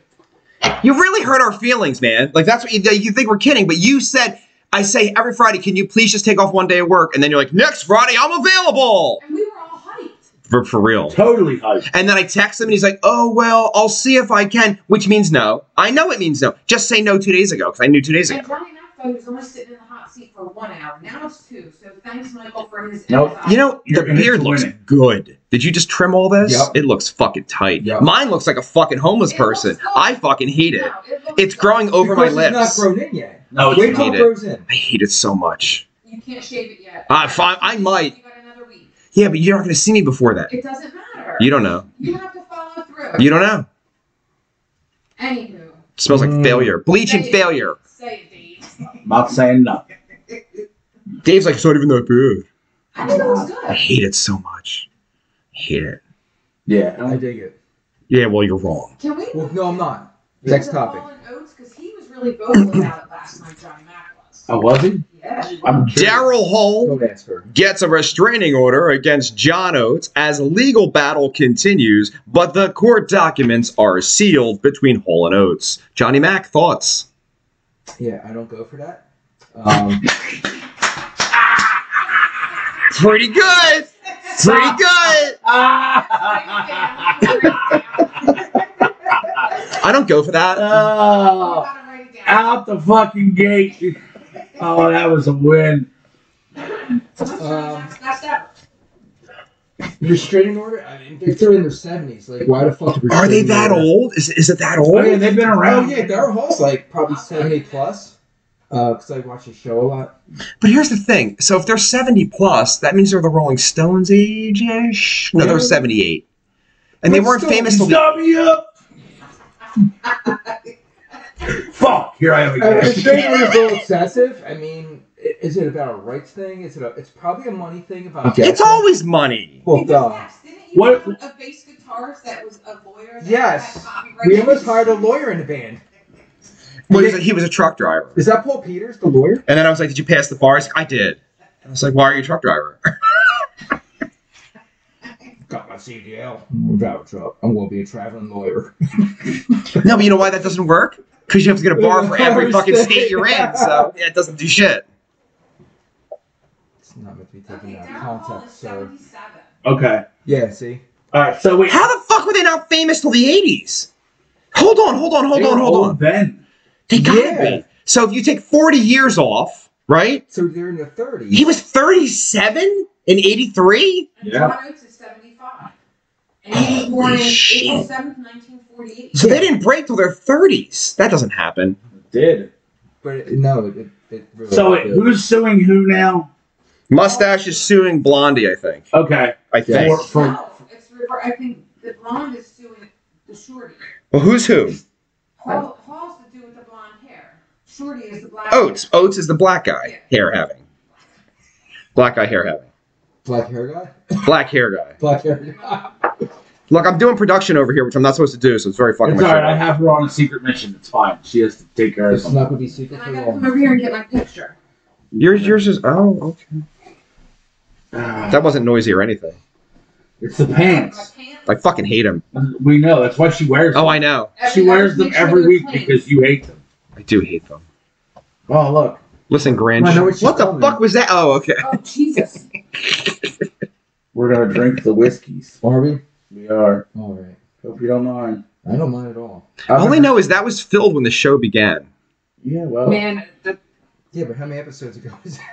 Speaker 1: You really hurt our feelings, man. Like that's what you, you think we're kidding, but you said I say every Friday, can you please just take off one day of work? And then you're like, next Friday, I'm available
Speaker 4: And we were all hyped.
Speaker 1: for for real.
Speaker 2: Totally hyped.
Speaker 1: And then I text him, and he's like, "Oh well, I'll see if I can," which means no. I know it means no. Just say no two days ago because I knew two days ago.
Speaker 4: And Johnny Knoxville was only sitting in the hot seat for one hour. Now it's two. So thanks, Michael, for his.
Speaker 2: Nope.
Speaker 4: advice.
Speaker 1: You know,
Speaker 2: You're
Speaker 1: the
Speaker 2: in it
Speaker 1: beard
Speaker 2: to
Speaker 1: looks
Speaker 2: win it.
Speaker 1: good. Did you just trim all this?
Speaker 3: Yep.
Speaker 1: It looks fucking tight.
Speaker 3: Yep.
Speaker 1: Mine looks like a fucking homeless
Speaker 4: It looks
Speaker 1: person.
Speaker 4: good.
Speaker 1: I fucking hate it.
Speaker 4: No, it looks
Speaker 1: It's growing
Speaker 4: good.
Speaker 1: over my
Speaker 3: Because
Speaker 1: lips.
Speaker 3: it's not grown in yet.
Speaker 2: No, it's
Speaker 3: Wait
Speaker 1: not.
Speaker 3: till it grows in.
Speaker 1: I hate it so much.
Speaker 4: You can't shave it yet.
Speaker 1: Ah, fine, I might.
Speaker 4: You got another week.
Speaker 1: Yeah, but you're not going to see me before that.
Speaker 4: It doesn't matter.
Speaker 1: You don't know.
Speaker 4: You have to follow through.
Speaker 1: You don't know.
Speaker 4: Anywho,
Speaker 1: It smells like
Speaker 3: Mm.
Speaker 1: failure. Bleach and failure.
Speaker 4: say it, Dave.
Speaker 2: not saying nothing.
Speaker 1: Dave's like, it's not even that bad.
Speaker 4: I think it was
Speaker 1: I
Speaker 4: good.
Speaker 1: hate it so much. I hate it.
Speaker 3: I
Speaker 2: Yeah.
Speaker 3: dig it.
Speaker 1: Yeah, well, you're wrong.
Speaker 4: Can we?
Speaker 3: Well, no, I'm not.
Speaker 4: move
Speaker 3: Next
Speaker 4: to
Speaker 3: topic.
Speaker 4: Paul and Oates? Because he was really vocal about it last night, Johnny Mack was.
Speaker 2: I wasn't.
Speaker 4: Yeah. he
Speaker 2: I'm
Speaker 4: was.
Speaker 1: Daryl Hall
Speaker 3: Don't ask her.
Speaker 1: gets a restraining order against John Oates as legal battle continues, but the court documents are sealed between Hall and Oates. Johnny Mack, thoughts?
Speaker 3: Yeah, I don't go for that. Um,
Speaker 1: Pretty good. Pretty good. I don't go for that.
Speaker 2: [laughs]
Speaker 4: You
Speaker 2: oh,
Speaker 4: gotta write it down.
Speaker 2: out the fucking gate. Oh, that was a win.
Speaker 4: That's Johnny Mack's last ever.
Speaker 3: restraining order. I mean, if they're in their seventies, like why the fuck?
Speaker 1: Are they
Speaker 3: restraining
Speaker 1: that
Speaker 3: order?
Speaker 1: old? Is, is it that
Speaker 2: Oh,
Speaker 1: old?
Speaker 2: yeah, they've been
Speaker 3: Oh
Speaker 2: around.
Speaker 3: yeah, Daryl Hall's like probably seventy plus. Uh, cause I watch his show a
Speaker 4: [laughs]
Speaker 3: lot.
Speaker 1: But here's the thing. So if they're 70 plus, that means they're the Rolling Stones age ish. No, they're
Speaker 3: Yeah.
Speaker 1: 78. And they
Speaker 3: But
Speaker 1: weren't
Speaker 3: still,
Speaker 1: famous till.
Speaker 2: Stop me up. Fuck, here I am
Speaker 3: Uh,
Speaker 2: again.
Speaker 3: restraining order is a little excessive. I mean, i- is it about a rights thing? Is it a? It's probably a money thing about.
Speaker 1: It's always money.
Speaker 3: Well,
Speaker 4: Because,
Speaker 3: duh.
Speaker 4: yes, didn't you
Speaker 2: What-
Speaker 4: have a bass guitarist that was a lawyer? That
Speaker 3: Yes.
Speaker 4: had copyright
Speaker 3: We almost
Speaker 4: issues?
Speaker 3: hired a lawyer in the band.
Speaker 1: Well, he was, a, he was a truck driver.
Speaker 3: Is that Paul Peters, the lawyer?
Speaker 1: And then I was like, "Did you pass the bar?" He's like, "I did." I was like, "Why are you a truck driver?" [laughs]
Speaker 3: Got my CDL. I'm a driver truck. I'm gonna be a traveling lawyer. [laughs]
Speaker 1: no, but you know why that doesn't work? Because you have to get a bar for
Speaker 2: [laughs]
Speaker 1: every fucking state you're in. So yeah, it doesn't do shit.
Speaker 3: It's not meant to be
Speaker 4: Okay,
Speaker 3: taken out of
Speaker 4: Darren Hall is
Speaker 3: context. So
Speaker 4: seventy-seven.
Speaker 2: Okay.
Speaker 3: yeah, see,
Speaker 2: All right. So wait.
Speaker 1: How the fuck were they not famous till the '80s? Hold on, hold on, hold
Speaker 2: They
Speaker 1: on,
Speaker 2: were
Speaker 1: hold
Speaker 2: old
Speaker 1: on.
Speaker 2: Then
Speaker 1: They gotta
Speaker 3: Yeah.
Speaker 1: be. So if you take 40 years off, right?
Speaker 3: so they're in their 30s.
Speaker 1: He was 37 in 83?
Speaker 4: And
Speaker 2: Yeah.
Speaker 4: Toronto to seventy-five. And he was born in
Speaker 1: shit.
Speaker 4: April seventh, nineteen forty-eight.
Speaker 1: So they didn't break till their 30s. That doesn't happen.
Speaker 2: did.
Speaker 3: But it, no, it, it, it really
Speaker 2: So wait,
Speaker 3: yeah.
Speaker 2: who's suing who now?
Speaker 1: Mustache is suing Blondie, I think.
Speaker 2: Okay.
Speaker 1: I think.
Speaker 2: For- for-
Speaker 4: No, it's, rever- I think the blonde is suing the shorty.
Speaker 1: Well, who's who?
Speaker 4: Hall, Hall's the dude with the blonde hair. Shorty is the black.
Speaker 1: Oates. Oates is the black guy hair having. Black guy hair having.
Speaker 3: black hair guy.
Speaker 1: Black hair guy.
Speaker 3: Black hair
Speaker 4: [laughs]
Speaker 3: guy.
Speaker 1: Look, I'm doing production over here, which I'm not supposed to do, so it's very fucking
Speaker 2: It's
Speaker 1: my
Speaker 2: all
Speaker 1: shit
Speaker 2: right. I
Speaker 1: up.
Speaker 2: have her on a secret mission. It's fine. She has to take care of
Speaker 3: It's
Speaker 2: something.
Speaker 3: not gonna be secret
Speaker 4: And I
Speaker 3: for
Speaker 4: gotta come
Speaker 3: long.
Speaker 4: over here and get my picture.
Speaker 1: Yours, yours is. Oh, okay.
Speaker 2: Ah,
Speaker 1: That wasn't noisy or anything.
Speaker 2: It's the pants.
Speaker 4: My pants.
Speaker 1: I fucking hate him.
Speaker 2: We know. That's why she wears.
Speaker 1: Oh,
Speaker 2: them.
Speaker 1: I know.
Speaker 2: She
Speaker 4: Every- I
Speaker 2: wears
Speaker 4: just
Speaker 2: them
Speaker 4: make sure
Speaker 2: every
Speaker 4: they're
Speaker 2: week
Speaker 4: clean.
Speaker 2: because you hate them.
Speaker 1: I do hate them.
Speaker 2: Oh look.
Speaker 1: Listen, Grinch.
Speaker 3: I know what she's
Speaker 1: what the
Speaker 3: coming.
Speaker 1: fuck was that? Oh, okay.
Speaker 4: Oh,
Speaker 2: [laughs]
Speaker 4: Jesus.
Speaker 2: We're gonna drink the whiskeys.
Speaker 3: Are we?
Speaker 2: We are.
Speaker 3: All right.
Speaker 2: Hope you don't mind.
Speaker 3: I don't mind at all.
Speaker 2: I'm
Speaker 1: All I
Speaker 2: gonna-
Speaker 1: know is that was filled when the show began.
Speaker 2: Yeah, well,
Speaker 4: Man, the,
Speaker 3: Yeah, but how many episodes ago is that?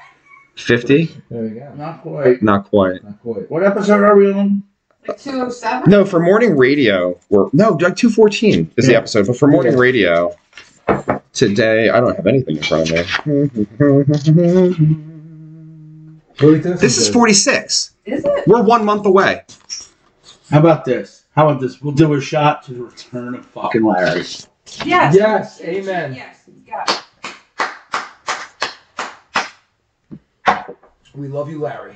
Speaker 1: 50?
Speaker 3: There we go.
Speaker 2: not quite.
Speaker 1: Not quite.
Speaker 3: Not quite.
Speaker 2: What episode are we on?
Speaker 4: the 207?
Speaker 1: No, for morning radio, or no, like 214 is the
Speaker 2: Yeah.
Speaker 1: episode, but for morning radio, today, I don't have anything in front of [laughs] me.
Speaker 3: Really does
Speaker 1: This is
Speaker 3: good.
Speaker 1: 46.
Speaker 4: Is it?
Speaker 1: We're one month away.
Speaker 2: How about this? How about this? We'll do a shot to the return of fucking Larry.
Speaker 4: Yes.
Speaker 3: Yes, amen.
Speaker 4: Yes, yes.
Speaker 3: We love you, Larry.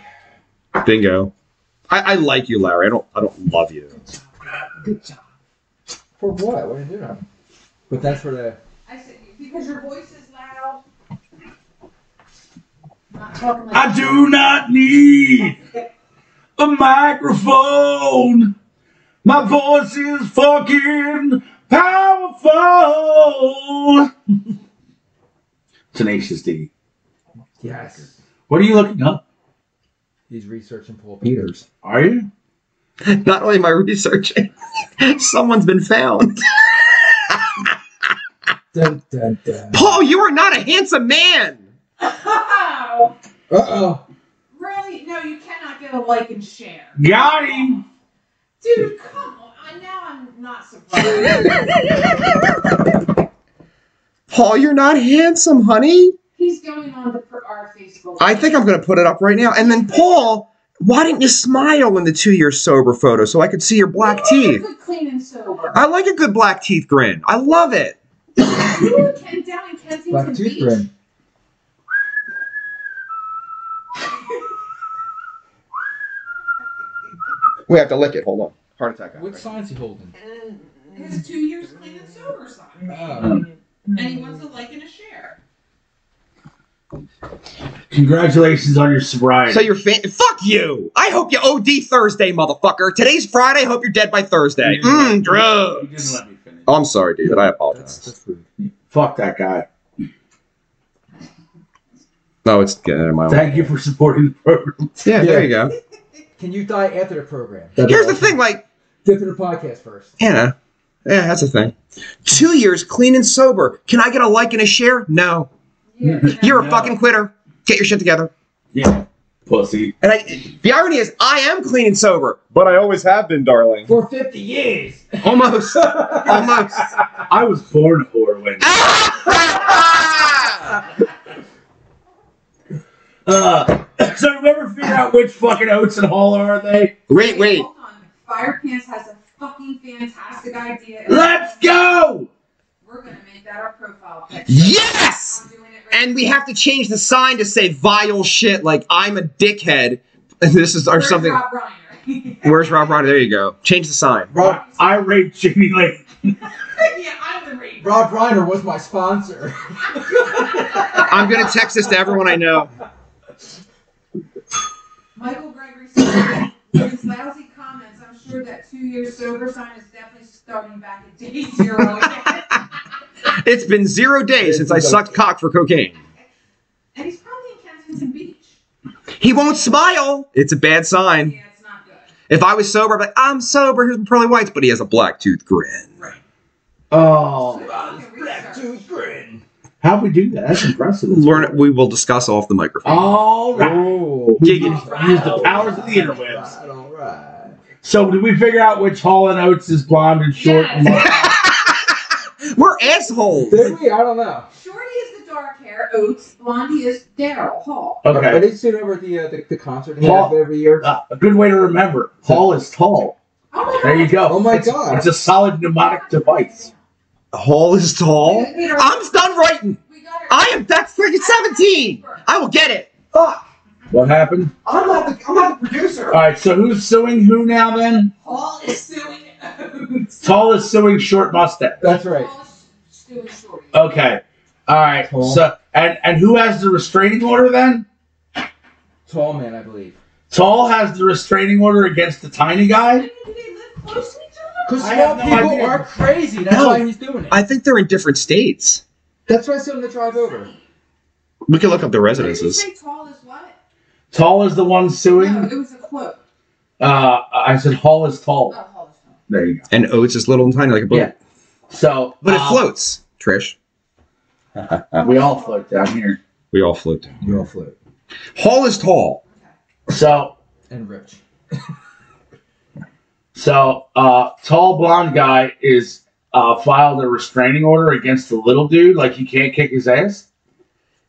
Speaker 1: Bingo. I, I like you, Larry. I don't I don't love you.
Speaker 3: Good job. For what? What are you doing? But that's for the.
Speaker 4: I said, because your voice is loud. Not talking like [laughs]
Speaker 2: I do not need a microphone. My voice is fucking powerful. [laughs] Tenacious D.
Speaker 3: Yes.
Speaker 2: What are you looking up?
Speaker 3: He's researching Paul Peters.
Speaker 2: Are you?
Speaker 1: [laughs] Not only am I researching, [laughs] someone's been found. [laughs]
Speaker 3: Dun, dun, dun.
Speaker 1: Paul, you are not a handsome
Speaker 4: [laughs]
Speaker 1: man.
Speaker 4: Oh,
Speaker 3: Uh oh.
Speaker 4: really? No, you cannot get a like and share.
Speaker 2: Got him.
Speaker 4: Dude, come on. I, now I'm not
Speaker 2: [laughs]
Speaker 4: surprised.
Speaker 1: Paul, you're not handsome, honey.
Speaker 4: He's going on to put our Facebook.
Speaker 1: I think I'm going to put it up right now. And then, Paul, why didn't you smile in the two year sober photo so I could see your black teeth?
Speaker 4: Good, clean, and
Speaker 2: [laughs]
Speaker 4: sober.
Speaker 1: I like a good black teeth grin. I love it.
Speaker 4: Ooh, Ken down in Kensington
Speaker 3: Black
Speaker 4: Beach.
Speaker 3: tooth grin.
Speaker 1: We have to lick it. Hold on. Heart attack.
Speaker 3: What sign's he holding?
Speaker 4: His two years clean and sober sign.
Speaker 3: Oh.
Speaker 4: And he wants a like and a share.
Speaker 2: Congratulations on your sobriety.
Speaker 1: So you're fan- fuck you. I hope you OD Thursday, motherfucker. Today's Friday. Hope you're dead by Thursday. Mmm,
Speaker 2: You didn't
Speaker 1: drugs.
Speaker 2: let me finish.
Speaker 1: Oh, I'm sorry, David. I
Speaker 3: That's,
Speaker 1: apologize.
Speaker 3: that's rude.
Speaker 2: Fuck that guy.
Speaker 1: No, it's getting out of my way.
Speaker 2: Thank you for supporting the program.
Speaker 1: Yeah, there you go.
Speaker 3: Can you die after the program?
Speaker 1: Here's the thing, like.
Speaker 3: Get through the podcast first.
Speaker 1: Yeah. Yeah, that's a thing. Two years clean and sober. Can I get a like and a share? No.
Speaker 4: Yeah,
Speaker 1: You're a
Speaker 2: No.
Speaker 1: fucking quitter. Get your shit together.
Speaker 2: Yeah. Pussy.
Speaker 1: And I, the irony is, I am clean and sober. But I always have been, darling.
Speaker 3: For 50 years.
Speaker 1: Almost. Almost. [laughs]
Speaker 2: I was born a whore when. Uh, [coughs] so whoever figured out which fucking oats and Hall are they?
Speaker 1: wait, wait.
Speaker 4: Hold on. Fire Pants has a fucking fantastic idea.
Speaker 2: Let's go!
Speaker 4: We're gonna make that our profile picture.
Speaker 1: Yes!
Speaker 4: I'm doing it right
Speaker 1: And we have to change the sign to say vile shit, like I'm a dickhead. [laughs] This is, or
Speaker 4: Where's
Speaker 1: something.
Speaker 4: Rob Reiner? [laughs]
Speaker 1: Where's Rob Ryder? There you go. Change the sign.
Speaker 2: Right, I rate Jamie Lane.
Speaker 4: yeah, I'm the
Speaker 7: and read.
Speaker 3: Rob Reiner was my sponsor.
Speaker 1: I'm gonna text this to everyone I know.
Speaker 4: Michael Gregory said, with his lousy comments, I'm sure that two year sober sign is definitely starting back at day zero again. [laughs]
Speaker 1: It's been zero days since I sucked cock for cocaine.
Speaker 4: and he's probably in Kensington Beach.
Speaker 1: He won't smile. It's a bad sign.
Speaker 4: Yeah, it's not good.
Speaker 1: If I was sober, I'd be like, I'm sober. Here's my pearly whites, but he has a black tooth grin.
Speaker 4: Right.
Speaker 2: Oh,
Speaker 3: [laughs]
Speaker 2: how we do that? That's impressive.
Speaker 1: Learn it. We will discuss off the microphone.
Speaker 2: All right.
Speaker 3: Oh.
Speaker 2: Giggity. Use the powers of the interwebs.
Speaker 3: Right, all right.
Speaker 2: So did we figure out which Hall and Oates is blonde and short? and
Speaker 4: Yes.
Speaker 1: We're assholes.
Speaker 3: Did we? I don't know.
Speaker 4: Shorty is the dark hair, Oates. Blondie is Daryl Hall.
Speaker 3: [laughs] Are
Speaker 2: Okay.
Speaker 3: they seen over at the, uh, the, the concert they
Speaker 2: Paul-
Speaker 3: have every year?
Speaker 2: Ah, a good way to remember. Hall is tall.
Speaker 4: Oh my god.
Speaker 2: There you go.
Speaker 3: Oh my
Speaker 2: It's-
Speaker 3: God.
Speaker 2: It's a solid mnemonic device.
Speaker 1: Hall is tall.
Speaker 4: We got her-
Speaker 1: I'm done writing.
Speaker 4: we got her-
Speaker 1: I am that's freaking 17. I will get it.
Speaker 7: Fuck.
Speaker 2: What happened?
Speaker 7: I'm not the I'm not the producer.
Speaker 2: All right. So who's suing who now? Then
Speaker 4: Hall is suing [laughs] Oates.
Speaker 2: tall is suing short mustache.
Speaker 3: That's right.
Speaker 4: Hall is suing Shorty.
Speaker 2: Okay. All right.
Speaker 3: Tall.
Speaker 2: So and and who has the restraining order then?
Speaker 3: Tall man, I believe.
Speaker 2: Tall has the restraining order against the tiny guy.
Speaker 4: Do they live close to each other?
Speaker 3: Because
Speaker 2: I
Speaker 3: small
Speaker 2: have no
Speaker 3: people
Speaker 2: idea.
Speaker 3: are crazy. That's
Speaker 1: No.
Speaker 3: why he's doing it.
Speaker 1: I think they're in different states.
Speaker 3: That's why I said on the drive over.
Speaker 1: We can look up the
Speaker 4: What did you
Speaker 1: residences.
Speaker 4: say tall is what?
Speaker 2: Tall is the one
Speaker 4: No,
Speaker 2: suing.
Speaker 4: it was a quote.
Speaker 2: Uh, I said Hall is
Speaker 4: Oh,
Speaker 2: tall.
Speaker 4: Hall is tall.
Speaker 2: There you go.
Speaker 1: And Oates is little and tiny like a balloon.
Speaker 2: Yeah. So,
Speaker 1: But it
Speaker 2: um, uh,
Speaker 1: floats, Trish.
Speaker 2: We all float down here.
Speaker 1: We all float.
Speaker 3: You all flew.
Speaker 1: Hall is tall.
Speaker 2: So,
Speaker 3: And rich.
Speaker 2: so uh, tall blonde guy is uh, filed a restraining order against the little dude. Like he can't kick his ass.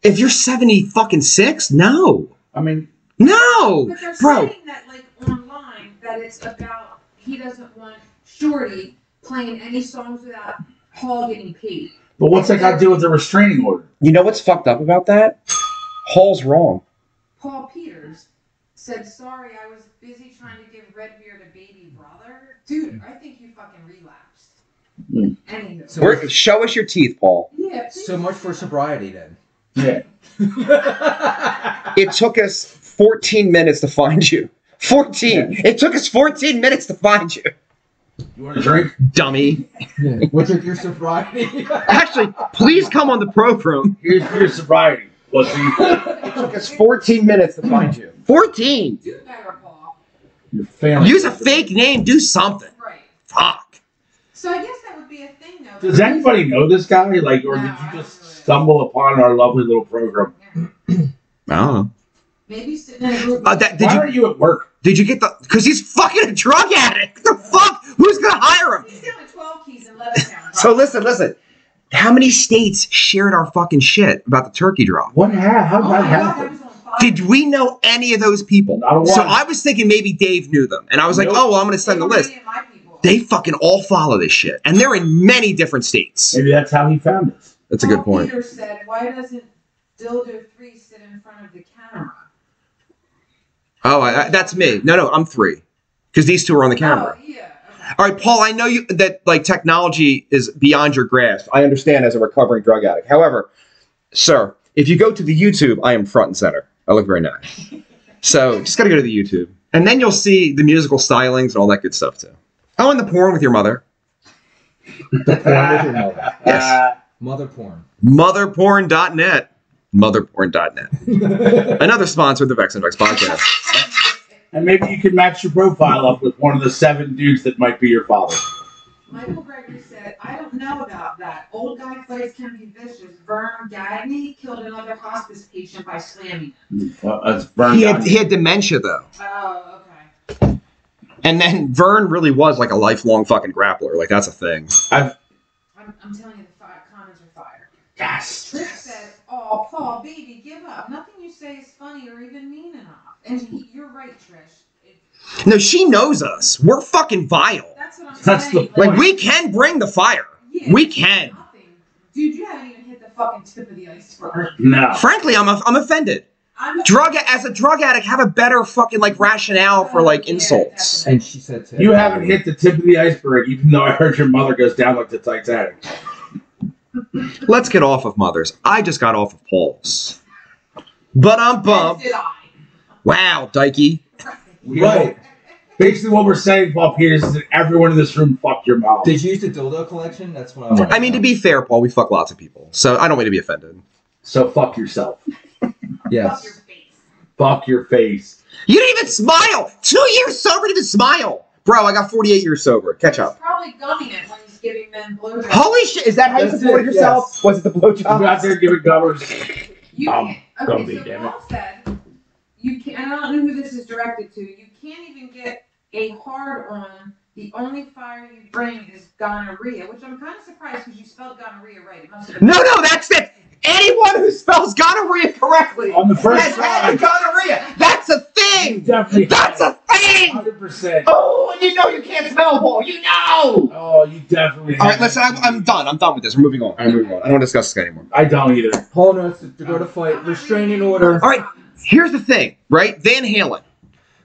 Speaker 1: If you're 70 fucking six, no.
Speaker 2: I mean,
Speaker 1: No.
Speaker 3: Oh.
Speaker 4: But they're
Speaker 1: Bro.
Speaker 4: saying that like online that it's about he doesn't want Shorty playing any songs without Hall getting paid.
Speaker 2: but what's that got to do with the restraining order?
Speaker 1: You know what's fucked up about that? Hall's wrong.
Speaker 4: Paul Peters said, "Sorry, I was busy trying to give Redbeard a baby brother." Dude, I think you fucking relapsed.
Speaker 2: Hmm.
Speaker 4: Anywho.
Speaker 3: So,
Speaker 1: We're, show us your teeth, Paul.
Speaker 4: yeah, please.
Speaker 3: so much for sobriety then. [laughs]
Speaker 2: Yeah.
Speaker 1: It took us 14 minutes to find you. 14. It took us 14 minutes to find you.
Speaker 2: You want a drink?
Speaker 1: Dummy.
Speaker 3: What's with your sobriety?
Speaker 1: Actually, please come on the program.
Speaker 2: Here's your sobriety. Pussy.
Speaker 1: It took us 14 minutes to find you. 14.
Speaker 4: Do better, Paul.
Speaker 2: Your family.
Speaker 1: Use a fake name. Do something.
Speaker 4: Right.
Speaker 1: Fuck.
Speaker 4: So I guess that would be a thing, though.
Speaker 2: Does anybody know this guy? Like, or did you just stumble upon our lovely little program?
Speaker 4: Yeah.
Speaker 1: I don't know.
Speaker 4: Maybe sitting in a group.
Speaker 1: Uh, that, did
Speaker 2: Why
Speaker 1: you
Speaker 2: are you at work?
Speaker 1: did you get the? Because he's fucking a drug addict. What the fuck? Who's gonna hire him?
Speaker 4: He's doing 12 keys in Levittown.
Speaker 1: So listen, listen. How many states shared our fucking shit about the turkey drop?
Speaker 2: What? How? How
Speaker 4: Oh
Speaker 2: did that
Speaker 4: my God,
Speaker 2: happen?
Speaker 4: I was on fire.
Speaker 1: Did we know any of those people?
Speaker 2: Not a
Speaker 1: So
Speaker 2: one.
Speaker 1: I was thinking maybe Dave knew them, and I was
Speaker 2: Nope.
Speaker 1: like, oh, well, I'm gonna send the
Speaker 4: They were
Speaker 1: list.
Speaker 4: bringing my people.
Speaker 1: They fucking all follow this shit, and they're in many different states.
Speaker 2: Maybe that's how he found us.
Speaker 1: That's a good
Speaker 4: Paul
Speaker 1: point.
Speaker 4: Peter said, "Why doesn't Dildo Three sit in front of the camera?"
Speaker 1: Oh, I, I- that's me. No, no, I'm three, because these two are on the camera.
Speaker 4: Oh, yeah. Okay.
Speaker 1: All right, Paul, I know you that like technology is beyond your grasp. I understand as a recovering drug addict. However, sir, if you go to the YouTube, I am front and center. I look very nice. so just gotta go to the YouTube. And then you'll see the musical stylings and all that good stuff too. Oh, and the porn with your mother.
Speaker 3: The porn with your mother.
Speaker 1: Yes.
Speaker 2: Uh,
Speaker 3: Mother [laughs] porn.
Speaker 1: Motherporn.net. Motherporn.net. Another sponsor of the Vex and Vex podcast.
Speaker 2: and maybe you can match your profile up with one of the seven dudes that might be your father.
Speaker 4: Michael Gregory said, "I don't know about that. Old guy fights can be vicious. Vern Gagne killed another hospice patient by slamming him."
Speaker 2: Uh, that's burned
Speaker 1: He had,
Speaker 2: out.
Speaker 1: he had dementia though.
Speaker 4: Oh, okay.
Speaker 1: And then Vern really was like a lifelong fucking grappler. Like that's a thing.
Speaker 4: I'm, I'm telling you, the fi- comments are fire.
Speaker 2: Yes.
Speaker 4: Trish said, "Oh, Paul, baby, give up. Nothing you say is funny or even mean enough." And he, you're right, Trish. It,
Speaker 1: No, she knows us. We're fucking vile.
Speaker 4: that's what I'm
Speaker 2: That's the
Speaker 4: saying.
Speaker 2: point.
Speaker 1: Like we can bring the fire.
Speaker 4: Yeah.
Speaker 1: We can.
Speaker 4: Nothing. Dude, you haven't even hit the fucking tip of the iceberg.
Speaker 2: No.
Speaker 1: Frankly, I'm I'm offended.
Speaker 4: I'm
Speaker 1: Drug as a drug addict, have a better fucking like rationale for like
Speaker 4: Yeah,
Speaker 1: insults.
Speaker 3: And she said to
Speaker 2: You haven't hit the tip of the iceberg, even though I heard your mother goes down like the Titanic.
Speaker 1: Let's get off of mothers. I just got off of Paul's. But I'm
Speaker 4: As
Speaker 1: bummed.
Speaker 4: Did I?
Speaker 1: Wow, Dikey.
Speaker 2: Right. Basically, what we're saying, Paul Peters, is that everyone in this room fuck your mom.
Speaker 3: Did you use the dildo collection? That's what I. wanna
Speaker 1: I mean, to be fair, Paul, we fuck lots of people, so I don't mean to be offended.
Speaker 2: So fuck yourself.
Speaker 3: know.
Speaker 4: Up your
Speaker 3: yes.
Speaker 4: face.
Speaker 2: Fuck your face.
Speaker 1: You didn't even smile. Two years sober, didn't even smile, bro. I got 48 years sober. Catch
Speaker 4: He's
Speaker 1: up.
Speaker 4: probably gumming it when he's giving men blowjobs.
Speaker 1: Holy shit! Is that how you
Speaker 3: That's
Speaker 1: supported
Speaker 3: it,
Speaker 1: yourself?
Speaker 3: yes.
Speaker 1: Was it the
Speaker 2: You go out there
Speaker 1: blowjob?
Speaker 2: and give it gubbers.
Speaker 4: You
Speaker 2: Um,
Speaker 4: can't.
Speaker 2: gonna
Speaker 4: Okay,
Speaker 2: be,
Speaker 4: so
Speaker 2: damn
Speaker 4: Paul said, you can, and I don't know who this is directed to, you can't even get a hard on. The only fire you bring is gonorrhea, which I'm kind of surprised because you spelled gonorrhea right. It must have been-
Speaker 1: No, no, that's it. Anyone who spells gonorrhea correctly
Speaker 2: On the
Speaker 1: has
Speaker 2: first
Speaker 1: had
Speaker 2: try.
Speaker 1: gonorrhea. That's a
Speaker 2: You
Speaker 1: thing.
Speaker 2: Definitely.
Speaker 1: That's a thing.
Speaker 2: 100%.
Speaker 1: Oh, you know you can't smell, Paul. You know.
Speaker 2: Oh, you definitely.
Speaker 1: All right,
Speaker 2: have
Speaker 1: listen.
Speaker 2: it.
Speaker 1: I'm, I'm done. I'm done with this. We're moving on. I'm moving on. I don't want to discuss this guy anymore.
Speaker 2: I don't either.
Speaker 3: Paul knows to go to
Speaker 4: Uh,
Speaker 3: fight. Restraining order.
Speaker 1: All right. Here's the thing, right? Van Halen.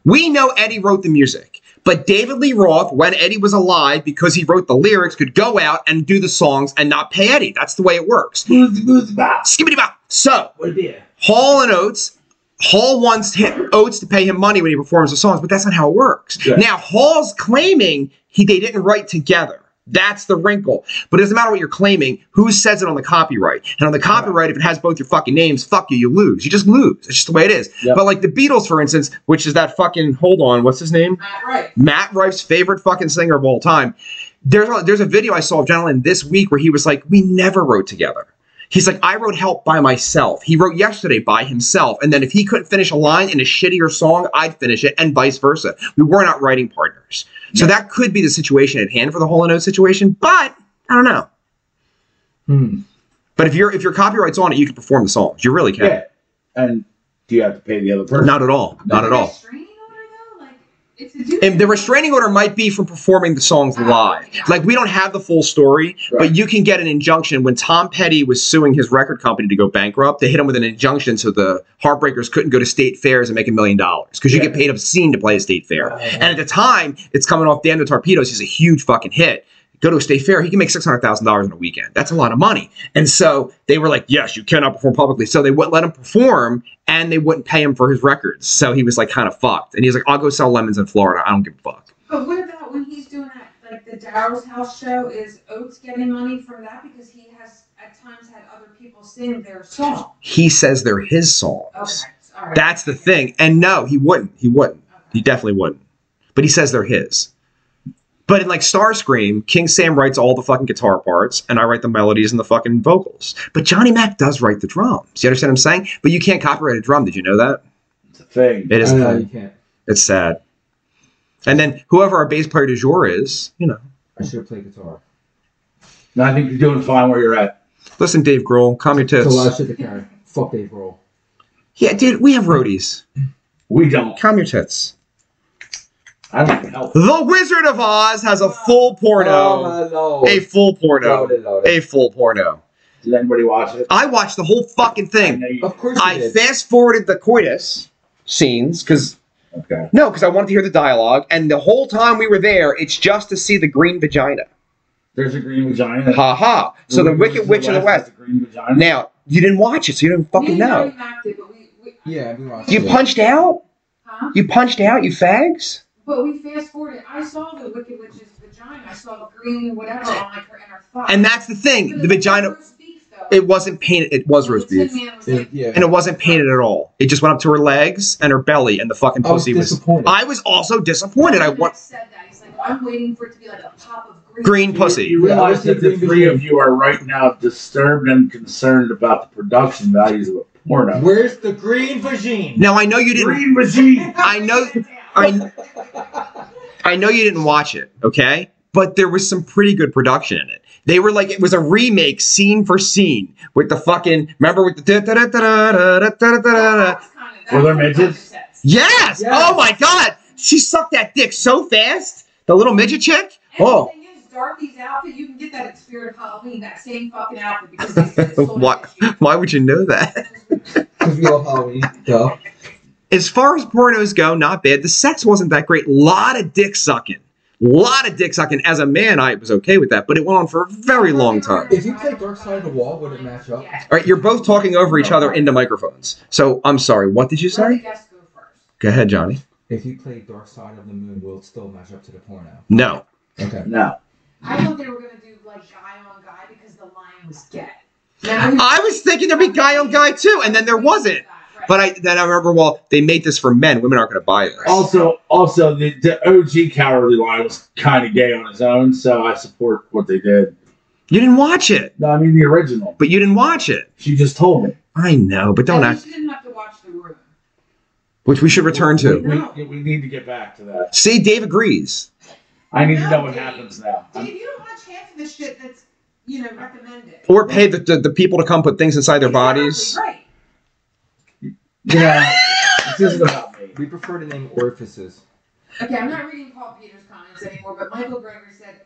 Speaker 1: We know Eddie wrote the music, but David Lee Roth, when Eddie was alive, because he wrote the lyrics, could go out and do the songs and not pay Eddie. That's the way it works.
Speaker 2: Boozy, boozy, bop.
Speaker 1: Skibbity bop. So
Speaker 2: What a beer.
Speaker 1: Hall and Oates. Hall wants him, Oates to pay him money when he performs the songs, but that's not how it works.
Speaker 2: Yeah.
Speaker 1: Now Hall's claiming he they didn't write together. That's the wrinkle. But it doesn't matter what you're claiming. Who says it on the copyright? And on the copyright, if it has both your fucking names, fuck you, you lose. You just lose. It's just the way it is.
Speaker 2: Yep.
Speaker 1: But like the Beatles, for instance, which is that fucking hold on, what's his name?
Speaker 4: Matt Rife.
Speaker 1: Matt Rife's favorite fucking singer of all time. There's a, there's a video I saw of Gentleman this week where he was like, "We never wrote together." He's like, "I wrote Help by myself." He wrote Yesterday by himself, and then if he couldn't finish a line in a shittier song, I'd finish it, and vice versa. We were not writing partners, so that could be the situation at hand for the whole note situation. But I don't know.
Speaker 3: Hmm.
Speaker 1: But if your if your copyright's on it, you can perform the songs. You really can.
Speaker 2: Yeah. And do you have to pay the other person?
Speaker 1: Not at all. Not at all.
Speaker 4: Restraining order, though? Like, it's a dude-
Speaker 1: And the restraining order might be from performing the songs live. Like we don't have the full story,
Speaker 2: Right.
Speaker 1: but you can get an injunction. When Tom Petty was suing his record company to go bankrupt, they hit him with an injunction so the Heartbreakers couldn't go to state fairs and make a million dollars because you
Speaker 2: Yeah.
Speaker 1: get paid obscene to play a state fair.
Speaker 2: Oh.
Speaker 1: And at the time, it's coming off Damn the Torpedoes. He's a huge fucking hit. Go to a state fair, he can make six hundred thousand dollars in a weekend. That's a lot of money. And so they were like, "Yes, you cannot perform publicly." So they wouldn't let him perform, and they wouldn't pay him for his records. So he was like, kind of fucked. And he's like, "I'll go sell lemons in Florida. I don't give a fuck."
Speaker 4: But what about when he's doing that, like the Darrow's House show? Is Oates getting money from that because he has at times had other people sing their song?
Speaker 1: He says they're his
Speaker 4: Okay,
Speaker 1: songs.
Speaker 4: all right.
Speaker 1: That's the thing. And no, he wouldn't. He wouldn't. He
Speaker 4: Okay.
Speaker 1: definitely wouldn't. But he says they're his. But in like Starscream, King Sam writes all the fucking guitar parts, and I write the melodies and the fucking vocals. But Johnny Mac does write the drums. You understand what I'm saying? But you can't copyright a drum. Did you know that?
Speaker 2: It's a thing.
Speaker 1: It is.
Speaker 3: I know Uh, you can't.
Speaker 1: It's sad. And then whoever our bass player du jour is, you know.
Speaker 3: I should have played guitar.
Speaker 2: No, I think you're doing fine where you're at.
Speaker 1: Listen, Dave Grohl, calm your
Speaker 3: It's a lot
Speaker 1: tits.
Speaker 3: of shit to carry. Fuck Dave Grohl.
Speaker 1: Yeah, dude, we have roadies.
Speaker 2: We don't.
Speaker 1: Calm your tits.
Speaker 2: I don't need help.
Speaker 1: The Wizard of Oz has a full porno.
Speaker 3: Oh my lord.
Speaker 1: A full porno.
Speaker 3: Loaded, loaded.
Speaker 1: A full porno.
Speaker 2: Did anybody watch it?
Speaker 1: I watched the whole fucking
Speaker 2: I
Speaker 1: thing.
Speaker 2: know you-
Speaker 3: Of course you
Speaker 1: I
Speaker 3: did.
Speaker 1: fast forwarded the coitus scenes because
Speaker 5: Okay.
Speaker 1: no, because I wanted to hear the dialogue. And the whole time we were there, it's just to see the green vagina.
Speaker 2: There's a green vagina.
Speaker 1: Ha ha. So the
Speaker 3: Mm-hmm.
Speaker 2: Wicked
Speaker 1: Wicked Witch of the
Speaker 2: has
Speaker 1: West.
Speaker 2: a green vagina.
Speaker 1: Now you didn't watch it, so you don't
Speaker 4: We
Speaker 1: fucking
Speaker 4: didn't
Speaker 1: know.
Speaker 4: you mapped it, but we, we
Speaker 3: yeah, we watched
Speaker 1: You
Speaker 3: it.
Speaker 1: punched out.
Speaker 4: huh?
Speaker 1: You punched out. You fags.
Speaker 4: But we fast forwarded. I saw the Wicked Witch's vagina. I saw the green whatever on like her inner thigh.
Speaker 1: And that's the
Speaker 4: But
Speaker 1: thing.
Speaker 4: it
Speaker 1: The
Speaker 4: was
Speaker 1: vagina.
Speaker 4: roast beef, though.
Speaker 1: It wasn't painted. It was
Speaker 4: The
Speaker 1: roast
Speaker 4: Tin
Speaker 1: beef,
Speaker 4: Man was
Speaker 3: It-
Speaker 4: like,
Speaker 3: yeah.
Speaker 1: and it wasn't painted at all. It just went up to her legs and her belly, and the fucking
Speaker 3: I was
Speaker 1: pussy was.
Speaker 3: disappointed.
Speaker 1: I was also disappointed. I
Speaker 4: Mac
Speaker 1: want
Speaker 4: said that. He's like, I'm waiting for it to be like a pop of green.
Speaker 1: green
Speaker 2: You-
Speaker 1: pussy.
Speaker 2: You
Speaker 3: Yeah, I
Speaker 2: realize
Speaker 3: see
Speaker 2: that the
Speaker 3: green
Speaker 2: three
Speaker 3: vagina.
Speaker 2: of you are right now disturbed and concerned about the production values of a porno.
Speaker 3: Where's the green vagine?
Speaker 1: Now I know you didn't.
Speaker 2: Green vagina.
Speaker 1: I know- I I know you didn't watch it, okay? But there was some pretty good production in it. They were like it was a remake, scene for scene, with the fucking remember with the da- da- da- da- da- da- da- da- da- da- da.
Speaker 2: Were there midgets?
Speaker 1: yes!
Speaker 3: Yes.
Speaker 1: Oh my god, she sucked that dick so fast. The little midget chick.
Speaker 4: Oh.
Speaker 1: Oh,
Speaker 4: Thing is, Dorothy's outfit, you can get that at Spirit of Halloween, that same fucking outfit because
Speaker 1: [laughs]
Speaker 4: they said it's sold
Speaker 1: What?
Speaker 4: out.
Speaker 1: why would you know that?
Speaker 3: Because we all Halloween. Duh.
Speaker 1: As far as pornos go, not bad. The sex wasn't that great. Lot of dick sucking. lot of dick sucking. As a man, I was okay with that, but it went on for a very long time.
Speaker 3: If you play Dark Side of the Wall, would it match up?
Speaker 4: Yeah.
Speaker 1: All right, you're both talking over each other into microphones. So I'm sorry. What did you
Speaker 4: Let
Speaker 1: say?
Speaker 4: the guests go first.
Speaker 1: Go ahead, Johnny.
Speaker 3: If you play Dark Side of the Moon, will it still match up to the porno?
Speaker 1: No.
Speaker 3: Okay.
Speaker 2: No.
Speaker 4: I thought they were gonna do like guy on guy because the lion was gay.
Speaker 1: I was thinking there'd be guy on guy too, and then there wasn't. But I then I remember, well, they made this for men. Women aren't going to buy this.
Speaker 2: Also, also the, the OG Cowardly Lion was kind of gay on his own, so I support what they did.
Speaker 1: You didn't watch it,
Speaker 2: No, I mean the original.
Speaker 1: but you didn't watch it.
Speaker 2: She just told me.
Speaker 1: I know, but don't act.
Speaker 4: You didn't have to watch the room.
Speaker 1: Which we should return to.
Speaker 2: We, we need to get back to that.
Speaker 1: See, Dave agrees.
Speaker 2: I need to know what happens now.
Speaker 7: Dave, you don't watch half of the shit that's, you know, recommended.
Speaker 1: Or pay the, the, the people to come put things inside their bodies.
Speaker 4: Exactly, Right.
Speaker 1: [laughs]
Speaker 2: Yeah, this isn't about me.
Speaker 6: We prefer to name orifices.
Speaker 4: Okay, I'm not reading Paul Peters' comments anymore, but Michael Greger said,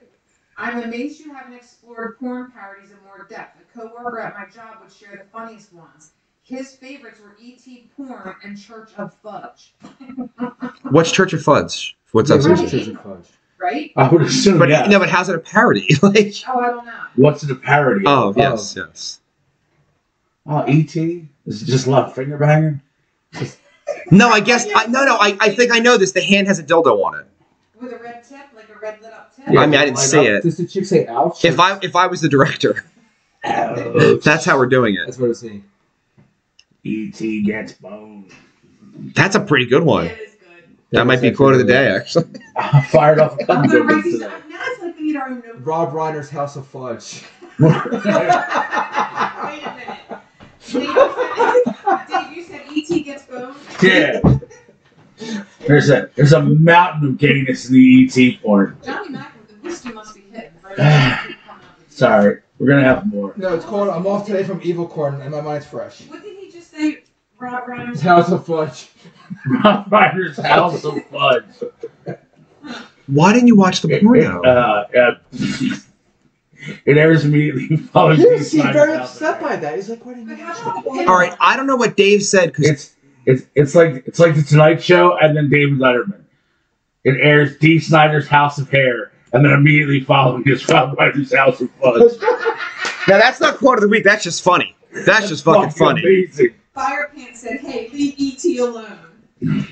Speaker 4: I'm amazed you haven't explored porn parodies in more depth. A coworker at my job would share the funniest ones. His favorites were E.T. porn and Church of Fudge,
Speaker 1: What's Church of Fudge? What's
Speaker 3: Yeah,
Speaker 1: that?
Speaker 4: Right.
Speaker 3: Richard Church and Fudge.
Speaker 4: right?
Speaker 2: I would assume
Speaker 1: But
Speaker 2: yes.
Speaker 1: no, but how's it a parody? [laughs] like,
Speaker 4: Oh, I don't know.
Speaker 2: What's it a parody? of?
Speaker 1: oh yes, yes.
Speaker 2: oh, E.T. Is it just love finger banging?
Speaker 1: No, I guess I, no, no. I, I think I know this. The hand has a dildo on it.
Speaker 4: With a red tip, like a red lit up tip.
Speaker 1: I mean, I didn't see it.
Speaker 3: uh, Does the chick say ouch?
Speaker 1: If I if I was the director, that's how we're doing it.
Speaker 3: That's what it's saying.
Speaker 2: E.T. E gets boned.
Speaker 1: That's a pretty good
Speaker 4: Yeah,
Speaker 1: one.
Speaker 4: it is good.
Speaker 1: That might be quote of the day, actually.
Speaker 2: I [laughs] fired off a
Speaker 4: I'm
Speaker 2: couple
Speaker 4: gonna
Speaker 2: good
Speaker 4: write
Speaker 2: ones
Speaker 4: these.
Speaker 2: today.
Speaker 4: I'm not like we need our own notebook.
Speaker 3: Rob Reiner's House of Fudge.
Speaker 2: [laughs]
Speaker 4: Wait a minute. Dave, you said, Dave, you said E.T. gets boned?
Speaker 2: yeah. There's a there's a mountain of gayness in the E E.T. porn.
Speaker 4: Johnny Mac, the whiskey must be hitting. right? Keep coming up with you.
Speaker 2: [sighs] Sorry, we're gonna have more. [laughs]
Speaker 3: No, it's called I'm off today from Evil Corn and my mind's fresh.
Speaker 4: What did he just say? Rob Reiner's
Speaker 3: House of Fudge.
Speaker 2: Rob Reiner's House of Fudge.
Speaker 1: Why didn't you watch the porno?
Speaker 2: Uh, uh, [laughs] it airs immediately following.
Speaker 3: He
Speaker 2: Dee
Speaker 3: was
Speaker 2: Snider's
Speaker 3: very
Speaker 2: House of
Speaker 3: upset
Speaker 2: Fame.
Speaker 3: by that. He's like, what do you
Speaker 4: But
Speaker 3: mean?
Speaker 4: how about
Speaker 1: All right, I don't know what Dave said because
Speaker 2: It's it's it's like it's like the Tonight Show and then David Letterman. It airs Dee Snyder's House of Hair and then immediately following is Rob Reiner's House of Fudge.
Speaker 1: now that's not quote of the week. That's just funny. That's just fucking funny.
Speaker 2: Amazing.
Speaker 4: Fire Pants said, hey, leave E.T. alone.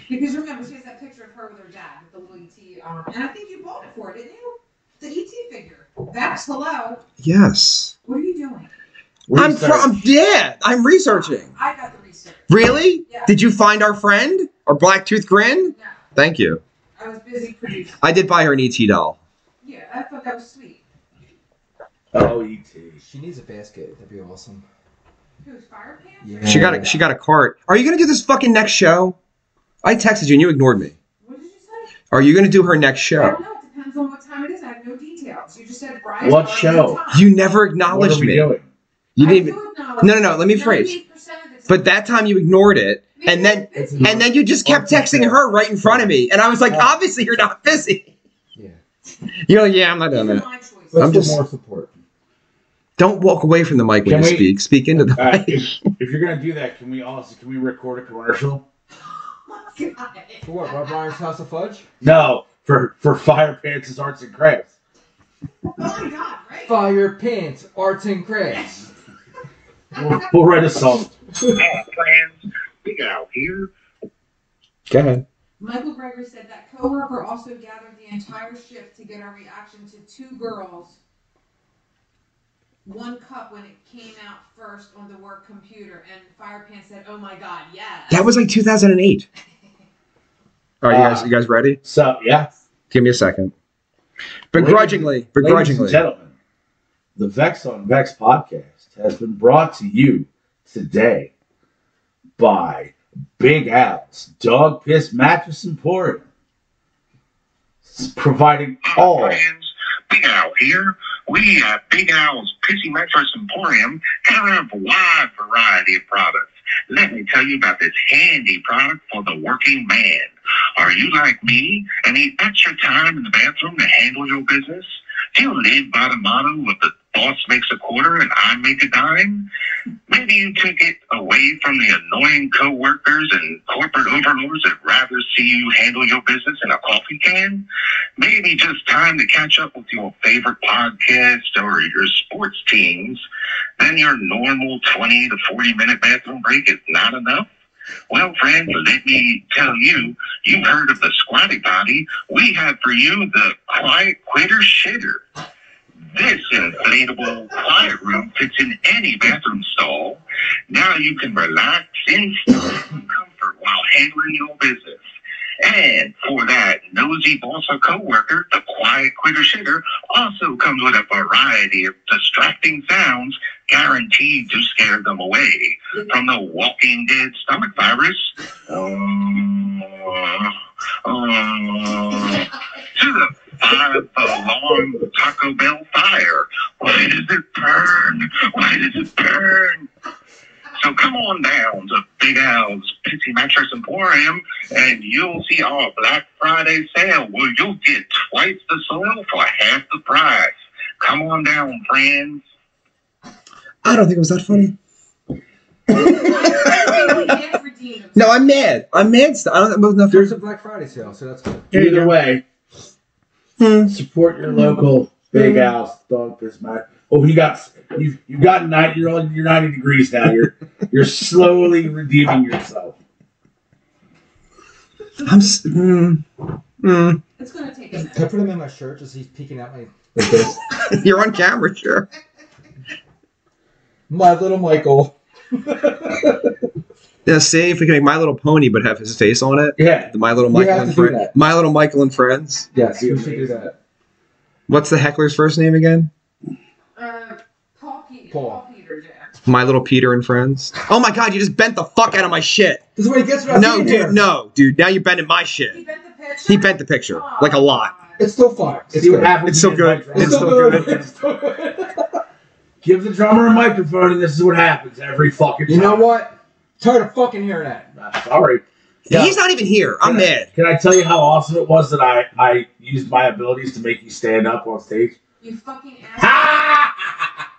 Speaker 4: Because remember, she has that picture of her with her dad with the little E.T. arm. And I think you bought it for, didn't you? The E.T. figure. That's hello.
Speaker 1: Yes,
Speaker 4: What are you doing?
Speaker 1: I'm from. Yeah, I'm researching.
Speaker 4: I got the research.
Speaker 1: Really?
Speaker 4: Yeah.
Speaker 1: Did you find our friend, our black tooth grin?
Speaker 4: No,
Speaker 1: Thank you.
Speaker 4: I was busy producing.
Speaker 1: I did buy her an ET doll.
Speaker 4: Yeah, I thought that was sweet.
Speaker 2: Oh, E.T.
Speaker 6: She needs a basket. That'd be awesome.
Speaker 4: Who's Fire Pants?
Speaker 6: Yeah.
Speaker 1: She got a, she got a cart. Are you gonna do this fucking next show? I texted you and you ignored me.
Speaker 4: What did you say?
Speaker 1: Are you gonna do her next
Speaker 4: I
Speaker 1: show?
Speaker 4: don't know. It depends on what time it is. I have no details. You just said Brian.
Speaker 2: What show?
Speaker 1: You never
Speaker 2: What are
Speaker 1: acknowledged
Speaker 2: we
Speaker 1: me.
Speaker 2: doing?
Speaker 1: You didn't. Even, no, no, no. Let me phrase. But that time you ignored it, and then
Speaker 3: It's
Speaker 1: and then you just kept texting her right in front of me, and I was like, obviously you're not busy.
Speaker 6: Yeah.
Speaker 1: [laughs] You're like, yeah, I'm not
Speaker 4: These are
Speaker 1: doing that.
Speaker 4: my choices.
Speaker 3: Let's
Speaker 1: I'm
Speaker 3: get
Speaker 1: just-
Speaker 3: more support.
Speaker 1: Don't walk away from the mic when
Speaker 2: Can
Speaker 1: you
Speaker 2: we-
Speaker 1: speak. Speak into the [laughs]
Speaker 2: All right,
Speaker 1: mic.
Speaker 2: if, if you're gonna do that, can we also can we record a commercial?
Speaker 4: Oh
Speaker 3: For what? Rob Reiner's House of Fudge?
Speaker 2: No, for for Fire Pants' Arts and Crafts.
Speaker 4: Oh my god, right?
Speaker 3: Fire Pants, Arts and Crafts.
Speaker 2: We'll, we'll write a song.
Speaker 8: friends, we out here.
Speaker 1: Go ahead.
Speaker 4: Michael Greger said that coworker also gathered the entire shift to get our reaction to two girls, one cup when it came out first on the work computer, and Firepants said, "Oh my god, yes."
Speaker 1: That was like 2008. All right, you guys,
Speaker 2: Uh,
Speaker 1: you guys ready?
Speaker 2: So yeah,
Speaker 1: Give me a second. Begrudgingly,
Speaker 2: ladies and
Speaker 1: begrudgingly.
Speaker 2: gentlemen, the Vex on Vex podcast has been brought to you today by Big Al's Dog Piss Mattress Emporium, It's providing all.
Speaker 8: friends, Big Owl here. We at Big Owl's Pissy Mattress Emporium have a wide variety of products. Let me tell you about this handy product for the working man. Are you like me and need extra time in the bathroom to handle your business? Do you live by the motto of the Boss makes a quarter and I make a dime. Maybe you took it away from the annoying coworkers and corporate overlords that rather see you handle your business in a coffee can. Maybe just time to catch up with your favorite podcast or your sports teams. Then your normal 20 to 40 minute bathroom break is not enough. Well, friends, let me tell you, you've heard of the squatty potty. We have for you the quiet quitter shitter. This inflatable quiet room fits in any bathroom stall. Now you can relax in comfort while handling your business. And for that nosy boss or coworker, the quiet quitter shitter also comes with a variety of distracting sounds guaranteed to scare them away. From the walking dead stomach virus um, um, to the five alarm Taco Bell fire. Why does it burn? Why does it burn? So come on down to Big Al's Pitsy Mattress Emporium and you'll see our Black Friday sale where you'll get twice the soil for half the price. Come on down, friends.
Speaker 1: I don't think it was that funny.
Speaker 4: [laughs] I think we did redeem him.
Speaker 1: No, I'm mad. I'm mad. St- I don't. It wasn't that
Speaker 6: There's a Black Friday sale, so that's good.
Speaker 1: There you
Speaker 2: Either
Speaker 1: go.
Speaker 2: way,
Speaker 1: Hmm.
Speaker 2: support your local Big
Speaker 1: Mm-hmm.
Speaker 2: Al's dog piss mat. Oh, you got you you got nine. You're on. You're ninety degrees
Speaker 1: [laughs]
Speaker 2: now. You're you're slowly redeeming yourself.
Speaker 1: I'm. s- Mm, mm.
Speaker 4: It's gonna take a minute.
Speaker 6: Can I put him in my shirt just he's peeking out my
Speaker 1: You're on camera, sure.
Speaker 6: my little Michael?
Speaker 1: Yeah, see if we can make My Little Pony, but have his face on it.
Speaker 2: Yeah,
Speaker 1: The My Little
Speaker 6: We
Speaker 1: Michael
Speaker 6: have
Speaker 1: and
Speaker 6: to do
Speaker 1: Friends.
Speaker 6: that.
Speaker 1: My Little Michael and Friends.
Speaker 6: Yes, we
Speaker 2: That'd be
Speaker 6: should do
Speaker 2: amazing.
Speaker 6: that.
Speaker 1: What's the heckler's first name again?
Speaker 4: Uh, Paul Peter.
Speaker 6: Paul.
Speaker 4: Peter, yeah.
Speaker 1: My Little Peter and Friends. Oh my God! You just bent the fuck out of my shit.
Speaker 6: This is what he gets for
Speaker 1: No, dude. No, dude. Now you're bending my
Speaker 4: He
Speaker 1: shit.
Speaker 4: bent the picture. Oh
Speaker 1: He bent the picture like a lot.
Speaker 6: It's still fun. It's
Speaker 2: see what
Speaker 6: good.
Speaker 2: happens.
Speaker 1: It's so
Speaker 2: when you get
Speaker 1: good.
Speaker 2: my
Speaker 1: It's
Speaker 2: drummer.
Speaker 1: so good.
Speaker 6: It's still good.
Speaker 2: Give the drummer a microphone, and this is what happens every fucking.
Speaker 6: you know
Speaker 2: time.
Speaker 6: what? Tired of fucking hearing that.
Speaker 2: I'm sorry.
Speaker 6: Yeah.
Speaker 1: He's not even here. I'm
Speaker 2: Yeah.
Speaker 1: mad.
Speaker 2: Can I tell you how awesome it was that I, I used my abilities to make you stand up on stage? [laughs]
Speaker 4: You fucking ass.
Speaker 2: Ha!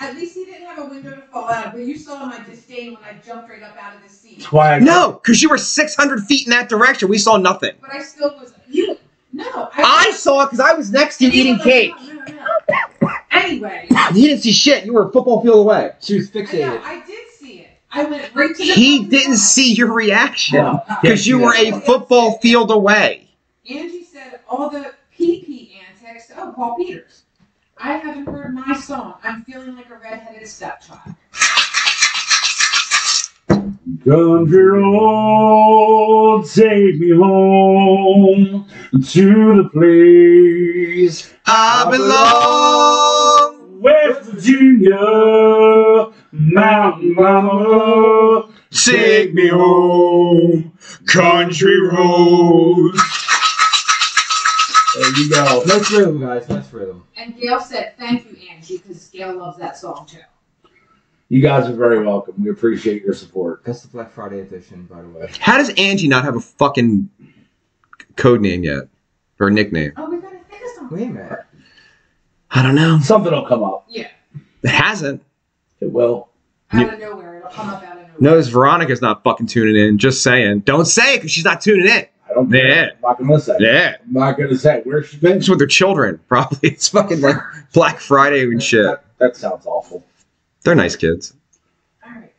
Speaker 4: At least he didn't have a window to fall out of, but you saw my disdain when I jumped right up out of the seat.
Speaker 2: That's why I
Speaker 1: No, because you were 600 feet in that direction. We saw nothing.
Speaker 4: But I still was. You. No.
Speaker 1: I saw it because I was next to you eating cake.
Speaker 4: No, no, no. Anyway, I
Speaker 1: You didn't see shit. You were a football field away.
Speaker 6: She was
Speaker 4: know,
Speaker 6: fixated.
Speaker 4: I did see it. I went right to the.
Speaker 1: He didn't see your reaction
Speaker 2: No.
Speaker 1: because you were a football field away.
Speaker 4: Angie said all the PP antics. Oh, Paul Peters. I haven't heard my song. I'm feeling like a redheaded stepchild.
Speaker 2: Country road, take me home to the place.
Speaker 1: I belong.
Speaker 2: West Virginia, mountain mama,
Speaker 1: Take me
Speaker 2: home,
Speaker 1: country roads.
Speaker 2: There you go.
Speaker 6: Nice rhythm, guys. Nice rhythm.
Speaker 4: And Gail said, "Thank you, Angie," because Gail loves that song too.
Speaker 2: You guys are very welcome. We appreciate your support.
Speaker 6: That's the Black Friday edition, by the way.
Speaker 1: How does Angie not have a fucking code name yet or nickname?
Speaker 4: Oh, we gotta think of something.
Speaker 6: Wait a minute.
Speaker 1: I don't know.
Speaker 2: Something will come up.
Speaker 4: Yeah.
Speaker 1: It hasn't.
Speaker 2: It will.
Speaker 4: Out of nowhere, it'll come up out of nowhere.
Speaker 1: Notice Veronica's not fucking tuning in. Just saying. Don't say it because she's not tuning in.
Speaker 2: I don't care.
Speaker 1: Yeah.
Speaker 2: I'm not gonna say.
Speaker 1: Yeah.
Speaker 2: I'm not gonna say where she been.
Speaker 1: It's with their children, [laughs] probably. It's fucking like Black Friday and shit.
Speaker 2: That, that sounds awful.
Speaker 1: They're nice kids.
Speaker 4: All right.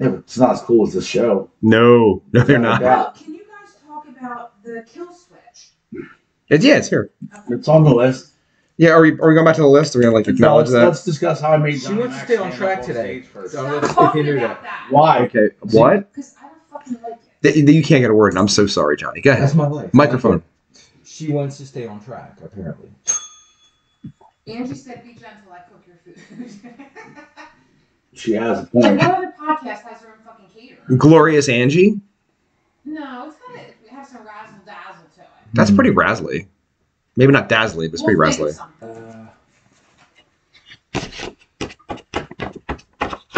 Speaker 2: Yeah, but it's not as cool as the show.
Speaker 1: No, no, they're not.
Speaker 2: Yeah.
Speaker 4: Well, can you guys talk about the kill switch?
Speaker 1: It's, yeah, it's here.
Speaker 2: It's on the list.
Speaker 1: Yeah, are we, are we going back to the list? Are we going to like
Speaker 2: Now,
Speaker 1: acknowledge
Speaker 2: let's,
Speaker 1: that?
Speaker 2: let's discuss how I made.
Speaker 6: She
Speaker 2: John
Speaker 6: wants to
Speaker 2: Max
Speaker 6: stay on
Speaker 2: stand
Speaker 6: track
Speaker 2: up
Speaker 6: today.
Speaker 2: stage first.
Speaker 6: So-
Speaker 4: Stop
Speaker 6: let's-
Speaker 4: talking
Speaker 6: we can do
Speaker 4: about that.
Speaker 2: Why?
Speaker 1: Okay. What?
Speaker 4: Because I don't fucking like it.
Speaker 1: Th- th- You can't get a word in. I'm so sorry, Johnny. Go ahead.
Speaker 6: That's my life.
Speaker 1: Microphone.
Speaker 6: She wants to stay on track, apparently.
Speaker 4: Angie said, "Be gentle. I cook your food."
Speaker 2: She has a
Speaker 4: like,
Speaker 2: point.
Speaker 4: what other podcast has their own fucking caterer?
Speaker 1: Glorious Angie.
Speaker 4: No, it's gotta have some razzle dazzle to it.
Speaker 1: That's pretty razzly. Maybe not dazzly, but it's pretty
Speaker 4: We'll think of
Speaker 1: razzly.
Speaker 4: something.
Speaker 6: Uh,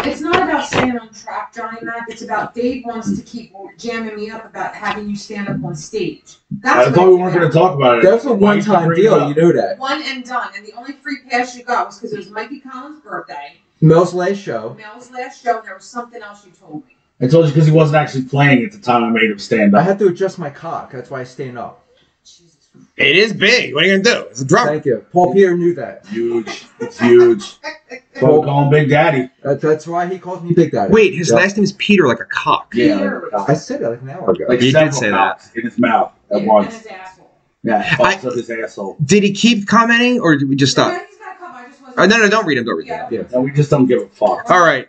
Speaker 4: It's not about staying on track, Johnny Mac. It's about Dave wants to keep jamming me up about having you stand up on stage. That's
Speaker 2: I
Speaker 4: what
Speaker 2: thought we
Speaker 4: it's
Speaker 2: weren't
Speaker 4: about.
Speaker 2: going to talk about it.
Speaker 6: That's a
Speaker 2: Why you
Speaker 6: one-time
Speaker 2: bring it
Speaker 6: deal.
Speaker 2: up?
Speaker 6: You know that.
Speaker 4: One and done. And the only free pass you got was because it was Mikey Collins' birthday,
Speaker 6: Mel's last show.
Speaker 4: Mel's last show, and there was something else you told me.
Speaker 2: I told you because he wasn't actually playing at the time I made him stand
Speaker 6: I
Speaker 2: up.
Speaker 6: had to adjust my cock. That's why I stand up.
Speaker 4: Jesus Christ.
Speaker 1: It is big. What are you gonna do? It's a drummer.
Speaker 6: Thank you. Paul Peter knew that.
Speaker 2: Huge. It's
Speaker 4: [laughs]
Speaker 2: huge. So
Speaker 6: Paul-
Speaker 2: call him Big Daddy.
Speaker 6: that- That's why he calls me Big Daddy.
Speaker 1: Wait, his
Speaker 6: Yeah.
Speaker 1: last name is Peter, like a cock.
Speaker 4: Peter.
Speaker 6: I said that like an hour ago.
Speaker 2: Like
Speaker 1: You did
Speaker 2: several
Speaker 1: say that.
Speaker 2: cocks in his mouth at
Speaker 4: And
Speaker 2: once.
Speaker 4: his asshole.
Speaker 2: Yeah,
Speaker 1: I-
Speaker 2: pops up his asshole.
Speaker 1: Did he keep commenting, or did we just [laughs] stop?
Speaker 4: Yeah, he's got a couple. I just wasn't.
Speaker 1: Oh, no, no, don't read him. Don't read him.
Speaker 4: Yeah.
Speaker 6: Yeah.
Speaker 2: And we just don't give a fuck.
Speaker 1: All right.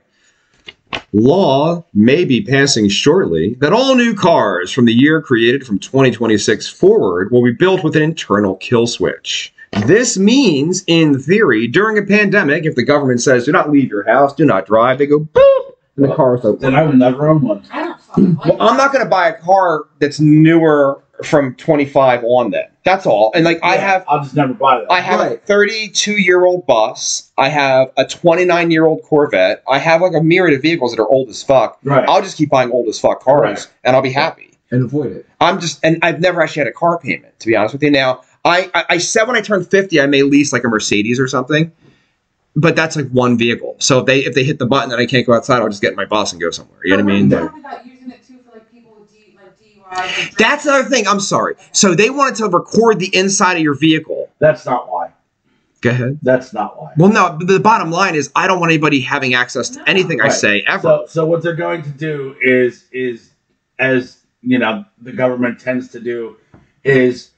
Speaker 1: Law may be passing shortly that all new cars from the year created from 2026 forward will be built with an internal kill switch. This means, in theory, during a pandemic, if the government says do not leave your house, do not drive, they go boop, and the car's open.
Speaker 2: Then I would never own one.
Speaker 4: I don't fucking like
Speaker 1: Well, I'm not going to buy a car that's newer from 25 on. Then that's all. And like I
Speaker 2: Yeah,
Speaker 1: have,
Speaker 2: I'll just never buy that.
Speaker 1: I have a
Speaker 6: Right.
Speaker 1: 32 year old bus. I have a 29 year old Corvette. I have like a myriad of vehicles that are old as fuck.
Speaker 2: right.
Speaker 1: I'll just keep buying old as fuck cars
Speaker 2: Right.
Speaker 1: and I'll be happy.
Speaker 6: And avoid it.
Speaker 1: I'm just, and I've never actually had a car payment, to be honest with you. Now, I, I, I said when I turned 50, I may lease like a Mercedes or something, but that's like one vehicle. So if they if they hit the button and I can't go outside, I'll just get in my bus and go somewhere. You know what I mean?
Speaker 4: But we're talking about using it too for like people with D, like DUIs. and
Speaker 1: That's another thing. I'm sorry. So they wanted to record the inside of your vehicle.
Speaker 2: That's not why.
Speaker 1: Go ahead.
Speaker 2: That's not why.
Speaker 1: Well, no, but the bottom line is I don't want anybody having access to anything I
Speaker 2: Right.
Speaker 1: say ever.
Speaker 2: So, so what they're going to do is is as you know the government tends to do is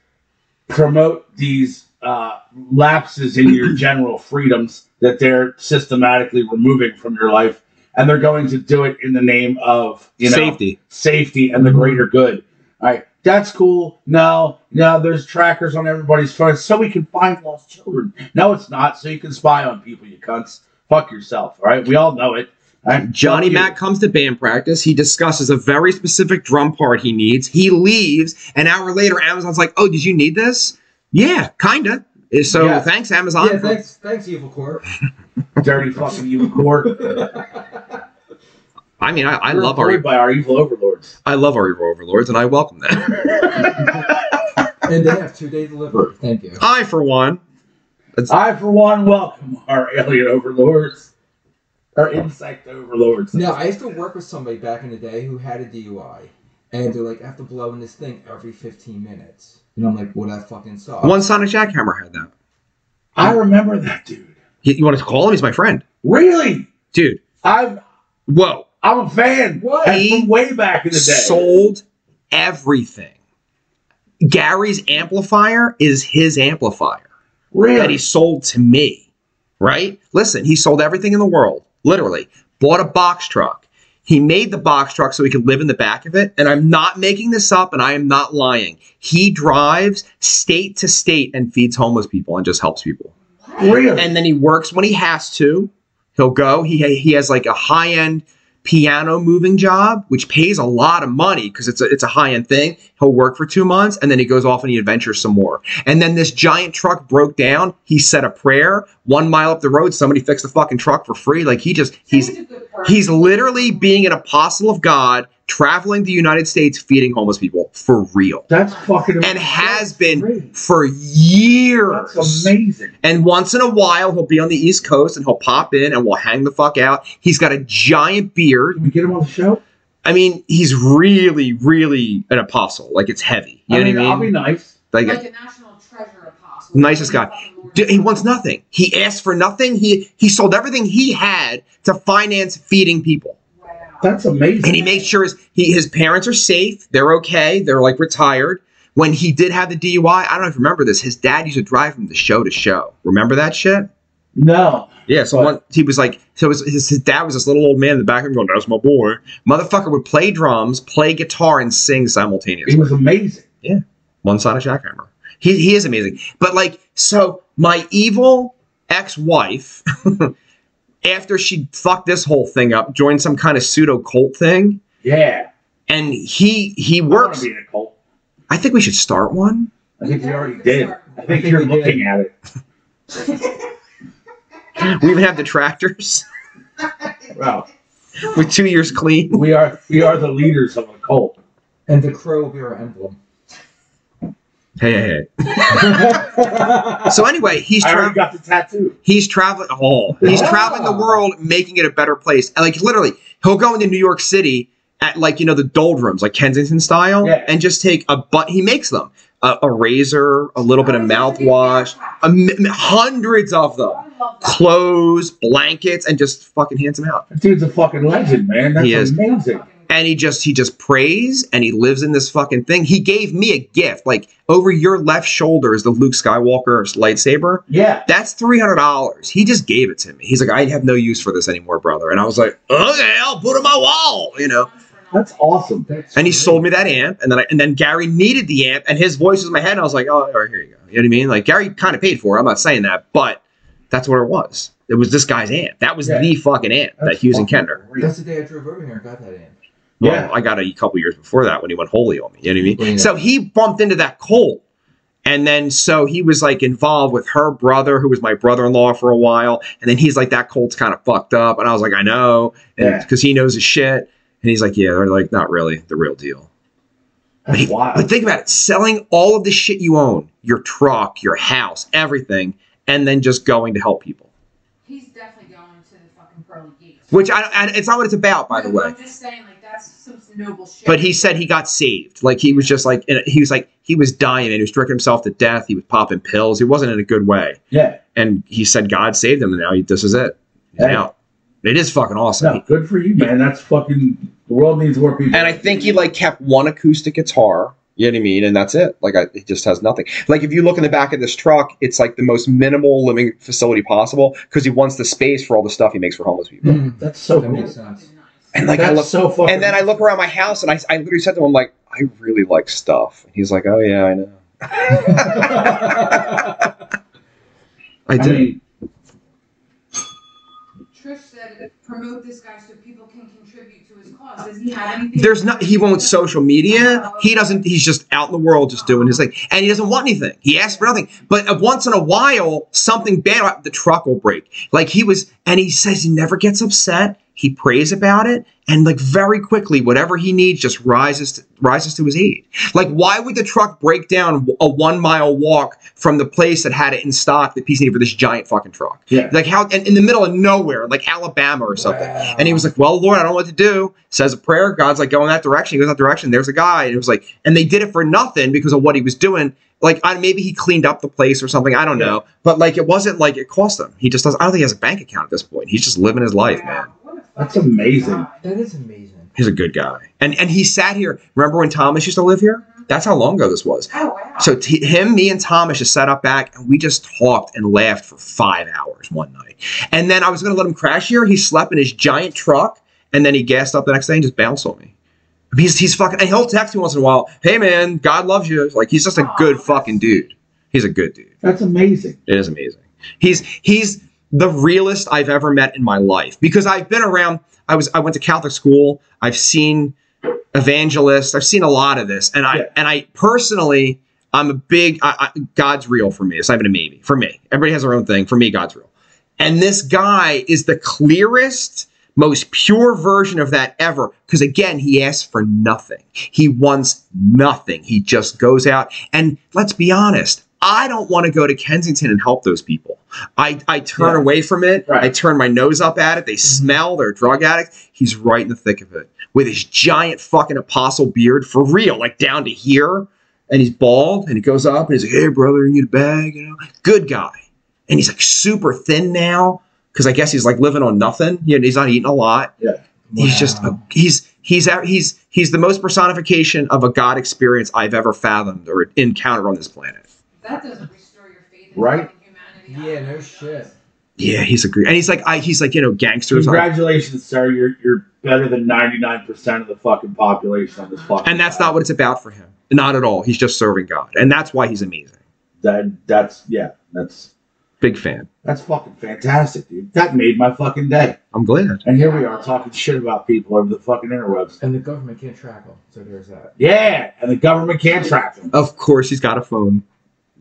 Speaker 2: promote these uh, lapses in your general freedoms that they're systematically removing from your life, and they're going to do it in the name of you know
Speaker 1: Safety.
Speaker 2: safety and the greater good. All right, that's cool. Now, now there's trackers on everybody's phone, so we can find lost children. No, it's not. So you can spy on people, you cunts. Fuck yourself. All right, we all know it. All right,
Speaker 1: Johnny
Speaker 2: fuck you.
Speaker 1: Mac comes to band practice. He discusses a very specific drum part he needs. He leaves. An hour later, Amazon's like, "Oh, did you need this? Yeah, kinda." So
Speaker 6: Yeah.
Speaker 1: thanks, Amazon.
Speaker 6: Yeah, thanks, thanks, Evil
Speaker 2: [laughs]
Speaker 6: Corp.
Speaker 2: dirty fucking evil court.
Speaker 1: I mean, I, [laughs] I
Speaker 2: We're
Speaker 1: love our
Speaker 2: employed by our evil overlords.
Speaker 1: I love our evil overlords, and I welcome them.
Speaker 6: And they have two-day delivery. Thank you.
Speaker 1: I, for one,
Speaker 2: I, for one, welcome our alien overlords, our insect overlords.
Speaker 6: No, I used to work with somebody back in the day who had a DUI, and they're like, I have to blow in this thing every 15 minutes. And I'm like, well, that fucking sucks.
Speaker 1: one Sonic Jackhammer had that.
Speaker 2: I remember that dude.
Speaker 1: He, you want to call him? He's my friend,
Speaker 2: Really,
Speaker 1: dude.
Speaker 2: I'm
Speaker 1: Whoa.
Speaker 2: I'm a fan.
Speaker 6: What?
Speaker 2: And from way back in the day.
Speaker 1: sold everything. Gary's amplifier is his amplifier that he
Speaker 2: really,
Speaker 1: sold to me, right? Listen, he sold everything in the world, literally. Bought a box truck. He made the box truck so he could live in the back of it. And I'm not making this up and I am not lying. He drives state to state and feeds homeless people and just helps people
Speaker 2: really.
Speaker 1: and then he works when he has to. He'll go. He he has like a high end piano moving job, which pays a lot of money because it's a it's a high end thing. He'll work for two months and then he goes off and he adventures some more. And then this giant truck broke down. He said a prayer one mile up the road. Somebody fixed the fucking truck for free. Like he just he's
Speaker 4: a good person.
Speaker 1: he's literally being an apostle of God, traveling the United States, feeding homeless people for real,
Speaker 2: That's fucking
Speaker 1: and has been
Speaker 2: amazing.
Speaker 1: for years.
Speaker 2: That's amazing.
Speaker 1: And once in a while, he'll be on the East Coast and he'll pop in and we'll hang the fuck out. He's got a giant beard.
Speaker 2: Can we get him on the show?
Speaker 1: I mean, he's really, really an apostle. Like it's heavy. You
Speaker 2: I
Speaker 1: know
Speaker 2: mean,
Speaker 1: what I
Speaker 2: I'll be
Speaker 1: mean?
Speaker 2: nice.
Speaker 1: Like,
Speaker 4: like a national treasure apostle.
Speaker 1: Nicest
Speaker 4: Like a
Speaker 1: guy.
Speaker 4: fucking Lord
Speaker 1: d- he
Speaker 4: of
Speaker 1: wants
Speaker 4: the Rings.
Speaker 1: nothing. He asked for nothing. He he sold everything he had to finance feeding people.
Speaker 4: Wow.
Speaker 2: That's amazing.
Speaker 1: And he makes sure his he, his parents are safe. They're okay. They're like retired. When he did have the DUI, I don't know if you remember this. His dad used to drive him to show to show. Remember that shit?
Speaker 2: No.
Speaker 1: Yeah, so
Speaker 2: But-
Speaker 1: one, he was like, so his, his, his dad was this little old man in the back room going, "That's my boy." Motherfucker would play drums, play guitar, and sing simultaneously.
Speaker 2: He was amazing.
Speaker 1: one side of jackhammer. He he is amazing. But like, so my evil ex-wife, [laughs] after she fucked this whole thing up, joined some kind of pseudo cult thing,
Speaker 2: Yeah.
Speaker 1: and he he
Speaker 2: I want to
Speaker 1: works.
Speaker 2: be in a cult.
Speaker 1: I think we should start one.
Speaker 2: I think we already did. I think
Speaker 6: we
Speaker 2: you're
Speaker 6: did.
Speaker 2: looking at it.
Speaker 1: We even have detractors.
Speaker 2: Wow.
Speaker 1: [laughs] With two years clean.
Speaker 2: We are we are the leaders of a
Speaker 1: [laughs]
Speaker 2: cult.
Speaker 6: And the crow will be our emblem.
Speaker 1: Hey, hey, hey. so anyway, he's
Speaker 2: I
Speaker 1: traveling.
Speaker 2: already got the tattoo.
Speaker 1: He's traveling. Oh, he's traveling the world, making it a better place. And like literally, he'll go into New York City at like you know the doldrums, like Kensington style,
Speaker 2: Yeah.
Speaker 1: and just take a but. He makes them a, a razor, a little bit of mouthwash, a mi- mi- hundreds of them,
Speaker 4: I love that.
Speaker 1: clothes, blankets, and just fucking hands them out.
Speaker 2: That dude's a fucking legend, man. That's
Speaker 1: He is.
Speaker 2: amazing.
Speaker 1: And he just he just prays and he lives in this fucking thing. He gave me a gift, like over your left shoulder is the Luke Skywalker's lightsaber.
Speaker 2: Yeah.
Speaker 1: That's three hundred dollars. He just gave it to me. He's like, I have no use for this anymore, brother. And I was like, okay, I'll put it on my wall, you know.
Speaker 2: That's awesome.
Speaker 6: That's
Speaker 1: And he
Speaker 6: great.
Speaker 1: sold me that amp, and then I, and then Gary needed the amp, and his voice was in my head, and I was like, oh, all right, here you go. You know what I mean? Like Gary kind of paid for it. I'm not saying that, but that's what it was. It was this guy's amp. That was
Speaker 2: Yeah.
Speaker 1: the fucking amp that
Speaker 2: That's
Speaker 1: Hughes and
Speaker 2: fucking
Speaker 1: Kendner.
Speaker 2: great.
Speaker 6: That's the day I drove over here and got that amp.
Speaker 1: Well,
Speaker 2: Yeah.
Speaker 1: I got it a couple years before that when he went holy on me. You know what I
Speaker 6: Yeah.
Speaker 1: mean? So he bumped into that Cole. And then so he was like involved with her brother, who was my brother-in-law for a while. And then he's like, that Colt's kind of fucked up. And I was like, I know.
Speaker 2: Yeah.
Speaker 1: Because he knows his shit. And he's like, yeah, they're like, not really the real deal. But, he-
Speaker 2: That's wild.
Speaker 1: but think about it. Selling all of the shit you own, your truck, your house, everything, and then just going to help people.
Speaker 4: He's definitely going to the fucking pearly gates.
Speaker 1: Which I, I it's not what it's about, by the way.
Speaker 4: I'm just saying, like that's some noble shit.
Speaker 1: But he said he got saved. Like he was just like in a- he was like he was dying and he was drinking himself to death. He was popping pills. He wasn't in a good way.
Speaker 2: Yeah.
Speaker 1: And he said God saved him, and now he, this is it. He's
Speaker 2: Hey.
Speaker 1: out. It is fucking awesome.
Speaker 2: No, good for you, man. That's fucking the world needs more people.
Speaker 1: And I think he like kept one acoustic guitar. You know what I mean? And that's it. Like I, it just has nothing. Like if you look in the back of this truck, it's like the most minimal living facility possible because he wants the space for all the stuff he makes for homeless people.
Speaker 2: that's so
Speaker 6: Mm. That
Speaker 2: cool.
Speaker 6: makes sense.
Speaker 1: And like I
Speaker 2: Mm. that's
Speaker 1: look,
Speaker 2: so fucking
Speaker 1: and then I look around my house and I, I literally said to him, I'm like, I really like stuff. And he's like, Oh yeah, I know. I
Speaker 2: I
Speaker 1: did.
Speaker 2: mean,
Speaker 4: Trish said promote this guy so people can contribute to his cause. Does he have anything?
Speaker 1: Uh, There's not. He won't social media. He doesn't. He's just out in the world, just doing his thing, and he doesn't want anything. He asks for nothing. But uh, once in a while, something bad. The truck will break. Like he was, and he says he never gets upset. He prays about it, and like very quickly, whatever he needs just rises to, rises to his aid. Like, why would the truck break down a one mile walk from the place that had it in stock that he's needed for this giant fucking truck?
Speaker 2: yeah.
Speaker 1: Like how and in the middle of nowhere, like Alabama or something. And he was like, Well, Lord, I don't know what to do. Says a prayer. God's like, Go in that direction. He goes that direction. There's a guy. And it was like, and they did it for nothing because of what he was doing. Like, I, maybe he cleaned up the place or something. I don't know. But like, it wasn't like it cost him. He just doesn't, I don't think he has a bank account at this point. He's just living his life, man.
Speaker 4: What a
Speaker 2: That's
Speaker 4: fucking
Speaker 2: amazing.
Speaker 4: guy.
Speaker 6: That is amazing.
Speaker 1: He's a good guy. And and he sat here. Remember when Thomas used to live here? That's how long ago this was.
Speaker 4: Oh
Speaker 7: [laughs]
Speaker 4: wow.
Speaker 1: So t- him, me, and Thomas just sat up back and we just talked and laughed for five hours one night. And then I was going to let him crash here. He slept in his giant truck and then he gassed up the next day and just bounced on me. He's, he's fucking, and he'll text me once in a while, hey man, God loves you. Like he's just a good fucking dude. He's a good dude.
Speaker 2: [laughs] That's amazing.
Speaker 1: It is amazing. He's he's the realest I've ever met in my life because I've been around. I was I went to Catholic school. I've seen evangelists. I've seen a lot of this, and I
Speaker 2: Yeah.
Speaker 1: and I personally, I'm a big I, I, God's real for me. It's not even a maybe for me. Everybody has their own thing. For me, God's real. And this guy is the clearest, most pure version of that ever. Because again, he asks for nothing. He wants nothing. He just goes out. And let's be honest, I don't want to go to Kensington and help those people. I, I turn
Speaker 2: Yeah.
Speaker 1: away from it.
Speaker 2: Right. Mm-hmm.
Speaker 1: I turn my nose up at it. They smell. They're drug addicts. He's right in the thick of it with his giant fucking apostle beard for real, like down to here. And he's bald and he goes up and he's like, hey, brother, you need a bag? You know, good guy. And he's like super thin now because I guess he's like living on nothing. You know, he's not eating a lot. He's just a,
Speaker 6: Wow.
Speaker 1: he's he's out, he's he's the most personification of a God experience I've ever fathomed or encountered on this planet.
Speaker 4: That doesn't restore your faith in
Speaker 2: Right?
Speaker 4: fucking humanity.
Speaker 6: Yeah, no shit.
Speaker 1: Yeah, he's a great, and he's like I, he's like you know gangsters,
Speaker 2: Congratulations, sir. You're you're better than ninety nine percent of the fucking population on this fucking.
Speaker 1: and that's not what it's about for him. Not at all. He's just serving God, and that's why he's amazing.
Speaker 2: that that's yeah that's
Speaker 1: Big fan.
Speaker 2: that's fucking fantastic, dude. That made my fucking day.
Speaker 1: I'm glad.
Speaker 2: And here we are talking shit about people over the fucking interwebs.
Speaker 6: And the government can't track them, so there's that.
Speaker 2: Yeah, and the government can't track them.
Speaker 1: Of course, he's got a phone.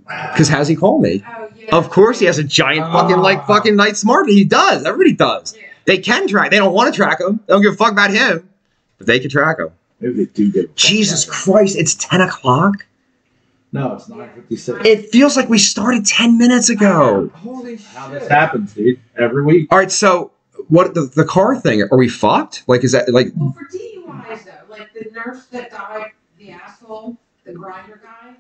Speaker 1: Because how's he call me?
Speaker 4: Oh yeah.
Speaker 1: Of course, he has a giant fucking like fucking night smart. He does. Everybody does.
Speaker 4: Yeah.
Speaker 1: They can track. They don't want to track him. They don't give a fuck about him, but they can track him.
Speaker 2: Maybe they do get.
Speaker 1: Jesus Christ! It's ten o'clock.
Speaker 2: No, it's nine fifty-six.
Speaker 1: It feels like we started ten minutes ago.
Speaker 6: Holy shit.
Speaker 2: How this happens, dude? Every week.
Speaker 1: All right, so what the, the car thing? Are we fucked? Like, is that like?
Speaker 4: Well, for DUIs though, like the nurse that died, the asshole, the grinder guy,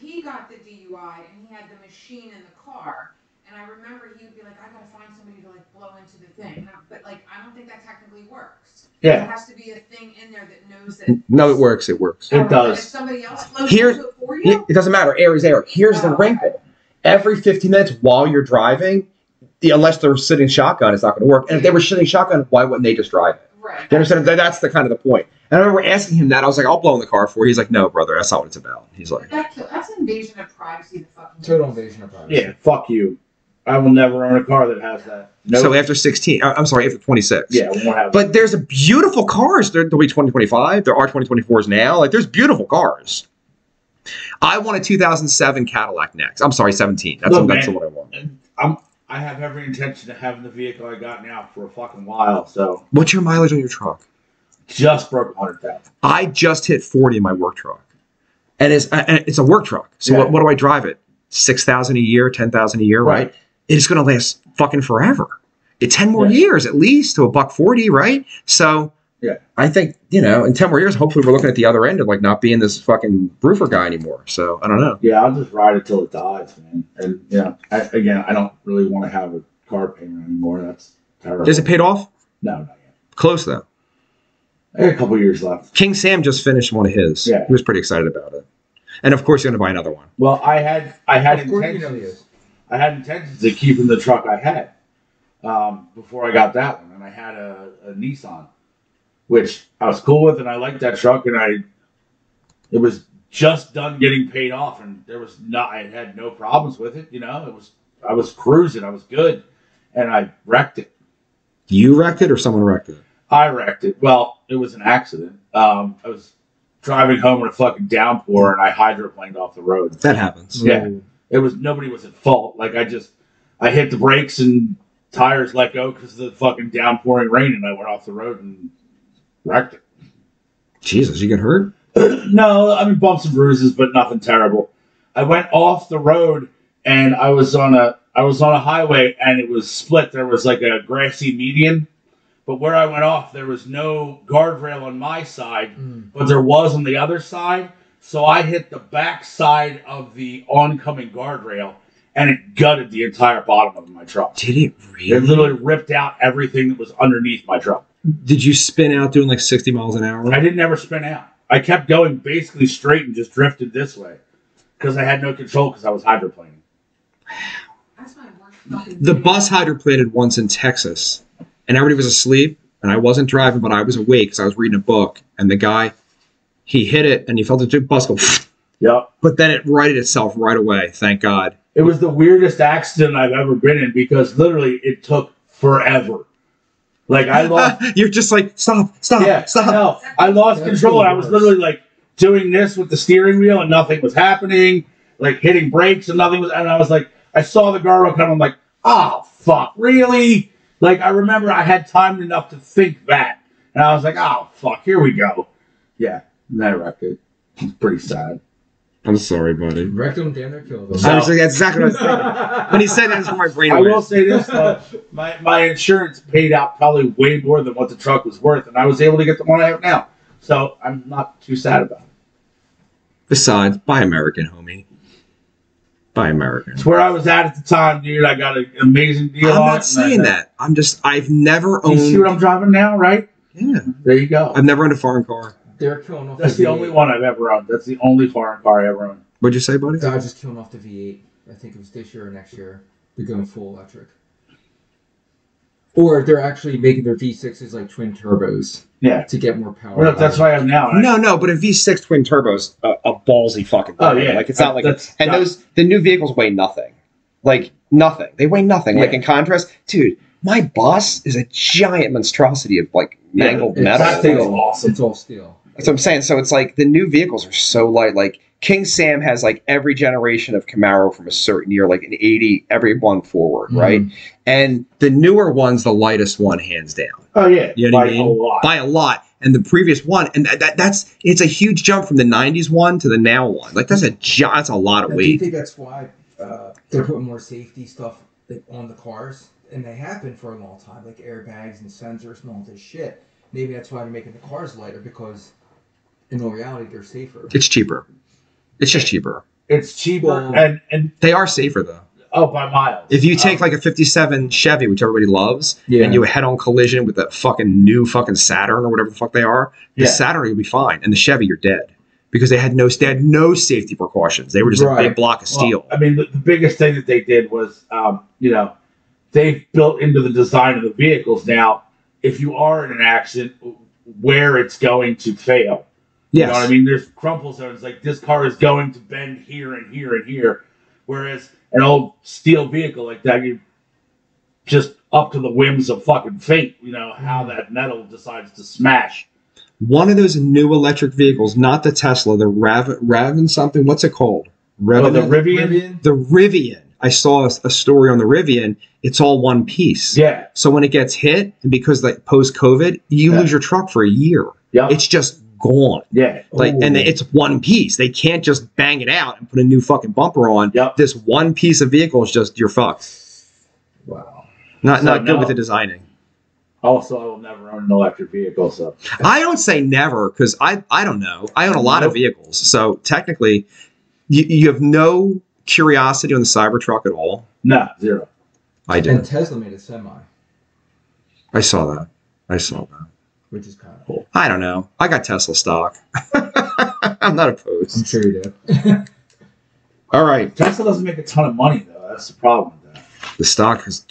Speaker 4: he got the DUI and he had the machine in the car. And I remember he would be like, "I gotta find somebody to like blow into the thing," And I- but like I don't think that technically works. There
Speaker 2: Yeah.
Speaker 4: has to be a thing in there that knows that.
Speaker 1: No, it works. It works.
Speaker 2: It does.
Speaker 4: If somebody else blows
Speaker 1: Here-
Speaker 4: into it for you.
Speaker 1: It doesn't matter. Air is air. Here's the
Speaker 4: Oh.
Speaker 1: wrinkle: every 15 minutes while you're driving, the- unless they're sitting shotgun, it's not going to work. And if they were sitting shotgun, why wouldn't they just drive it?
Speaker 4: Right.
Speaker 1: You understand? That- That's the kind of the point. And I remember asking him that. I was like, "I'll blow in the car for." you." He's like, "No, brother, that's not what it's about." He's like,
Speaker 4: That kill, that's invasion of privacy. The fucking
Speaker 6: Total invasion of privacy.
Speaker 2: Yeah. Fuck you. I will never own a car that has that. No.
Speaker 1: "So after 16, I- I'm sorry, after 26."
Speaker 2: yeah, we won't have.
Speaker 1: But there's a beautiful cars. There, there'll be 2025. There are 2024s now. Like there's beautiful cars. I want a 2007 Cadillac next. I'm sorry, 17. That's,
Speaker 2: Look,
Speaker 1: that's
Speaker 2: man.
Speaker 1: what I want.
Speaker 2: And I'm. I have every intention of having the vehicle I got now for a fucking while. So
Speaker 1: What's your mileage on your truck?
Speaker 2: just broke hundred thousand.
Speaker 1: I just hit 40 in my work truck. And it's, and it's a work truck. So
Speaker 2: Yeah.
Speaker 1: what, what do I drive it? 6,000 a year, 10,000 a year, right? It's going to last fucking forever. It 10 more
Speaker 2: Yeah.
Speaker 1: years at least to a buck 40, right? So
Speaker 2: Yeah.
Speaker 1: I think, you know, in 10 more years, hopefully we're looking at the other end of like not being this fucking roofer guy anymore. So I don't know.
Speaker 2: Yeah, I'll just ride it till it dies, man. And yeah, I, again, I don't really want to have a car payment anymore. That's terrible.
Speaker 1: Is it paid off?
Speaker 2: No, not yet.
Speaker 1: Close though.
Speaker 2: I got a couple years left.
Speaker 1: King Sam just finished one of his.
Speaker 2: Yeah.
Speaker 1: He was pretty excited about it. And of course, he's going to buy another one.
Speaker 2: Well, I had I had
Speaker 6: Of course you know
Speaker 2: intentions.
Speaker 6: he is.
Speaker 2: I had intentions of keeping the truck I had um, before I got that one, and I had a, a Nissan, which I was cool with, and I liked that truck, and I it was just done getting paid off, and there was not I had no problems with it. You know, it was I was cruising, I was good, and I wrecked it.
Speaker 1: You wrecked it or someone wrecked it?
Speaker 2: I wrecked it. Well, it was an accident. Um, I was driving home in a fucking downpour, and I hydroplaned off the road.
Speaker 1: That happens.
Speaker 2: Yeah. It was nobody was at fault. Like I just, I hit the brakes and tires let go because of the fucking downpouring rain, and I went off the road and wrecked
Speaker 1: Jesus, you get hurt?
Speaker 2: it. [clears throat] no, I mean bumps and bruises, but nothing terrible. I went off the road and I was on a I was on a highway and it was split. There was like a grassy median, but where I went off, there was no guardrail on my side.
Speaker 6: Mm.
Speaker 2: but there was on the other side. So I hit the back side of the oncoming guardrail and it gutted the entire bottom of my truck.
Speaker 1: Did it
Speaker 2: It
Speaker 1: really?
Speaker 2: literally ripped out everything that was underneath my truck.
Speaker 1: Did you spin out doing like 60 miles an hour?
Speaker 2: I didn't ever spin out. I kept going basically straight and just drifted this way because I had no control because I was hydroplaning.
Speaker 4: That's my worst fucking.
Speaker 1: The bus hydroplated once in Texas, and everybody was asleep, and I wasn't driving, but I was awake because I was reading a book, and the guy, he hit it, and he felt the bus go, [laughs]
Speaker 2: Yep.
Speaker 1: but then it righted itself right away. Thank God.
Speaker 2: It was the weirdest accident I've ever been in because literally it took forever. Like I lost
Speaker 1: [laughs] You're just like, stop, stop, [laughs]
Speaker 2: yeah,
Speaker 1: stop.
Speaker 2: No, I lost
Speaker 6: That's
Speaker 2: control.
Speaker 6: the
Speaker 2: I was
Speaker 6: worst.
Speaker 2: literally like doing this with the steering wheel, and nothing was happening. Like hitting brakes, and nothing was. And I was like, I saw the guardrail come. I'm like, oh fuck, really? Like I remember I had time enough to think that, and I was like, oh fuck, here we go. Yeah, and I wrecked it. It's pretty sad.
Speaker 1: I'm sorry, buddy.
Speaker 6: Wrecked him, damn near killed him.
Speaker 1: I was like, that's exactly what I was thinking.
Speaker 2: [laughs]
Speaker 1: When he said that, it's where my brain
Speaker 2: I will
Speaker 1: went.
Speaker 2: say this though, my my insurance paid out probably way more than what the truck was worth, and I was able to get the one I have now. So I'm not too sad about it.
Speaker 1: Besides, buy American, homie. Buy American.
Speaker 2: It's where I was at at the time, dude. I got an amazing deal.
Speaker 1: I'm
Speaker 2: on it,
Speaker 1: not
Speaker 2: and
Speaker 1: saying
Speaker 2: I-
Speaker 1: that. Um, I'm just, I've never
Speaker 2: You see
Speaker 1: owned.
Speaker 2: what I'm driving now, right?
Speaker 1: Yeah.
Speaker 2: There you go.
Speaker 1: I've never owned a foreign car.
Speaker 6: They're killing off
Speaker 2: That's
Speaker 6: the,
Speaker 2: the
Speaker 6: V8.
Speaker 2: only one I've ever owned. That's the only foreign car I ever owned.
Speaker 1: What'd you say, buddy?
Speaker 2: Uh,
Speaker 6: Dodge is killing off the V8. I think it was this year or next year. They're going full electric. Or they're actually making their V6s like twin turbos
Speaker 2: Yeah.
Speaker 6: to get more power.
Speaker 2: Well, that's what I have now. and I-
Speaker 1: No, no, but a V6 twin turbo's a, a ballsy fucking thing.
Speaker 2: Oh, yeah.
Speaker 1: Like it's not like
Speaker 2: That's-
Speaker 1: and those the new vehicles weigh nothing. Like nothing. They weigh nothing. Like
Speaker 2: Yeah.
Speaker 1: in contrast, dude, my boss is a giant monstrosity of like
Speaker 2: Yeah,
Speaker 1: mangled
Speaker 6: it's-
Speaker 1: metal.
Speaker 2: That thing is
Speaker 6: It's
Speaker 2: awesome.
Speaker 6: all steel.
Speaker 1: That's what I'm saying. So it's like the new vehicles are so light. Like King Sam has like every generation of Camaro from a certain year, like an 80, every one forward,
Speaker 2: Mm-hmm.
Speaker 1: right? And the newer one's the lightest one, hands down.
Speaker 2: Oh yeah,
Speaker 1: You know what I
Speaker 2: by
Speaker 1: mean?
Speaker 2: a lot.
Speaker 1: by a lot and the previous one and that, that that's it's a huge jump from the 90s one to the now one like that's a jo- that's a lot of
Speaker 6: Now, do you
Speaker 1: weight
Speaker 6: think that's why uh, they're putting more safety stuff like, on the cars? And they have been for a long time, like airbags and sensors and all this shit. Maybe that's why they're making the cars lighter because, in all reality, they're safer.
Speaker 1: it's cheaper it's just cheaper
Speaker 2: it's cheaper
Speaker 6: Well-
Speaker 2: and and
Speaker 1: they are safer though
Speaker 2: oh by miles.
Speaker 1: if you take
Speaker 2: Um,
Speaker 1: like a 57 chevy which everybody loves
Speaker 6: Yeah.
Speaker 1: and you head on collision with that fucking new fucking saturn or whatever the fuck they are the
Speaker 2: Yeah.
Speaker 1: saturn you'll be fine and the chevy you're dead because they had no they had no safety precautions they were just a big
Speaker 6: Right.
Speaker 1: block of steel
Speaker 2: Well, I mean, the, the biggest thing that they did was, um, you know, they've built into the design of the vehicles now. If you are in an accident, where it's going to fail. You
Speaker 1: yes
Speaker 2: know what I mean? There's crumple zones. Like this car is going to bend here and here and here. Whereas an old steel vehicle like that, you just up to the whims of fucking fate. You know how that metal decides to smash.
Speaker 1: one of those new electric vehicles, not the Tesla, the Rav, Ravin something. What's it called?
Speaker 2: Oh,
Speaker 1: Revan,
Speaker 2: the
Speaker 1: the,
Speaker 2: Rivian.
Speaker 1: Rivian. I saw a, a story on the Rivian. It's all one piece.
Speaker 2: Yeah.
Speaker 1: So when it gets hit, and because like post COVID, you
Speaker 2: Yeah.
Speaker 1: lose your truck for a year.
Speaker 2: Yep.
Speaker 1: It's just gone.
Speaker 2: yeah.
Speaker 1: Like, and
Speaker 6: Ooh.
Speaker 1: it's one piece. They can't just bang it out and put a new fucking bumper on.
Speaker 2: Yep.
Speaker 1: This one piece of vehicle is just you're fucked.
Speaker 6: Wow.
Speaker 1: Not
Speaker 2: So
Speaker 1: not good
Speaker 2: no.
Speaker 1: with the designing.
Speaker 2: Also, I will never own an electric vehicle, so.
Speaker 1: I don't say never because I I don't know. I own a lot of
Speaker 2: Nope.
Speaker 1: vehicles, so technically, you, you have no curiosity on the Cybertruck at all.
Speaker 2: No, zero.
Speaker 1: I
Speaker 6: And
Speaker 1: did.
Speaker 6: Tesla made a semi,
Speaker 1: I saw that. I saw that.
Speaker 6: which is kind of cool.
Speaker 1: I don't know. I got Tesla stock. [laughs] I'm not opposed.
Speaker 6: sure you do.
Speaker 1: All right,
Speaker 2: Tesla doesn't make a ton of money though. That's the problem with that.
Speaker 1: the stock is.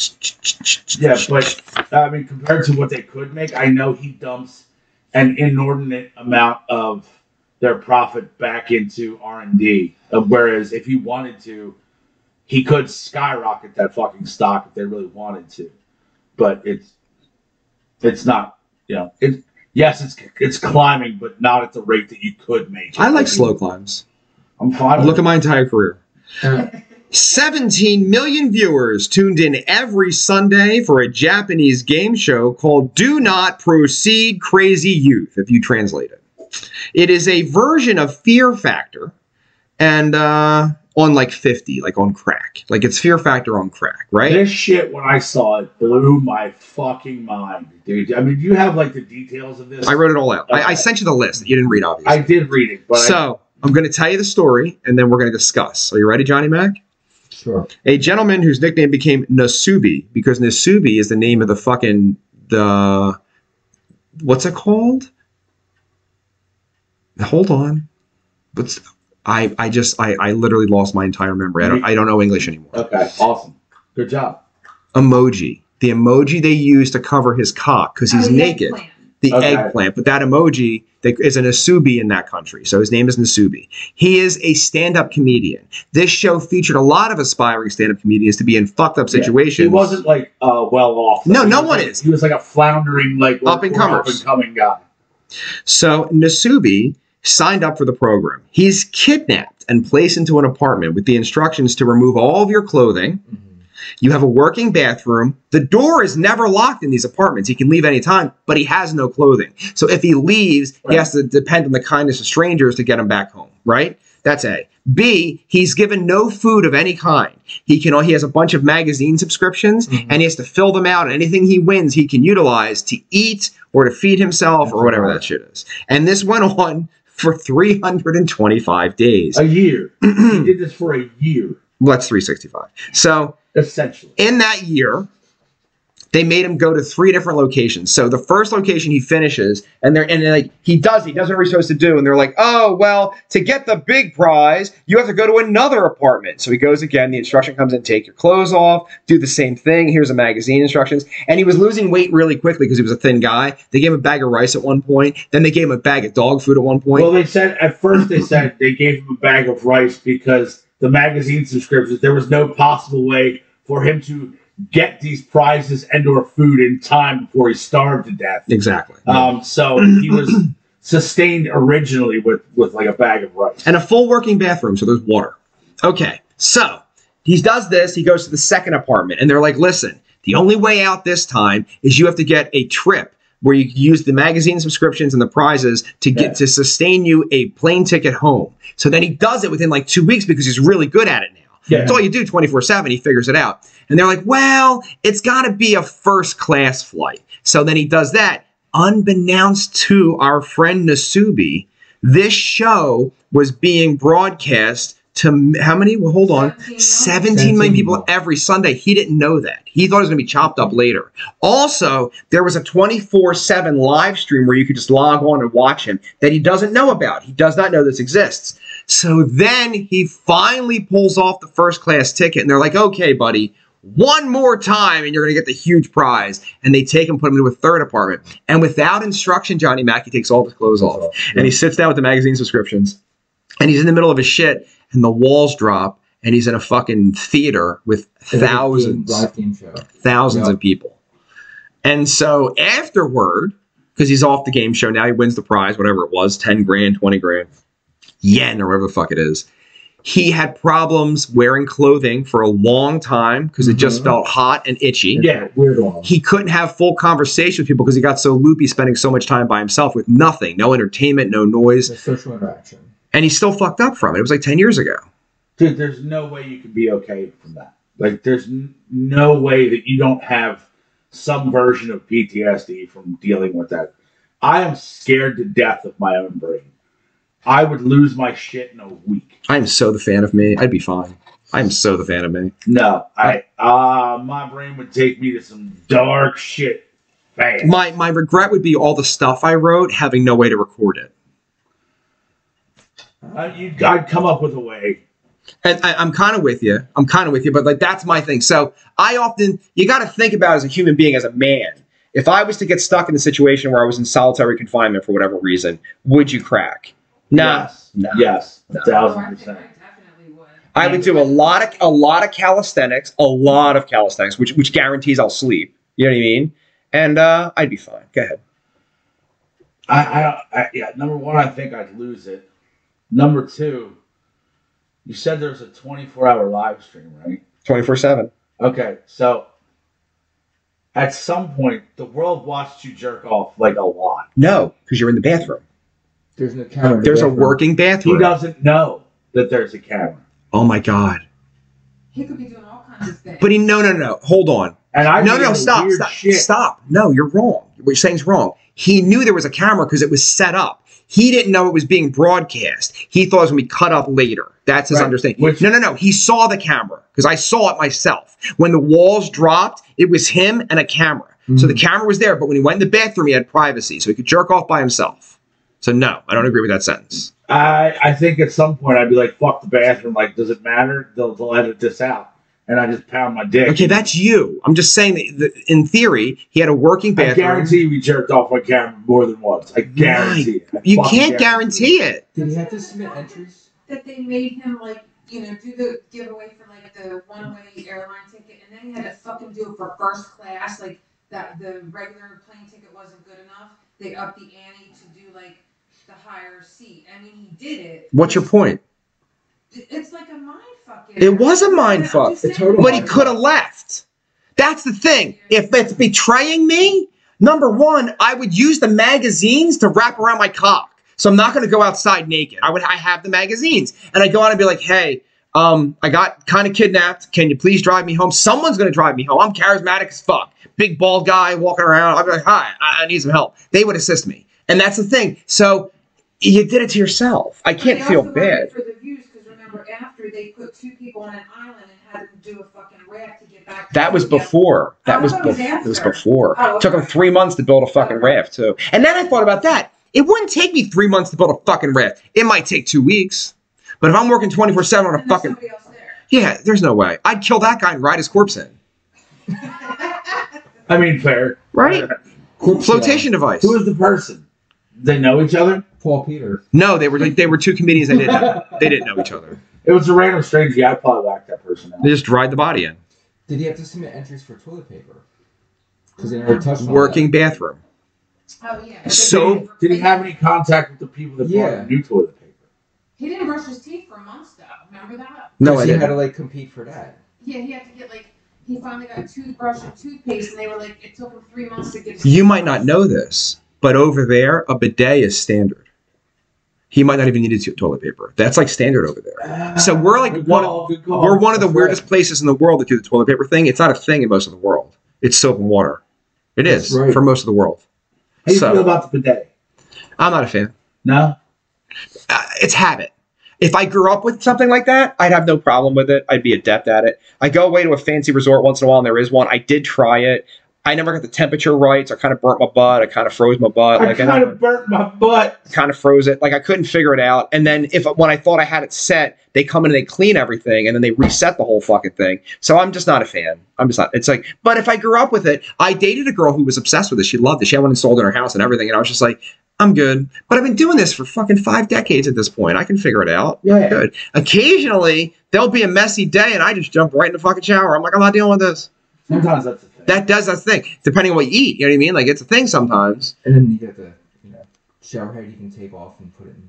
Speaker 2: Yeah, but I mean, compared to what they could make, I know he dumps an inordinate amount of their profit back into R and D. Uh, Whereas if he wanted to, he could skyrocket that fucking stock if they really wanted to. But it's it's not. You know, it yes, it's it's climbing, but not at the rate that you could make. it.
Speaker 1: I like slow climbs.
Speaker 2: I'm fine. with
Speaker 1: Look at my entire career.
Speaker 6: Uh,
Speaker 1: 17 million viewers tuned in every Sunday for a Japanese game show called Do Not Proceed Crazy Youth, if you translate it. It is a version of Fear Factor and uh, on like 50, like on crack. Like it's Fear Factor on crack, right?
Speaker 2: This shit, when I saw it, blew my fucking mind, dude. I mean, do you have like the details of this?
Speaker 1: I wrote it all out. I, I sent you the list that you didn't read,
Speaker 2: I
Speaker 1: obviously.
Speaker 2: did read it, but I,
Speaker 1: so I'm going to tell you the story and then we're going to discuss. Are you ready, Johnny Mac?
Speaker 6: sure.
Speaker 1: a gentleman whose nickname became Nasubi because Nasubi is the name of the fucking the what's it called? Hold on, what's I I just I I literally lost my entire memory. I don't I don't know English anymore.
Speaker 2: okay, awesome, good job.
Speaker 1: Emoji, the emoji they use to cover his cock because he's
Speaker 4: Oh, the
Speaker 1: naked
Speaker 4: eggplant.
Speaker 1: the
Speaker 2: Okay.
Speaker 1: eggplant, but that emoji that is an Asubi in that country. So his name is Nasubi. He is a stand-up comedian. This show featured a lot of aspiring stand-up comedians to be in fucked up
Speaker 2: Yeah.
Speaker 1: situations.
Speaker 2: He wasn't like uh, well off.
Speaker 1: No,
Speaker 2: He
Speaker 1: no
Speaker 2: was,
Speaker 1: one
Speaker 2: like-
Speaker 1: is.
Speaker 2: He was like a floundering, like
Speaker 1: Up and comers.
Speaker 2: up and coming guy.
Speaker 1: So Nasubi signed up for the program. He's kidnapped and placed into an apartment with the instructions to remove all of your clothing.
Speaker 6: Mhm.
Speaker 1: You have a working bathroom. The door is never locked in these apartments. He can leave anytime, but he has no clothing. So if he leaves, he
Speaker 2: Right.
Speaker 1: has to depend on the kindness of strangers to get him back home, right? That's A. B, he's given no food of any kind. He can he has a bunch of magazine subscriptions and he has to fill them out. Anything he wins, he can utilize to eat or to feed himself or whatever that shit is. And this went on [laughs] for 325 days.
Speaker 2: A year.
Speaker 1: [clears throat]
Speaker 2: he did this for a year,
Speaker 1: Well, that's 365. So
Speaker 2: essentially.
Speaker 1: in that year, they made him go to three different locations. So the first location he finishes, and they're and they're like he does, he does whatever he's supposed to do, and they're like, oh well, to get the big prize, you have to go to another apartment. So he goes again. The instruction comes in: take your clothes off, do the same thing. Here's a magazine instructions, and he was losing weight really quickly because he was a thin guy. They gave him a bag of rice at one point, then they gave him a bag of dog food at one point.
Speaker 2: Well, they said at first they said they gave him a bag of rice because the magazine subscriptions. There was no possible way for him to get these prizes and/or food in time before he starved to death.
Speaker 1: exactly. [clears throat]
Speaker 2: Um, so he was sustained originally with with like a bag of rice.
Speaker 1: and a full working bathroom, so there's water. Okay, so he does this. He goes to the second apartment, and they're like, "Listen, the only way out this time is you have to get a trip where you use the magazine subscriptions and the prizes to get to sustain you a plane ticket home." So then he does it within like two weeks because he's really good at it now.
Speaker 2: Yeah.
Speaker 1: That's all you do 24 7. He figures it out. And they're like, well, it's got to be a first class flight. So then he does that. Unbeknownst to our friend Nasubi, this show was being broadcast to m- how many? Well, hold on.
Speaker 4: 17 million.
Speaker 1: 17 million people
Speaker 6: people.
Speaker 1: every Sunday. He didn't know that. He thought it was going to be chopped up later. Also, there was a 24 7 live stream where you could just log on and watch him that he doesn't know about. He does not know this exists. So then he finally pulls off the first class ticket, and they're like, okay, buddy, one more time, and you're going to get the huge prize. And they take him, put him into a third apartment. And without instruction, Johnny Mack, he takes all his clothes off and he sits down with the magazine subscriptions and he's in the middle of his shit and the walls drop and he's in a fucking theater with thousands
Speaker 6: Live game show.
Speaker 1: thousands
Speaker 6: Yeah.
Speaker 1: of people. And so afterward, because he's off the game show now, he wins the prize, whatever it was 10 grand, 20 grand, yen, or whatever the fuck it is. He had problems wearing clothing for a long time because it just
Speaker 6: Mhm.
Speaker 1: felt hot and itchy.
Speaker 2: Yeah.
Speaker 6: Weird one.
Speaker 1: He couldn't have full conversation with people because he got so loopy spending so much time by himself with nothing, no entertainment, no noise.
Speaker 6: The social interaction.
Speaker 1: And he's still fucked up from it. It was like 10 years ago.
Speaker 2: Dude, there's no way you could be okay from that. Like, there's n- no way that you don't have some version of PTSD from dealing with that. I am scared to death of my own brain. I would lose my shit in a week.
Speaker 1: I am so the fan of me. I'd be fine. I am so the fan of me.
Speaker 2: No, I ah, my brain would take me to some dark shit. Fast.
Speaker 1: my my regret would be all the stuff I wrote having no way to record it.
Speaker 2: I, Uh, you, I'd come up with a way.
Speaker 1: And I, I'm kind of with you. I'm kind of with you, but like that's my thing. So I often you got to think about as a human being, as a man. If I was to get stuck in a situation where I was in solitary confinement for whatever reason, would you crack? Nah,
Speaker 2: Yes.
Speaker 1: nah.
Speaker 2: Yes. A
Speaker 4: Oh,
Speaker 2: thousand
Speaker 4: I think
Speaker 2: percent.
Speaker 4: I definitely would.
Speaker 1: I would do a lot of a lot of calisthenics, a lot of calisthenics, which which guarantees I'll sleep. You know what I mean? And uh, I'd be fine. Go ahead.
Speaker 2: I, I, I, yeah. Number one, I think I'd lose it. Number two, you said there was a 24 hour live stream, right?
Speaker 1: Twenty four seven.
Speaker 2: Okay, so at some point, the world watched you jerk off like a lot.
Speaker 1: No, because you're in the bathroom.
Speaker 6: There's no camera.
Speaker 1: There's a working
Speaker 2: He
Speaker 1: bathroom.
Speaker 2: doesn't know that there's a camera,
Speaker 1: Oh my god.
Speaker 4: He could be doing all kinds of things.
Speaker 1: But he no no no. Hold on.
Speaker 2: and I
Speaker 1: no
Speaker 2: did
Speaker 1: no stop
Speaker 2: weird
Speaker 1: stop
Speaker 2: shit.
Speaker 1: stop. No, you're wrong. What you're saying is wrong. He knew there was a camera because it was set up. He didn't know it was being broadcast. He thought it was going to be cut up later. That's his
Speaker 2: Right,
Speaker 1: understanding.
Speaker 2: which-
Speaker 1: no, no, no. He saw the camera because I saw it myself. When the walls dropped, it was him and a camera. So
Speaker 2: Hmm.
Speaker 1: the camera was there, but when he went in the bathroom, he had privacy, so he could jerk off by himself. So no, I don't agree with that sentence.
Speaker 2: I, I think at some point I'd be like, "Fuck the bathroom." Like, does it matter? They'll, they'll edit this out, and I just pound my dick.
Speaker 1: Okay, that's you. I'm just saying that that in theory, he had a working
Speaker 2: I
Speaker 1: bathroom.
Speaker 2: guarantee we jerked off on camera more than once. I guarantee it. I
Speaker 1: you
Speaker 2: fucking
Speaker 1: can't guarantee it.
Speaker 6: Did he have to submit entries?
Speaker 4: that they made him like, you know, do the giveaway for like the one-way airline ticket, and then he had to fucking do it for first class. Like that, the regular plane ticket wasn't good enough. They upped the ante to do like the higher seat. I mean, he did it.
Speaker 1: What's your point?
Speaker 4: It's like a mind fucking.
Speaker 1: It was a mind fuck.
Speaker 6: A total
Speaker 1: But he could have left. That's the thing. If it's betraying me, number one, I would use the magazines to wrap around my cock. So I'm not going to go outside naked. I would. I have the magazines, and I go on and be like, "Hey, um, I got kind of kidnapped. Can you please drive me home? Someone's going to drive me home. I'm charismatic as fuck. Big bald guy walking around. I'd be like, "Hi, I, I need some help." They would assist me, and that's the thing. So you did it to yourself. I
Speaker 4: But they
Speaker 1: can't feel
Speaker 4: also wanted
Speaker 1: bad.
Speaker 4: For the views, because remember, after they put two people on an island and had them do a fucking raft to get back. to
Speaker 1: That was
Speaker 4: India.
Speaker 1: before. That
Speaker 4: Oh,
Speaker 1: was
Speaker 4: that was
Speaker 1: before. It was
Speaker 4: after.
Speaker 1: before.
Speaker 4: Oh, okay. Oh.
Speaker 1: Took them three months to build a fucking raft too. And then I thought about that. It wouldn't take me three months to build a fucking raft. It might take two weeks. But if I'm working twenty four seven on a
Speaker 4: And there's
Speaker 1: fucking
Speaker 4: somebody else there. [laughs]
Speaker 1: yeah, there's no way. I'd kill that guy and ride his corpse in.
Speaker 2: I mean, fair.
Speaker 1: Right? Flotation device.
Speaker 2: Who is the person? They know each other.
Speaker 6: Paul Peter.
Speaker 1: No, they were like they were two comedians. They didn't know. they didn't know each other.
Speaker 2: It was a random stranger. Yeah, I probably whacked that person
Speaker 1: They
Speaker 2: out.
Speaker 1: just dried the body in.
Speaker 6: Did he have to submit entries for toilet paper? Because they never touched on
Speaker 1: Working bathroom.
Speaker 6: that.
Speaker 4: Oh, yeah.
Speaker 1: So-
Speaker 2: Did he have any contact with the people that
Speaker 6: Yeah.
Speaker 2: bought the new toilet paper?
Speaker 4: He didn't brush his teeth for months, though. Remember that?
Speaker 1: No,
Speaker 6: 'Cause
Speaker 1: I
Speaker 6: he had to
Speaker 1: didn't.
Speaker 6: like compete for that.
Speaker 4: Yeah, he had to get like he finally got a toothbrush and toothpaste, and they were like, it took him three months to get. His
Speaker 1: You might not know this, but over there, a bidet is standard. He might not even need to- toilet paper. That's like standard over there. So we're like
Speaker 2: Good
Speaker 1: one-
Speaker 2: call, good call.
Speaker 1: We're one of the
Speaker 2: That's
Speaker 1: weirdest places in the world that do the toilet paper thing. It's not a thing in most of the world. It's soap and water. It is
Speaker 6: right.
Speaker 1: for most of the world.
Speaker 2: How do you
Speaker 1: So-
Speaker 2: feel about the bidet?
Speaker 1: I'm not a fan.
Speaker 2: No,
Speaker 1: Uh, it's habit. If I grew up with something like that, I'd have no problem with it. I'd be adept at it. I go away to a fancy resort once in a while, and there is one. I did try it. I never got the temperature right, so I kind of burnt my butt. I kind of froze my butt.
Speaker 2: I kind
Speaker 1: never-
Speaker 2: of burnt my butt.
Speaker 1: kind of froze it. Like I couldn't figure it out. And then if when I thought I had it set, they come in and they clean everything, and then they reset the whole fucking thing. So I'm just not a fan. I'm just not. It's like, but if I grew up with it, I dated a girl who was obsessed with it. She loved it. She had one installed in her house and everything. And I was just like, I'm good. But I've been doing this for fucking five decades at this point. I can figure it out.
Speaker 2: Yeah,
Speaker 1: Good. Occasionally there'll be a messy day, and I just jump right in the fucking shower. I'm like, I'm not dealing with this.
Speaker 2: sometimes that's a thing.
Speaker 1: That does that's the thing. Depending on what you eat, you know what I mean. Like it's a thing sometimes.
Speaker 6: And then you get the you know shower head you can take off and put it in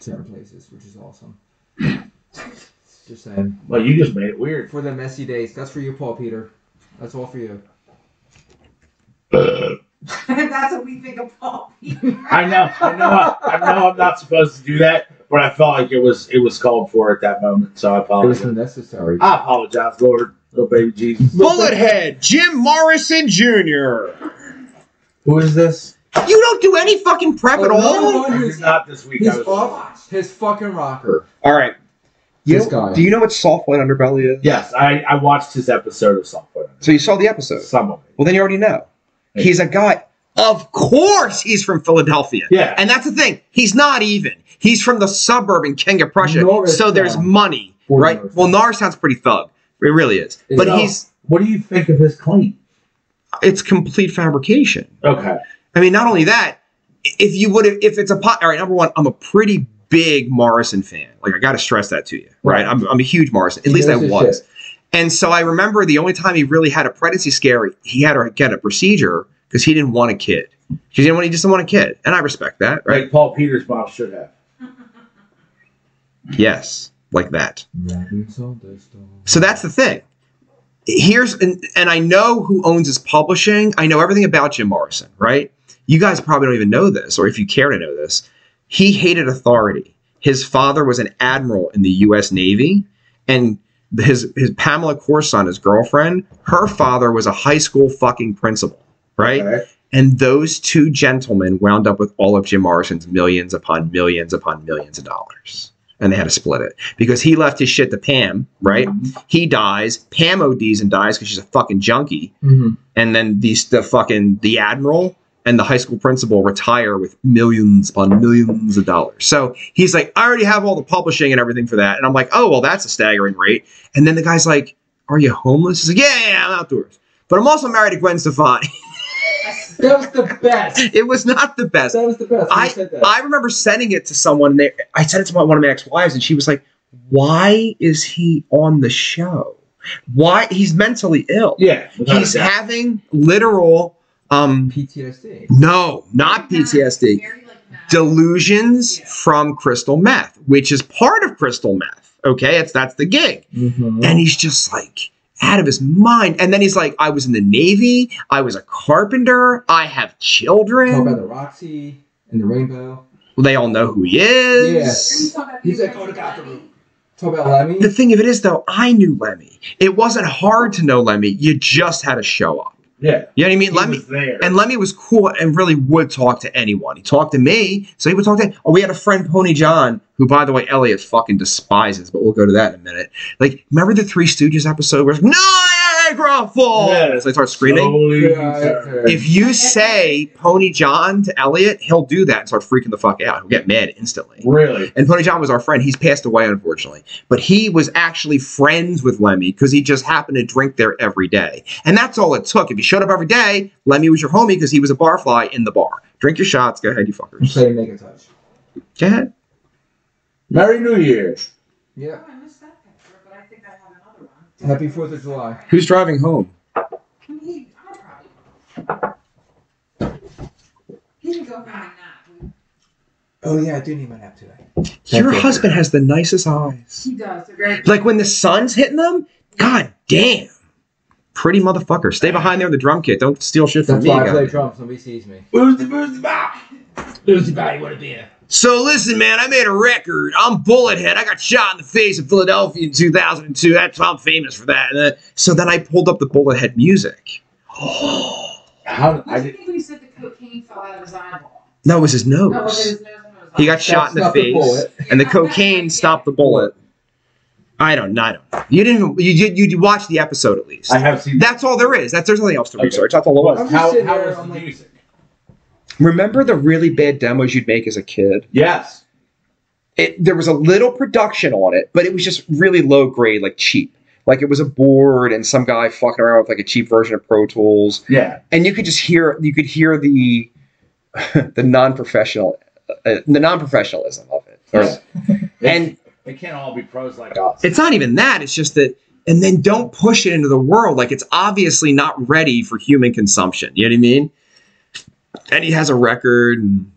Speaker 6: different places, which is awesome. [coughs] Just saying.
Speaker 2: well, you just made it weird.
Speaker 6: For the messy days, that's for you, Paul Peter. That's all for you.
Speaker 4: That's what we think of Paul.
Speaker 1: [laughs]
Speaker 4: Peter.
Speaker 2: I know, I know, I know. I'm not supposed to do that, but I felt like it was it was called for at that moment, so I
Speaker 6: It was
Speaker 2: apologize.
Speaker 6: unnecessary.
Speaker 2: I apologize, Lord, little baby Jesus.
Speaker 1: Bullethead, Jim Morrison Jr.
Speaker 2: Who is this?
Speaker 1: You don't do any fucking prep
Speaker 3: Oh,
Speaker 1: at
Speaker 6: Another
Speaker 1: all.
Speaker 6: one
Speaker 2: Who's
Speaker 6: who's
Speaker 2: not this week? I
Speaker 6: he's
Speaker 2: was-
Speaker 6: off his fucking rocker.
Speaker 1: All right. You
Speaker 6: This
Speaker 1: know-
Speaker 6: guy.
Speaker 1: Do you know what soft white underbelly is?
Speaker 2: Yes, I, I watched his episode of Software.
Speaker 1: So you saw the episode.
Speaker 2: Some of it.
Speaker 1: Well, then you already know. He's a guy. Of course, he's from Philadelphia.
Speaker 2: Yeah.
Speaker 1: And that's the thing. He's not even. He's from the suburban king of Prussia. so
Speaker 6: Norristown.
Speaker 1: there's money,
Speaker 6: Or
Speaker 1: right?
Speaker 6: Norristown.
Speaker 1: Well, Nar sounds pretty thug. It really is.
Speaker 6: It
Speaker 1: but
Speaker 6: is.
Speaker 1: he's
Speaker 2: What do you think of his claim?
Speaker 1: it's complete fabrication.
Speaker 2: Okay.
Speaker 1: I mean, not only that, if you would have, if it's a pot, all right, number one, I'm a pretty big Morrison fan. Like, I got to stress that to you, right? I'm, I'm a huge Morrison, at
Speaker 6: He
Speaker 1: least I
Speaker 6: knows his
Speaker 1: was. And so I remember the only time he really had a pregnancy scare, he had to get a procedure because he didn't want a kid. He didn't want, he just didn't want a kid. And I respect that, right?
Speaker 2: Like Paul Peters' mom should have.
Speaker 1: Yes, like that.
Speaker 6: Rapping song, this song.
Speaker 1: So that's the thing. Here's and, and I know who owns his publishing. I know everything about Jim Morrison, right? You guys probably don't even know this, or if you care to know this, he hated authority. His father was an admiral in the U.S. Navy, and his his Pamela Corson, his girlfriend, her father was a high school fucking principal, right?
Speaker 2: Okay.
Speaker 1: And those two gentlemen wound up with all of Jim Morrison's millions upon millions upon millions of dollars. And they had to split it because he left his shit to Pam, right? He dies. Pam ODs and dies because she's a fucking junkie.
Speaker 6: Mhm.
Speaker 1: And then these the fucking the admiral and the high school principal retire with millions upon millions of dollars. So he's like, I already have all the publishing and everything for that. And I'm like, oh well, that's a staggering rate. And then the guy's like, Are you homeless? He's like, Yeah, yeah, yeah, I'm outdoors. But I'm also married to Gwen Stefani. [laughs]
Speaker 6: That was the best.
Speaker 1: it was not the best.
Speaker 6: That was the best. I said that.
Speaker 1: I remember sending it to someone. And they, I sent it to my, one of my ex-wives, and she was like, "Why is he on the show? Why he's mentally ill?
Speaker 2: Yeah. without
Speaker 1: he's
Speaker 2: a doubt.
Speaker 1: having literal, um,
Speaker 6: PTSD.
Speaker 1: no, not
Speaker 4: Very
Speaker 1: PTSD,
Speaker 4: very, like, mad.
Speaker 1: delusions
Speaker 4: Yeah.
Speaker 1: from crystal meth, which is part of crystal meth. Okay, it's that's the gig,
Speaker 2: Mm.
Speaker 6: Mhm.
Speaker 1: and he's just like." Out of his mind, and then he's like, "I was in the navy. I was a carpenter. I have children.
Speaker 6: Talk
Speaker 2: Oh,
Speaker 6: about the Roxy and the Rainbow.
Speaker 1: They all know who he is."
Speaker 4: And you talk about
Speaker 6: He's
Speaker 4: the
Speaker 6: like, oh, look out the
Speaker 4: Lemmy.
Speaker 6: room. Talk about Lemmy.
Speaker 1: The thing of it is, though, I knew Lemmy. It wasn't hard to know Lemmy. You just had to show up.
Speaker 2: Yeah.
Speaker 1: You know what I mean?
Speaker 2: He
Speaker 1: Lemmy
Speaker 2: was there.
Speaker 1: and Lemmy was cool and really would talk to anyone. He talked to me, so he would talk to. Oh, we had a friend, Pony John, who, by the way, Elliot fucking despises, but we'll go to that in a minute. Like, remember the Three Stooges episode where it's Niagara Falls?
Speaker 2: Yeah.
Speaker 1: So they start screaming.
Speaker 2: Holy
Speaker 6: Yeah,
Speaker 2: turd.
Speaker 6: okay.
Speaker 1: If you say Pony John to Elliot, he'll do that and start freaking the fuck out. He'll get mad instantly.
Speaker 2: Really?
Speaker 1: And Pony John was our friend. He's passed away, unfortunately. But he was actually friends with Lemmy because he just happened to drink there every day. And that's all it took. If you showed up every day, Lemmy was your homie because he was a barfly in the bar. Drink your shots. Go ahead, you
Speaker 6: And
Speaker 1: fuckers.
Speaker 6: play Make a Touch.
Speaker 1: Go ahead.
Speaker 2: Merry New Year.
Speaker 6: Yeah.
Speaker 4: Oh, I missed that picture, but I think I have another one.
Speaker 6: Happy 4th of July.
Speaker 1: Who's driving home?
Speaker 4: I mean, I'm proud of you. need to go for my nap.
Speaker 6: Oh yeah, I do need my nap today.
Speaker 1: Your
Speaker 5: Okay.
Speaker 1: husband has the nicest eyes.
Speaker 4: He does. they're great.
Speaker 1: Like when the sun's hitting them, god damn. Pretty motherfucker. Stay behind there with the drum kit. Don't steal shit from
Speaker 6: That's
Speaker 1: me.
Speaker 6: why I play
Speaker 1: goddamn.
Speaker 6: drums. Nobody sees me.
Speaker 2: Who's the who's the bow?
Speaker 6: Who's the guy you want to be?
Speaker 1: So listen, man, I made a record. I'm Bullethead. I got shot in the face in Philadelphia in 2002. That's why I'm famous for that. And then- so then I pulled up the Bullethead music.
Speaker 2: How
Speaker 4: Who
Speaker 2: I
Speaker 4: do you
Speaker 2: did,
Speaker 4: think when you said the cocaine fell out of his eyeball?
Speaker 1: No, it was his
Speaker 4: No, it was
Speaker 1: nose.
Speaker 4: his nose and it was
Speaker 1: He
Speaker 4: like-
Speaker 1: got shot in the
Speaker 6: not the
Speaker 1: face,
Speaker 6: bullet.
Speaker 1: and the cocaine stopped the bullet. I don't. I don't. know. You didn't. You did. You watched the episode at least.
Speaker 2: I have seen
Speaker 1: That's all there is. That's there's nothing else to
Speaker 2: Okay.
Speaker 1: research. That's all it was.
Speaker 6: I'm just
Speaker 2: how
Speaker 6: sitting
Speaker 2: how
Speaker 6: there,
Speaker 2: was the
Speaker 6: I'm like-
Speaker 2: music?
Speaker 1: Remember the really bad demos you'd make as a kid?
Speaker 2: Yes.
Speaker 1: It, there was a little production on it, but it was just really low grade, like cheap. Like it was a board and some guy fucking around with like a cheap version of Pro Tools,
Speaker 2: Yeah.
Speaker 1: and you could just hear you could hear the [laughs] the non professional uh, the non professionalism of it. Or-
Speaker 2: Yeah.
Speaker 1: And
Speaker 2: They can't all be pros like us.
Speaker 1: it's not even that. It's just that, and then don't push it into the world. Like it's obviously not ready for human consumption. You know what I mean? And he has a record. And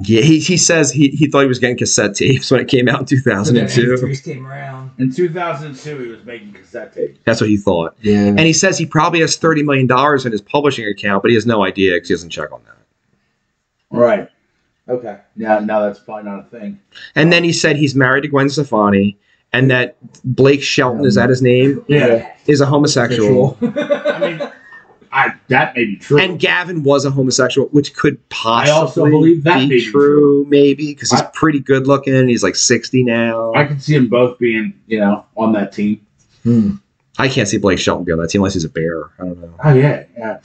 Speaker 1: yeah, he, he says he, he thought he was getting cassette tapes when it came out in
Speaker 6: So then
Speaker 1: 2002.
Speaker 6: MP3s came around.
Speaker 2: In 2002, he was making cassette tapes.
Speaker 1: That's what he thought.
Speaker 6: Yeah.
Speaker 2: Mm.
Speaker 1: And he says he probably has $30 million in his publishing account, but he has no idea because he doesn't check on that.
Speaker 2: Right.
Speaker 6: Okay.
Speaker 2: Now, now that's probably not a thing.
Speaker 1: And then he said he's married to Gwen Stefani and that Blake Shelton, is that his name?
Speaker 2: Yeah.
Speaker 1: Is a homosexual.
Speaker 2: I
Speaker 7: [laughs]
Speaker 2: [laughs] mean, I that may be true.
Speaker 1: And Gavin was a homosexual, which could possibly
Speaker 2: I also believe that may
Speaker 1: be
Speaker 2: be
Speaker 1: true, maybe, because he's
Speaker 2: I-
Speaker 1: pretty good looking. and He's like 60 now.
Speaker 2: I
Speaker 1: I,
Speaker 2: can see them both being, you know, on that team.
Speaker 1: Hmm.
Speaker 6: [laughs]
Speaker 1: can't see Blake Shelton be on that team unless he's a bear. I don't know.
Speaker 2: Oh yeah, yeah.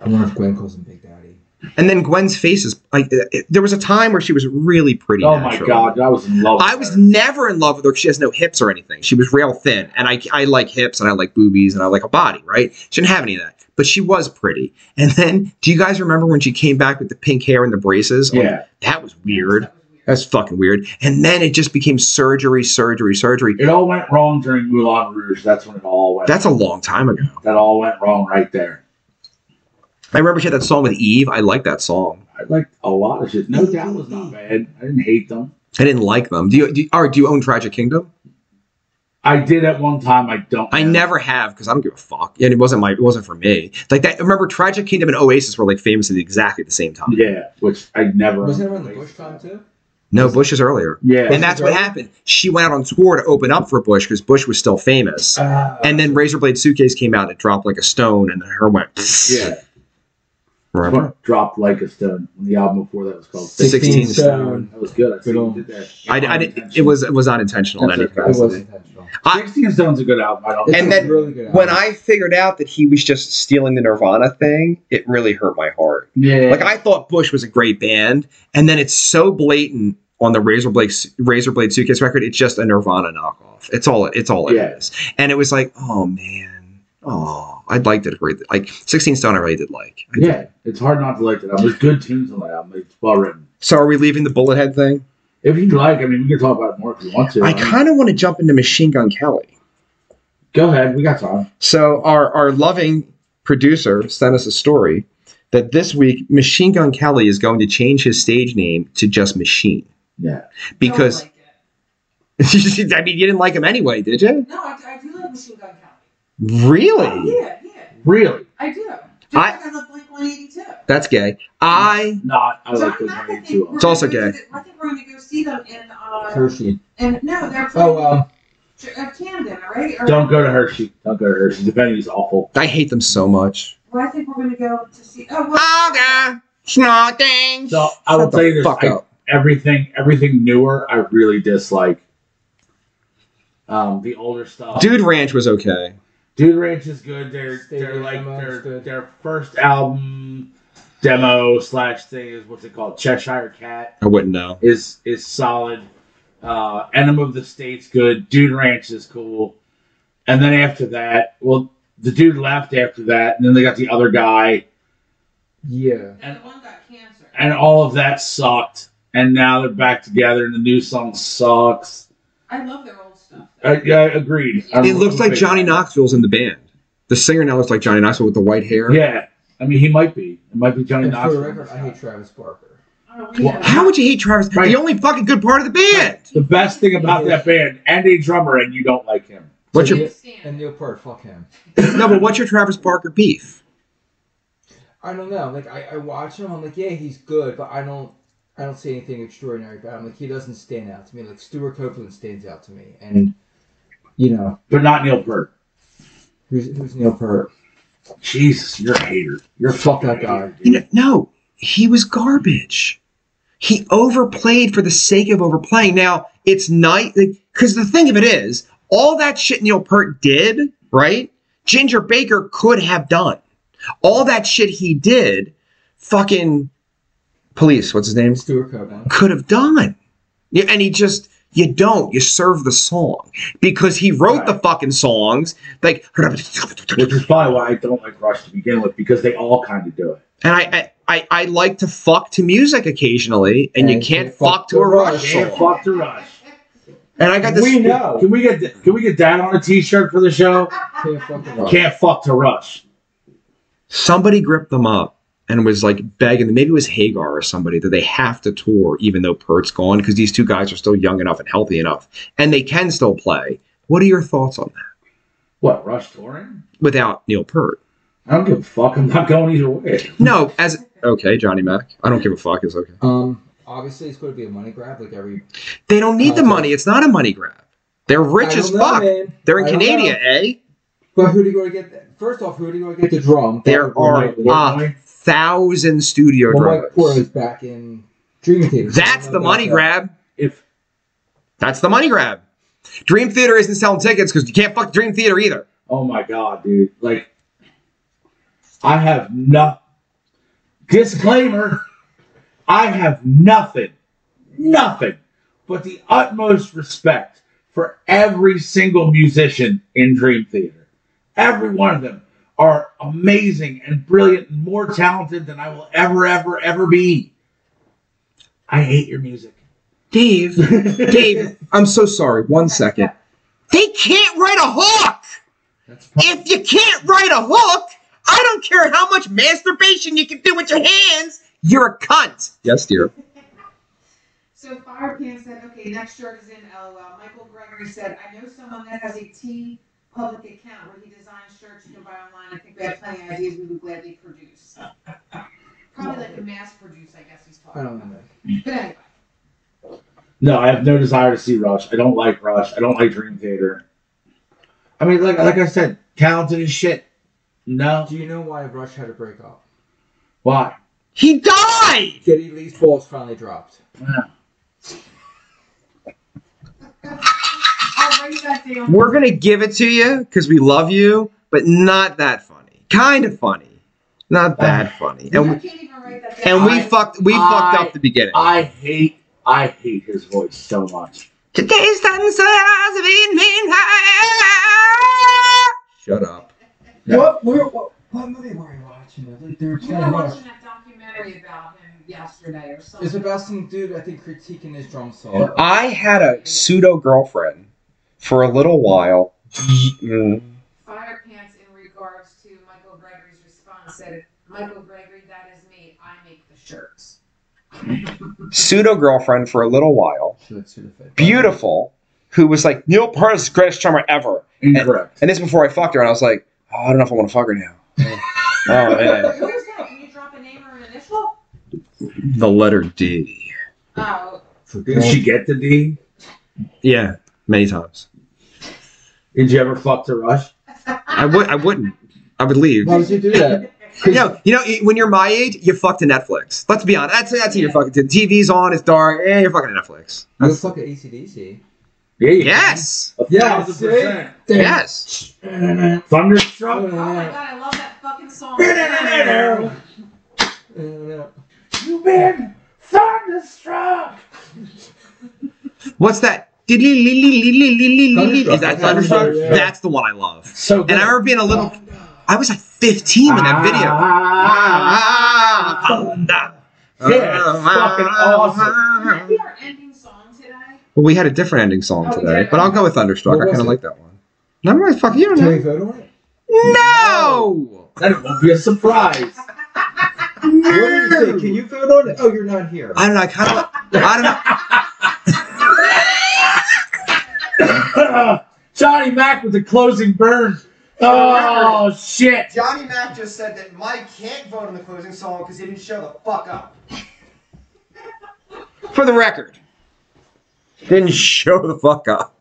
Speaker 6: I wonder if Gwen calls him Big Daddy.
Speaker 1: And then Gwen's face is like, uh, it- there was a time where she was really pretty.
Speaker 2: Oh my
Speaker 1: natural.
Speaker 2: god, I was in love. With
Speaker 1: I was
Speaker 2: her.
Speaker 1: never in love with her. 'cause She has no hips or anything. She was real thin, and I, I like hips and I like boobies and I like a body, right? She didn't have any of that, but she was pretty. And then, do you guys remember when she came back with the pink hair and the braces? Like,
Speaker 2: Yeah.
Speaker 1: that was weird.
Speaker 4: That was weird.
Speaker 1: That's fucking weird. And then it just became surgery, surgery, surgery.
Speaker 2: It all went wrong during Moulin Rouge. That's when it all went.
Speaker 1: That's a long time ago.
Speaker 2: that all went wrong right there.
Speaker 1: I remember she had that song with Eve. I liked that song.
Speaker 2: I liked a lot of shit. No doubt was not bad. I didn't hate them.
Speaker 1: I didn't like them. Do you? Do you, or do you own Tragic Kingdom?
Speaker 2: I did at one time. I don't.
Speaker 1: I
Speaker 2: now.
Speaker 1: never have because I don't give a fuck. And it wasn't my. It wasn't for me. Like that. Remember Tragic Kingdom and Oasis were like famous at exactly the same time.
Speaker 2: Yeah, which I never.
Speaker 6: Wasn't that around the Bush time too?
Speaker 1: No, Bush is earlier.
Speaker 2: Yeah.
Speaker 1: And that's what happened. She went out on tour to open up for Bush because Bush was still famous.
Speaker 2: Ah,
Speaker 1: And then Razorblade Suitcase came out and it dropped like a stone, and then her went.
Speaker 2: yeah,
Speaker 1: Remember?
Speaker 2: dropped like a stone. The album before that was called.
Speaker 1: Six- 16
Speaker 6: stone.
Speaker 2: That was good. I see
Speaker 6: Good
Speaker 2: you
Speaker 6: old-
Speaker 2: did that.
Speaker 1: I, I didn't, it was it was not intentional in any
Speaker 2: That's okay.
Speaker 6: It was
Speaker 1: capacity.
Speaker 6: intentional.
Speaker 1: I-
Speaker 2: Sixteen Stone's a good album. I don't.
Speaker 6: It's
Speaker 1: And
Speaker 6: a
Speaker 1: then
Speaker 6: really good
Speaker 1: when
Speaker 6: album.
Speaker 1: I figured out that he was just stealing the Nirvana thing, it really hurt my heart.
Speaker 2: yeah,
Speaker 1: Like I thought Bush was a great band, and then it's so blatant on the Razorblade Razorblade Suitcase record. It's just a Nirvana knockoff. It's all it's all it is.
Speaker 2: Yeah.
Speaker 1: And it was like, oh man, oh, I liked it a great. Like Sixteen Stone, I really did like. I did.
Speaker 2: yeah, it's hard not to like that album. There's good tunes on that album. It's well written.
Speaker 1: So are we leaving the Bullethead thing?
Speaker 2: If you'd like, I mean, we can talk about it more if you want to.
Speaker 1: I
Speaker 2: mean,
Speaker 1: kind of want to jump into Machine Gun Kelly.
Speaker 2: go ahead. We got time.
Speaker 1: So our our loving producer sent us a story that this week Machine Gun Kelly is going to change his stage name to just Machine
Speaker 2: Yeah.
Speaker 1: because [laughs]
Speaker 4: Don't like it.
Speaker 1: I mean you didn't like him anyway, did you?
Speaker 4: no, I, I do love Machine Gun Kelly. Oh,
Speaker 1: Really?
Speaker 4: yeah, yeah,
Speaker 2: Really?
Speaker 4: I do. Just
Speaker 1: I-
Speaker 4: like I love Blink One Eighty Two.
Speaker 1: That's gay. I
Speaker 2: Not. I like the
Speaker 4: John Mack, I
Speaker 2: money
Speaker 4: think we're
Speaker 2: too.
Speaker 1: It's also
Speaker 4: gonna
Speaker 1: gay.
Speaker 4: go to- I think we're going to go see them in uh,
Speaker 6: Hershey.
Speaker 4: and no, they're playing
Speaker 6: Oh, um,
Speaker 4: at Camden, right? Or-
Speaker 2: Don't go to Hershey. Don't go to Hershey. The venue's awful.
Speaker 1: I hate them so much.
Speaker 4: Well, I think we're going to go to see. Oh, well,
Speaker 1: Olga, snorting.
Speaker 2: So I will tell you this:
Speaker 1: Fuck
Speaker 2: I-
Speaker 1: up.
Speaker 2: everything, everything newer, I really dislike. Um, the older stuff.
Speaker 1: Dude Ranch was okay.
Speaker 2: Dude Ranch is good. They're they're
Speaker 6: Stadium
Speaker 2: like
Speaker 6: Demo is
Speaker 2: their
Speaker 6: good.
Speaker 2: their first album demo slash thing is what's it called? Cheshire Cat
Speaker 1: I wouldn't know.
Speaker 2: is is solid. Uh, Enema of the State's good. Dude Ranch is cool. And then after that, well, the dude left after that, and then they got the other guy,
Speaker 6: yeah.
Speaker 4: and the one got cancer.
Speaker 2: and all of that sucked. And now they're back together, and the new song sucks.
Speaker 4: I love their old stuff. though.
Speaker 2: I, yeah, I agreed.
Speaker 4: It
Speaker 2: I'm-
Speaker 1: It looks like Johnny Knoxville's in the band. The singer now looks like Johnny Knoxville with the white hair.
Speaker 2: Yeah, I mean, he might be. It might be Johnny
Speaker 6: And for the
Speaker 2: Knoxville.
Speaker 6: record, I hate Travis Barker.
Speaker 4: Oh,
Speaker 2: Well,
Speaker 4: yeah.
Speaker 1: How would you hate Travis?
Speaker 2: Right.
Speaker 1: The only fucking good part of the band.
Speaker 2: The best thing about that band and a drummer, and you don't like him.
Speaker 1: What's
Speaker 6: So
Speaker 1: your
Speaker 6: And
Speaker 4: Stand.
Speaker 6: Neil Peart, fuck him.
Speaker 1: no? But what's your Travis Barker beef?
Speaker 6: I don't know. Like I, I watch him, I'm like, yeah, he's good, but I don't, I don't see anything extraordinary about him. Like he doesn't stand out to me. Like Stuart Copeland stands out to me, and you know
Speaker 2: But not Neil Peart.
Speaker 6: who's who's Neil Peart?
Speaker 2: Jesus, you're a hater. You're a
Speaker 6: Fuck
Speaker 2: fucking
Speaker 6: that guy.
Speaker 2: hater, dude.
Speaker 1: You know, no, he was garbage. He overplayed for the sake of overplaying. Now it's night because the thing of it is, all that shit Neil Peart did, right? Ginger Baker could have done all that shit he did. Fucking police. What's his name?
Speaker 6: Stuart Copeland.
Speaker 1: could have done. Yeah, and he just you don't. You serve the song because he wrote the fucking songs. Like,
Speaker 2: Which
Speaker 1: and
Speaker 2: is probably why I don't like Rush to begin with, because they all kind of do it.
Speaker 1: I, I I I like to fuck to music occasionally, and you
Speaker 6: And
Speaker 1: can't
Speaker 6: you
Speaker 1: fuck to a Rush
Speaker 2: Can't
Speaker 1: song.
Speaker 2: fuck the
Speaker 4: [laughs]
Speaker 2: Rush.
Speaker 1: And I got this.
Speaker 7: [laughs]
Speaker 6: We know.
Speaker 2: Can we get th- can we get that on a T-shirt for the show?
Speaker 6: Can't fucking rock.
Speaker 2: Can't fuck to Rush.
Speaker 1: Somebody gripped them up and was like begging. Maybe it was Hagar or somebody that they have to tour, even though Pert's gone, because these two guys are still young enough and healthy enough, and they can still play. What are your thoughts on that?
Speaker 2: What Rush touring?
Speaker 1: Without Neil Pert.
Speaker 2: I don't give a fuck. I'm not going either way.
Speaker 1: No, as
Speaker 4: [laughs]
Speaker 1: okay, Johnny Mac. I don't give a fuck. It's okay.
Speaker 6: Um, obviously it's going to be a money grab. Like every
Speaker 1: They don't need the
Speaker 6: Okay.
Speaker 1: money. It's not a money grab. They're rich
Speaker 6: I
Speaker 1: as
Speaker 6: don't know,
Speaker 1: fuck.
Speaker 6: man.
Speaker 1: They're in
Speaker 6: I don't know.
Speaker 1: Canada, eh?
Speaker 6: But who do you go to get? that? First off, who do you go to get the drum?
Speaker 1: There are
Speaker 2: Wait, wait,
Speaker 1: a
Speaker 2: wait.
Speaker 1: thousand studio
Speaker 6: Well, Mike
Speaker 1: drummers.
Speaker 6: Portnoy's back in Dream Theater.
Speaker 1: That's
Speaker 6: I don't
Speaker 1: the
Speaker 6: know about
Speaker 1: money
Speaker 6: that.
Speaker 1: grab.
Speaker 2: If
Speaker 1: That's the money grab. Dream Theater isn't selling tickets because you can't fuck Dream Theater either.
Speaker 2: oh my god, dude, like I have no disclaimer. I have nothing, nothing, but the utmost respect for every single musician in Dream Theater. Every one of them are amazing and brilliant, and more talented than I will ever, ever, ever be. I hate your music.
Speaker 1: Dave, [laughs] Dave, I'm so sorry. One second. They can't write a hook.
Speaker 2: That's
Speaker 1: If you can't write a hook, I don't care how much masturbation you can do with your hands. You're a cunt. Yes, dear.
Speaker 4: So Firepan said, okay, next shirt is in LOL. Michael Gregory said, I know someone that has a T public account where he designs shirts you can buy online. I think we have plenty of ideas we would gladly produce. Probably like a mass produce, I guess he's
Speaker 6: I
Speaker 1: Um,
Speaker 4: talking
Speaker 6: don't
Speaker 4: about.
Speaker 6: know.
Speaker 4: But anyway,
Speaker 2: No, I have no desire to see Rush. I don't like Rush. I don't like Dream Theater. I mean, like like I said, talented as shit. No,
Speaker 6: Do you know why Rush had to break up?
Speaker 2: why?
Speaker 1: He died.
Speaker 6: Geddy Lee's balls finally dropped.
Speaker 4: I'll write that down.
Speaker 1: We're gonna give it to you because we love you, but not that funny. Kind of funny, not that funny. And
Speaker 4: I
Speaker 1: we,
Speaker 4: can't even write that down.
Speaker 1: and we
Speaker 2: Uh, I-
Speaker 1: fucked we fucked up the beginning.
Speaker 2: I hate I hate his voice so much.
Speaker 1: Today's sunrise of evening high. Shut up.
Speaker 2: No.
Speaker 3: What, where, what, what movie were you watching? Like, they were
Speaker 4: You
Speaker 3: trying
Speaker 4: were
Speaker 3: to watch.
Speaker 4: watching that documentary about him yesterday or something.
Speaker 6: It's about some dude I think critiquing his drum solo.
Speaker 1: I had a pseudo girlfriend for a little while. Mm.
Speaker 4: Fire pants in regards to Michael Gregory's response said, Michael Gregory, that is me. I make the
Speaker 1: [laughs]
Speaker 4: shirts.
Speaker 1: Pseudo girlfriend for a little while.
Speaker 6: She looks through the fit.
Speaker 1: Beautiful, who was like Neil Peart is the greatest drummer ever.
Speaker 2: Incorrect.
Speaker 1: And this before I fucked her, and I was like, oh, I don't know if I want to fuck her [laughs] now. oh man.
Speaker 4: Who's that? Can you drop a name or an initial?
Speaker 1: The letter D.
Speaker 4: Oh,
Speaker 2: Did she get the D?
Speaker 1: Yeah, many times.
Speaker 2: Did you ever fuck to Rush?
Speaker 1: I would. I wouldn't. I would leave.
Speaker 6: Why would you do that?
Speaker 1: You know, you know, when you're my age, you fuck to Netflix. Let's be honest. That's that's who you're fucking to. TV's on. It's dark. Eh, you're fucking to Netflix.
Speaker 6: You
Speaker 1: That's-
Speaker 6: look like an ACDC.
Speaker 2: Yeah. you
Speaker 1: yes.
Speaker 2: can. A
Speaker 6: Yeah,
Speaker 2: thousand
Speaker 6: see?
Speaker 2: percent.
Speaker 1: Yes.
Speaker 4: oh
Speaker 2: Thunderstruck. [laughs]
Speaker 4: my god, I love that fucking song.
Speaker 2: You've been thunderstruck.
Speaker 1: What's that? Is that
Speaker 6: Thunderstruck?
Speaker 1: Thunderstruck? That's the one I love.
Speaker 2: So good.
Speaker 1: And I remember being a little. I was like 15 when that video. Ah, thunder.
Speaker 2: Yeah, it's fucking awesome.
Speaker 4: Can I do our ending song today?
Speaker 1: Well, we had a different ending song
Speaker 4: Oh, we
Speaker 1: today,
Speaker 4: did.
Speaker 1: but I'll go with Thunderstruck.
Speaker 6: What
Speaker 1: I
Speaker 6: was
Speaker 1: kind of
Speaker 6: it?
Speaker 1: like that one. No, I'm really fucking you don't
Speaker 6: Can we
Speaker 1: know.
Speaker 6: vote on it?
Speaker 1: No!
Speaker 2: Then it won't be a surprise.
Speaker 6: What did you say? Can you vote on it? Oh, you're not here.
Speaker 1: I don't know. I kind of. I don't know.
Speaker 2: Johnny Mack with the closing burn. Oh shit!
Speaker 7: Johnny Mack just said that Mike can't vote on the closing song because he didn't show the fuck up.
Speaker 1: For the record, didn't show the fuck up.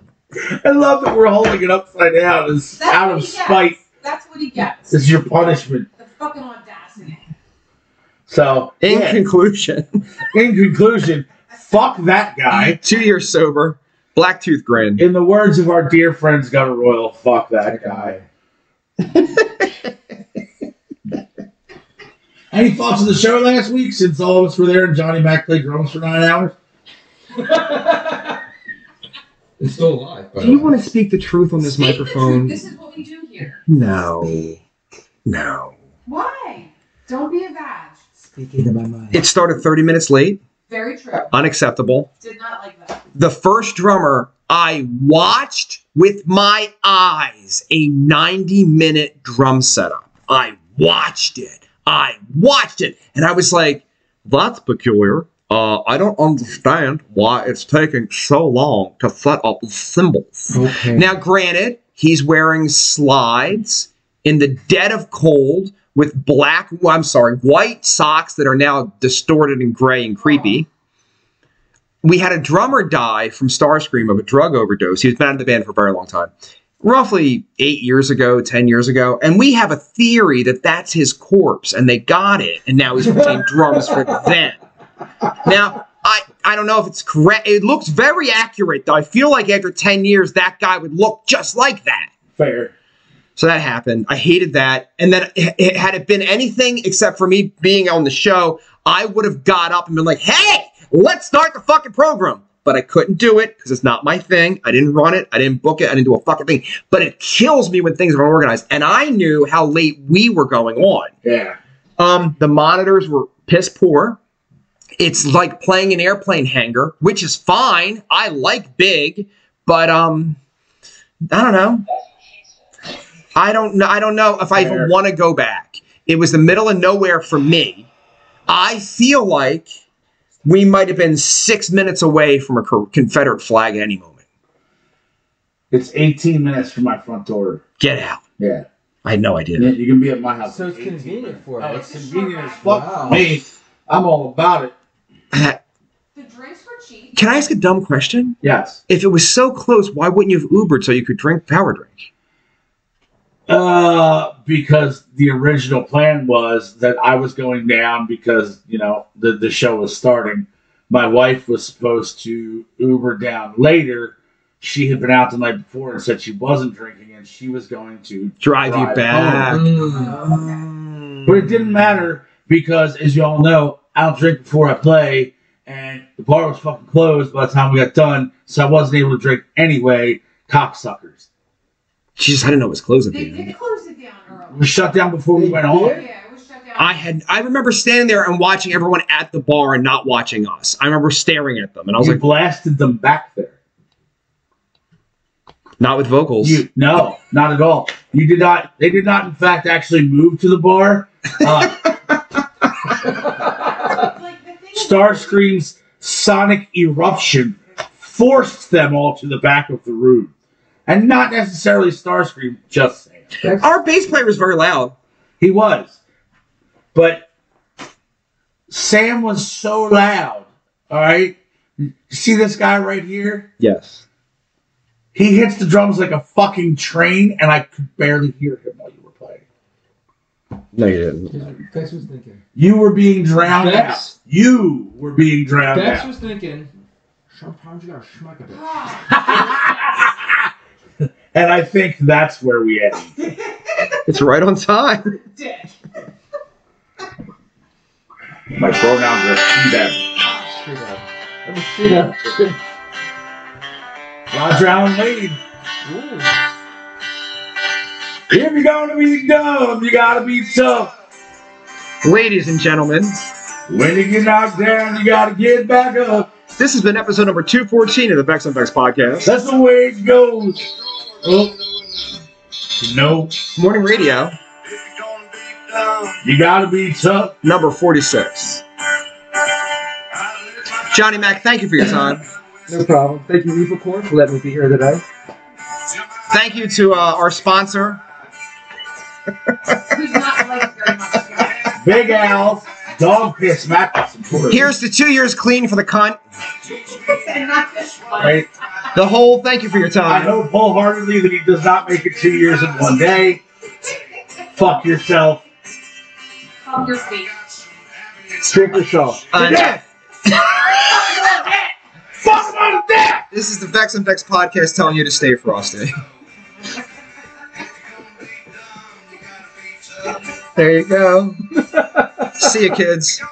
Speaker 2: I love that we're holding it upside down. It's
Speaker 4: That's
Speaker 2: out
Speaker 4: what
Speaker 2: of
Speaker 4: he gets.
Speaker 2: spite.
Speaker 4: That's what he gets.
Speaker 2: This is your punishment.
Speaker 4: The fucking audacity.
Speaker 2: So
Speaker 1: In
Speaker 2: yeah,
Speaker 1: conclusion,
Speaker 2: in conclusion, fuck that guy.
Speaker 1: two years sober, black tooth grin.
Speaker 2: In the words of our dear friends Gunner Royal, fuck that guy. [laughs] Any thoughts on the show last week since all of us were there and Johnny Mack played drums for nine hours?
Speaker 6: It's still alive.
Speaker 1: Do you want to speak the truth on this
Speaker 4: Speak the truth.
Speaker 1: microphone?
Speaker 4: This is what we do here.
Speaker 1: No. No.
Speaker 4: Why? Don't be a badge.
Speaker 6: Speaking to my mind.
Speaker 1: It started 30 minutes late.
Speaker 4: Very true.
Speaker 1: Unacceptable.
Speaker 4: Did not like that.
Speaker 1: The first drummer I watched with my eyes a 90 minute drum setup. I watched it. I watched it. And I was like, that's peculiar. Uh, I don't understand why it's taking so long to set up the cymbals.
Speaker 3: Mm-hmm.
Speaker 6: Okay.
Speaker 1: Now, granted, he's wearing slides in the dead of cold with black, well, I'm sorry, white socks that are now distorted and gray and creepy. We had a drummer die from Starscream of a drug overdose. He's been out of the band for a very long time, roughly eight years ago, 10 years ago. And we have a theory that that's his corpse and they got it. And now he's playing drums for them. Now, I, I don't know if it's correct. It looks very accurate, though. I feel like after 10 years, that guy would look just like that.
Speaker 2: Fair.
Speaker 1: So that happened. I hated that. And then it, it- had it been anything except for me being on the show, I would have got up and been like, hey, let's start the fucking program. But I couldn't do it because it's not my thing. I didn't run it. I didn't book it. I didn't do a fucking thing. But it kills me when things are unorganized. And I knew how late we were going on.
Speaker 2: Yeah.
Speaker 1: Um, the monitors were piss poor. It's like playing an airplane hangar, which is fine. I like big, but um, I don't know. I don't know. I don't know if I
Speaker 2: Fair.
Speaker 1: even want to go back. It was the middle of nowhere for me. I feel like we might have been six minutes away from a co- Confederate flag at any moment.
Speaker 2: It's 18 minutes from my front door.
Speaker 1: Get out.
Speaker 2: Yeah.
Speaker 1: I had no idea.
Speaker 2: Yeah, you can be at my house.
Speaker 6: So
Speaker 2: in
Speaker 6: it's
Speaker 2: 18
Speaker 6: convenient
Speaker 2: minutes.
Speaker 6: for
Speaker 2: Oh,
Speaker 6: us.
Speaker 2: it's convenient as fuck
Speaker 6: Wow.
Speaker 2: for me. I'm all about it.
Speaker 4: The drinks were cheap.
Speaker 1: Can I ask a dumb question?
Speaker 2: Yes.
Speaker 1: If it was so close, why wouldn't you have Ubered so you could drink power drink?
Speaker 2: Uh, because the original plan was that I was going down because you know the the show was starting. My wife was supposed to Uber down later. She had been out the night before and said she wasn't drinking, and she was going to.
Speaker 1: Drive, Oh, you
Speaker 2: Drive
Speaker 1: back.
Speaker 6: Uh,
Speaker 4: Oh, Mm.
Speaker 2: But it didn't matter because, as you all know, I don't drink before I play, and the bar was fucking closed by the time we got done, so I wasn't able to drink anyway. Cocksuckers.
Speaker 1: Jeez, I didn't know it was closed at
Speaker 4: They
Speaker 1: the
Speaker 4: did
Speaker 1: end.
Speaker 4: close it down
Speaker 2: It was
Speaker 4: early.
Speaker 2: shut down before we went on.
Speaker 4: Yeah, it was shut down.
Speaker 1: I had I remember standing there and watching everyone at the bar and not watching us. I remember staring at them and I was
Speaker 2: you
Speaker 1: like,
Speaker 2: blasted them back there.
Speaker 1: not with vocals.
Speaker 2: You no, not at all. You did not. They did not, in fact, actually move to the bar. Uh,
Speaker 4: Like, the thing is-
Speaker 2: Starscream's sonic eruption forced them all to the back of the room, and not necessarily Starscream. Just saying,
Speaker 1: Our bass player was very loud.
Speaker 2: he was, but Sam was so loud. All right, You see this guy right here.
Speaker 1: Yes.
Speaker 2: He hits the drums like a fucking train, and I could barely hear him while you were playing.
Speaker 1: No, you didn't.
Speaker 6: Bex was thinking.
Speaker 2: You were being drowned
Speaker 6: Bex?
Speaker 2: out. You were being drowned
Speaker 6: Bex
Speaker 2: out.
Speaker 6: was thinking. Sometimes you gotta schmuck a bit.
Speaker 4: Ah,
Speaker 2: [laughs] and I think that's where we end.
Speaker 1: It's right on time.
Speaker 4: [laughs]
Speaker 1: [laughs]
Speaker 4: dick.
Speaker 2: My pronouns are he, them.
Speaker 6: Straight up. That was straight up.
Speaker 2: Roger Allen Wade.
Speaker 6: Ooh.
Speaker 2: If you're gonna be dumb, you gotta be tough.
Speaker 1: Ladies and gentlemen,
Speaker 2: When you get knocked down, you gotta get back up.
Speaker 1: this has been episode number 214 of the Bex and Bex podcast.
Speaker 2: That's the way it goes. Oh. Nope.
Speaker 1: Morning radio,
Speaker 2: You gotta be tough.
Speaker 1: number 46. Johnny Mac, thank you for your time.
Speaker 3: No problem. Thank you, Evil Corn, for letting me be here today.
Speaker 1: Thank you to uh, our sponsor.
Speaker 4: Who's not liked very much. guys.
Speaker 2: Big Al's dog piss mattress. Support.
Speaker 1: Here's to two years clean for the cunt.
Speaker 4: And not this one.
Speaker 2: Right?
Speaker 1: The whole, thank you for your
Speaker 2: I
Speaker 1: time.
Speaker 2: hope wholeheartedly that he does not make it two years in one day. Fuck yourself.
Speaker 4: Fuck your feet.
Speaker 3: Drink yourself.
Speaker 2: To
Speaker 1: Uh,
Speaker 2: death. Fuck him on the death.
Speaker 1: this is the Vex and Vex podcast telling you to stay frosty.
Speaker 7: [laughs]
Speaker 3: There you go.
Speaker 1: See you, kids.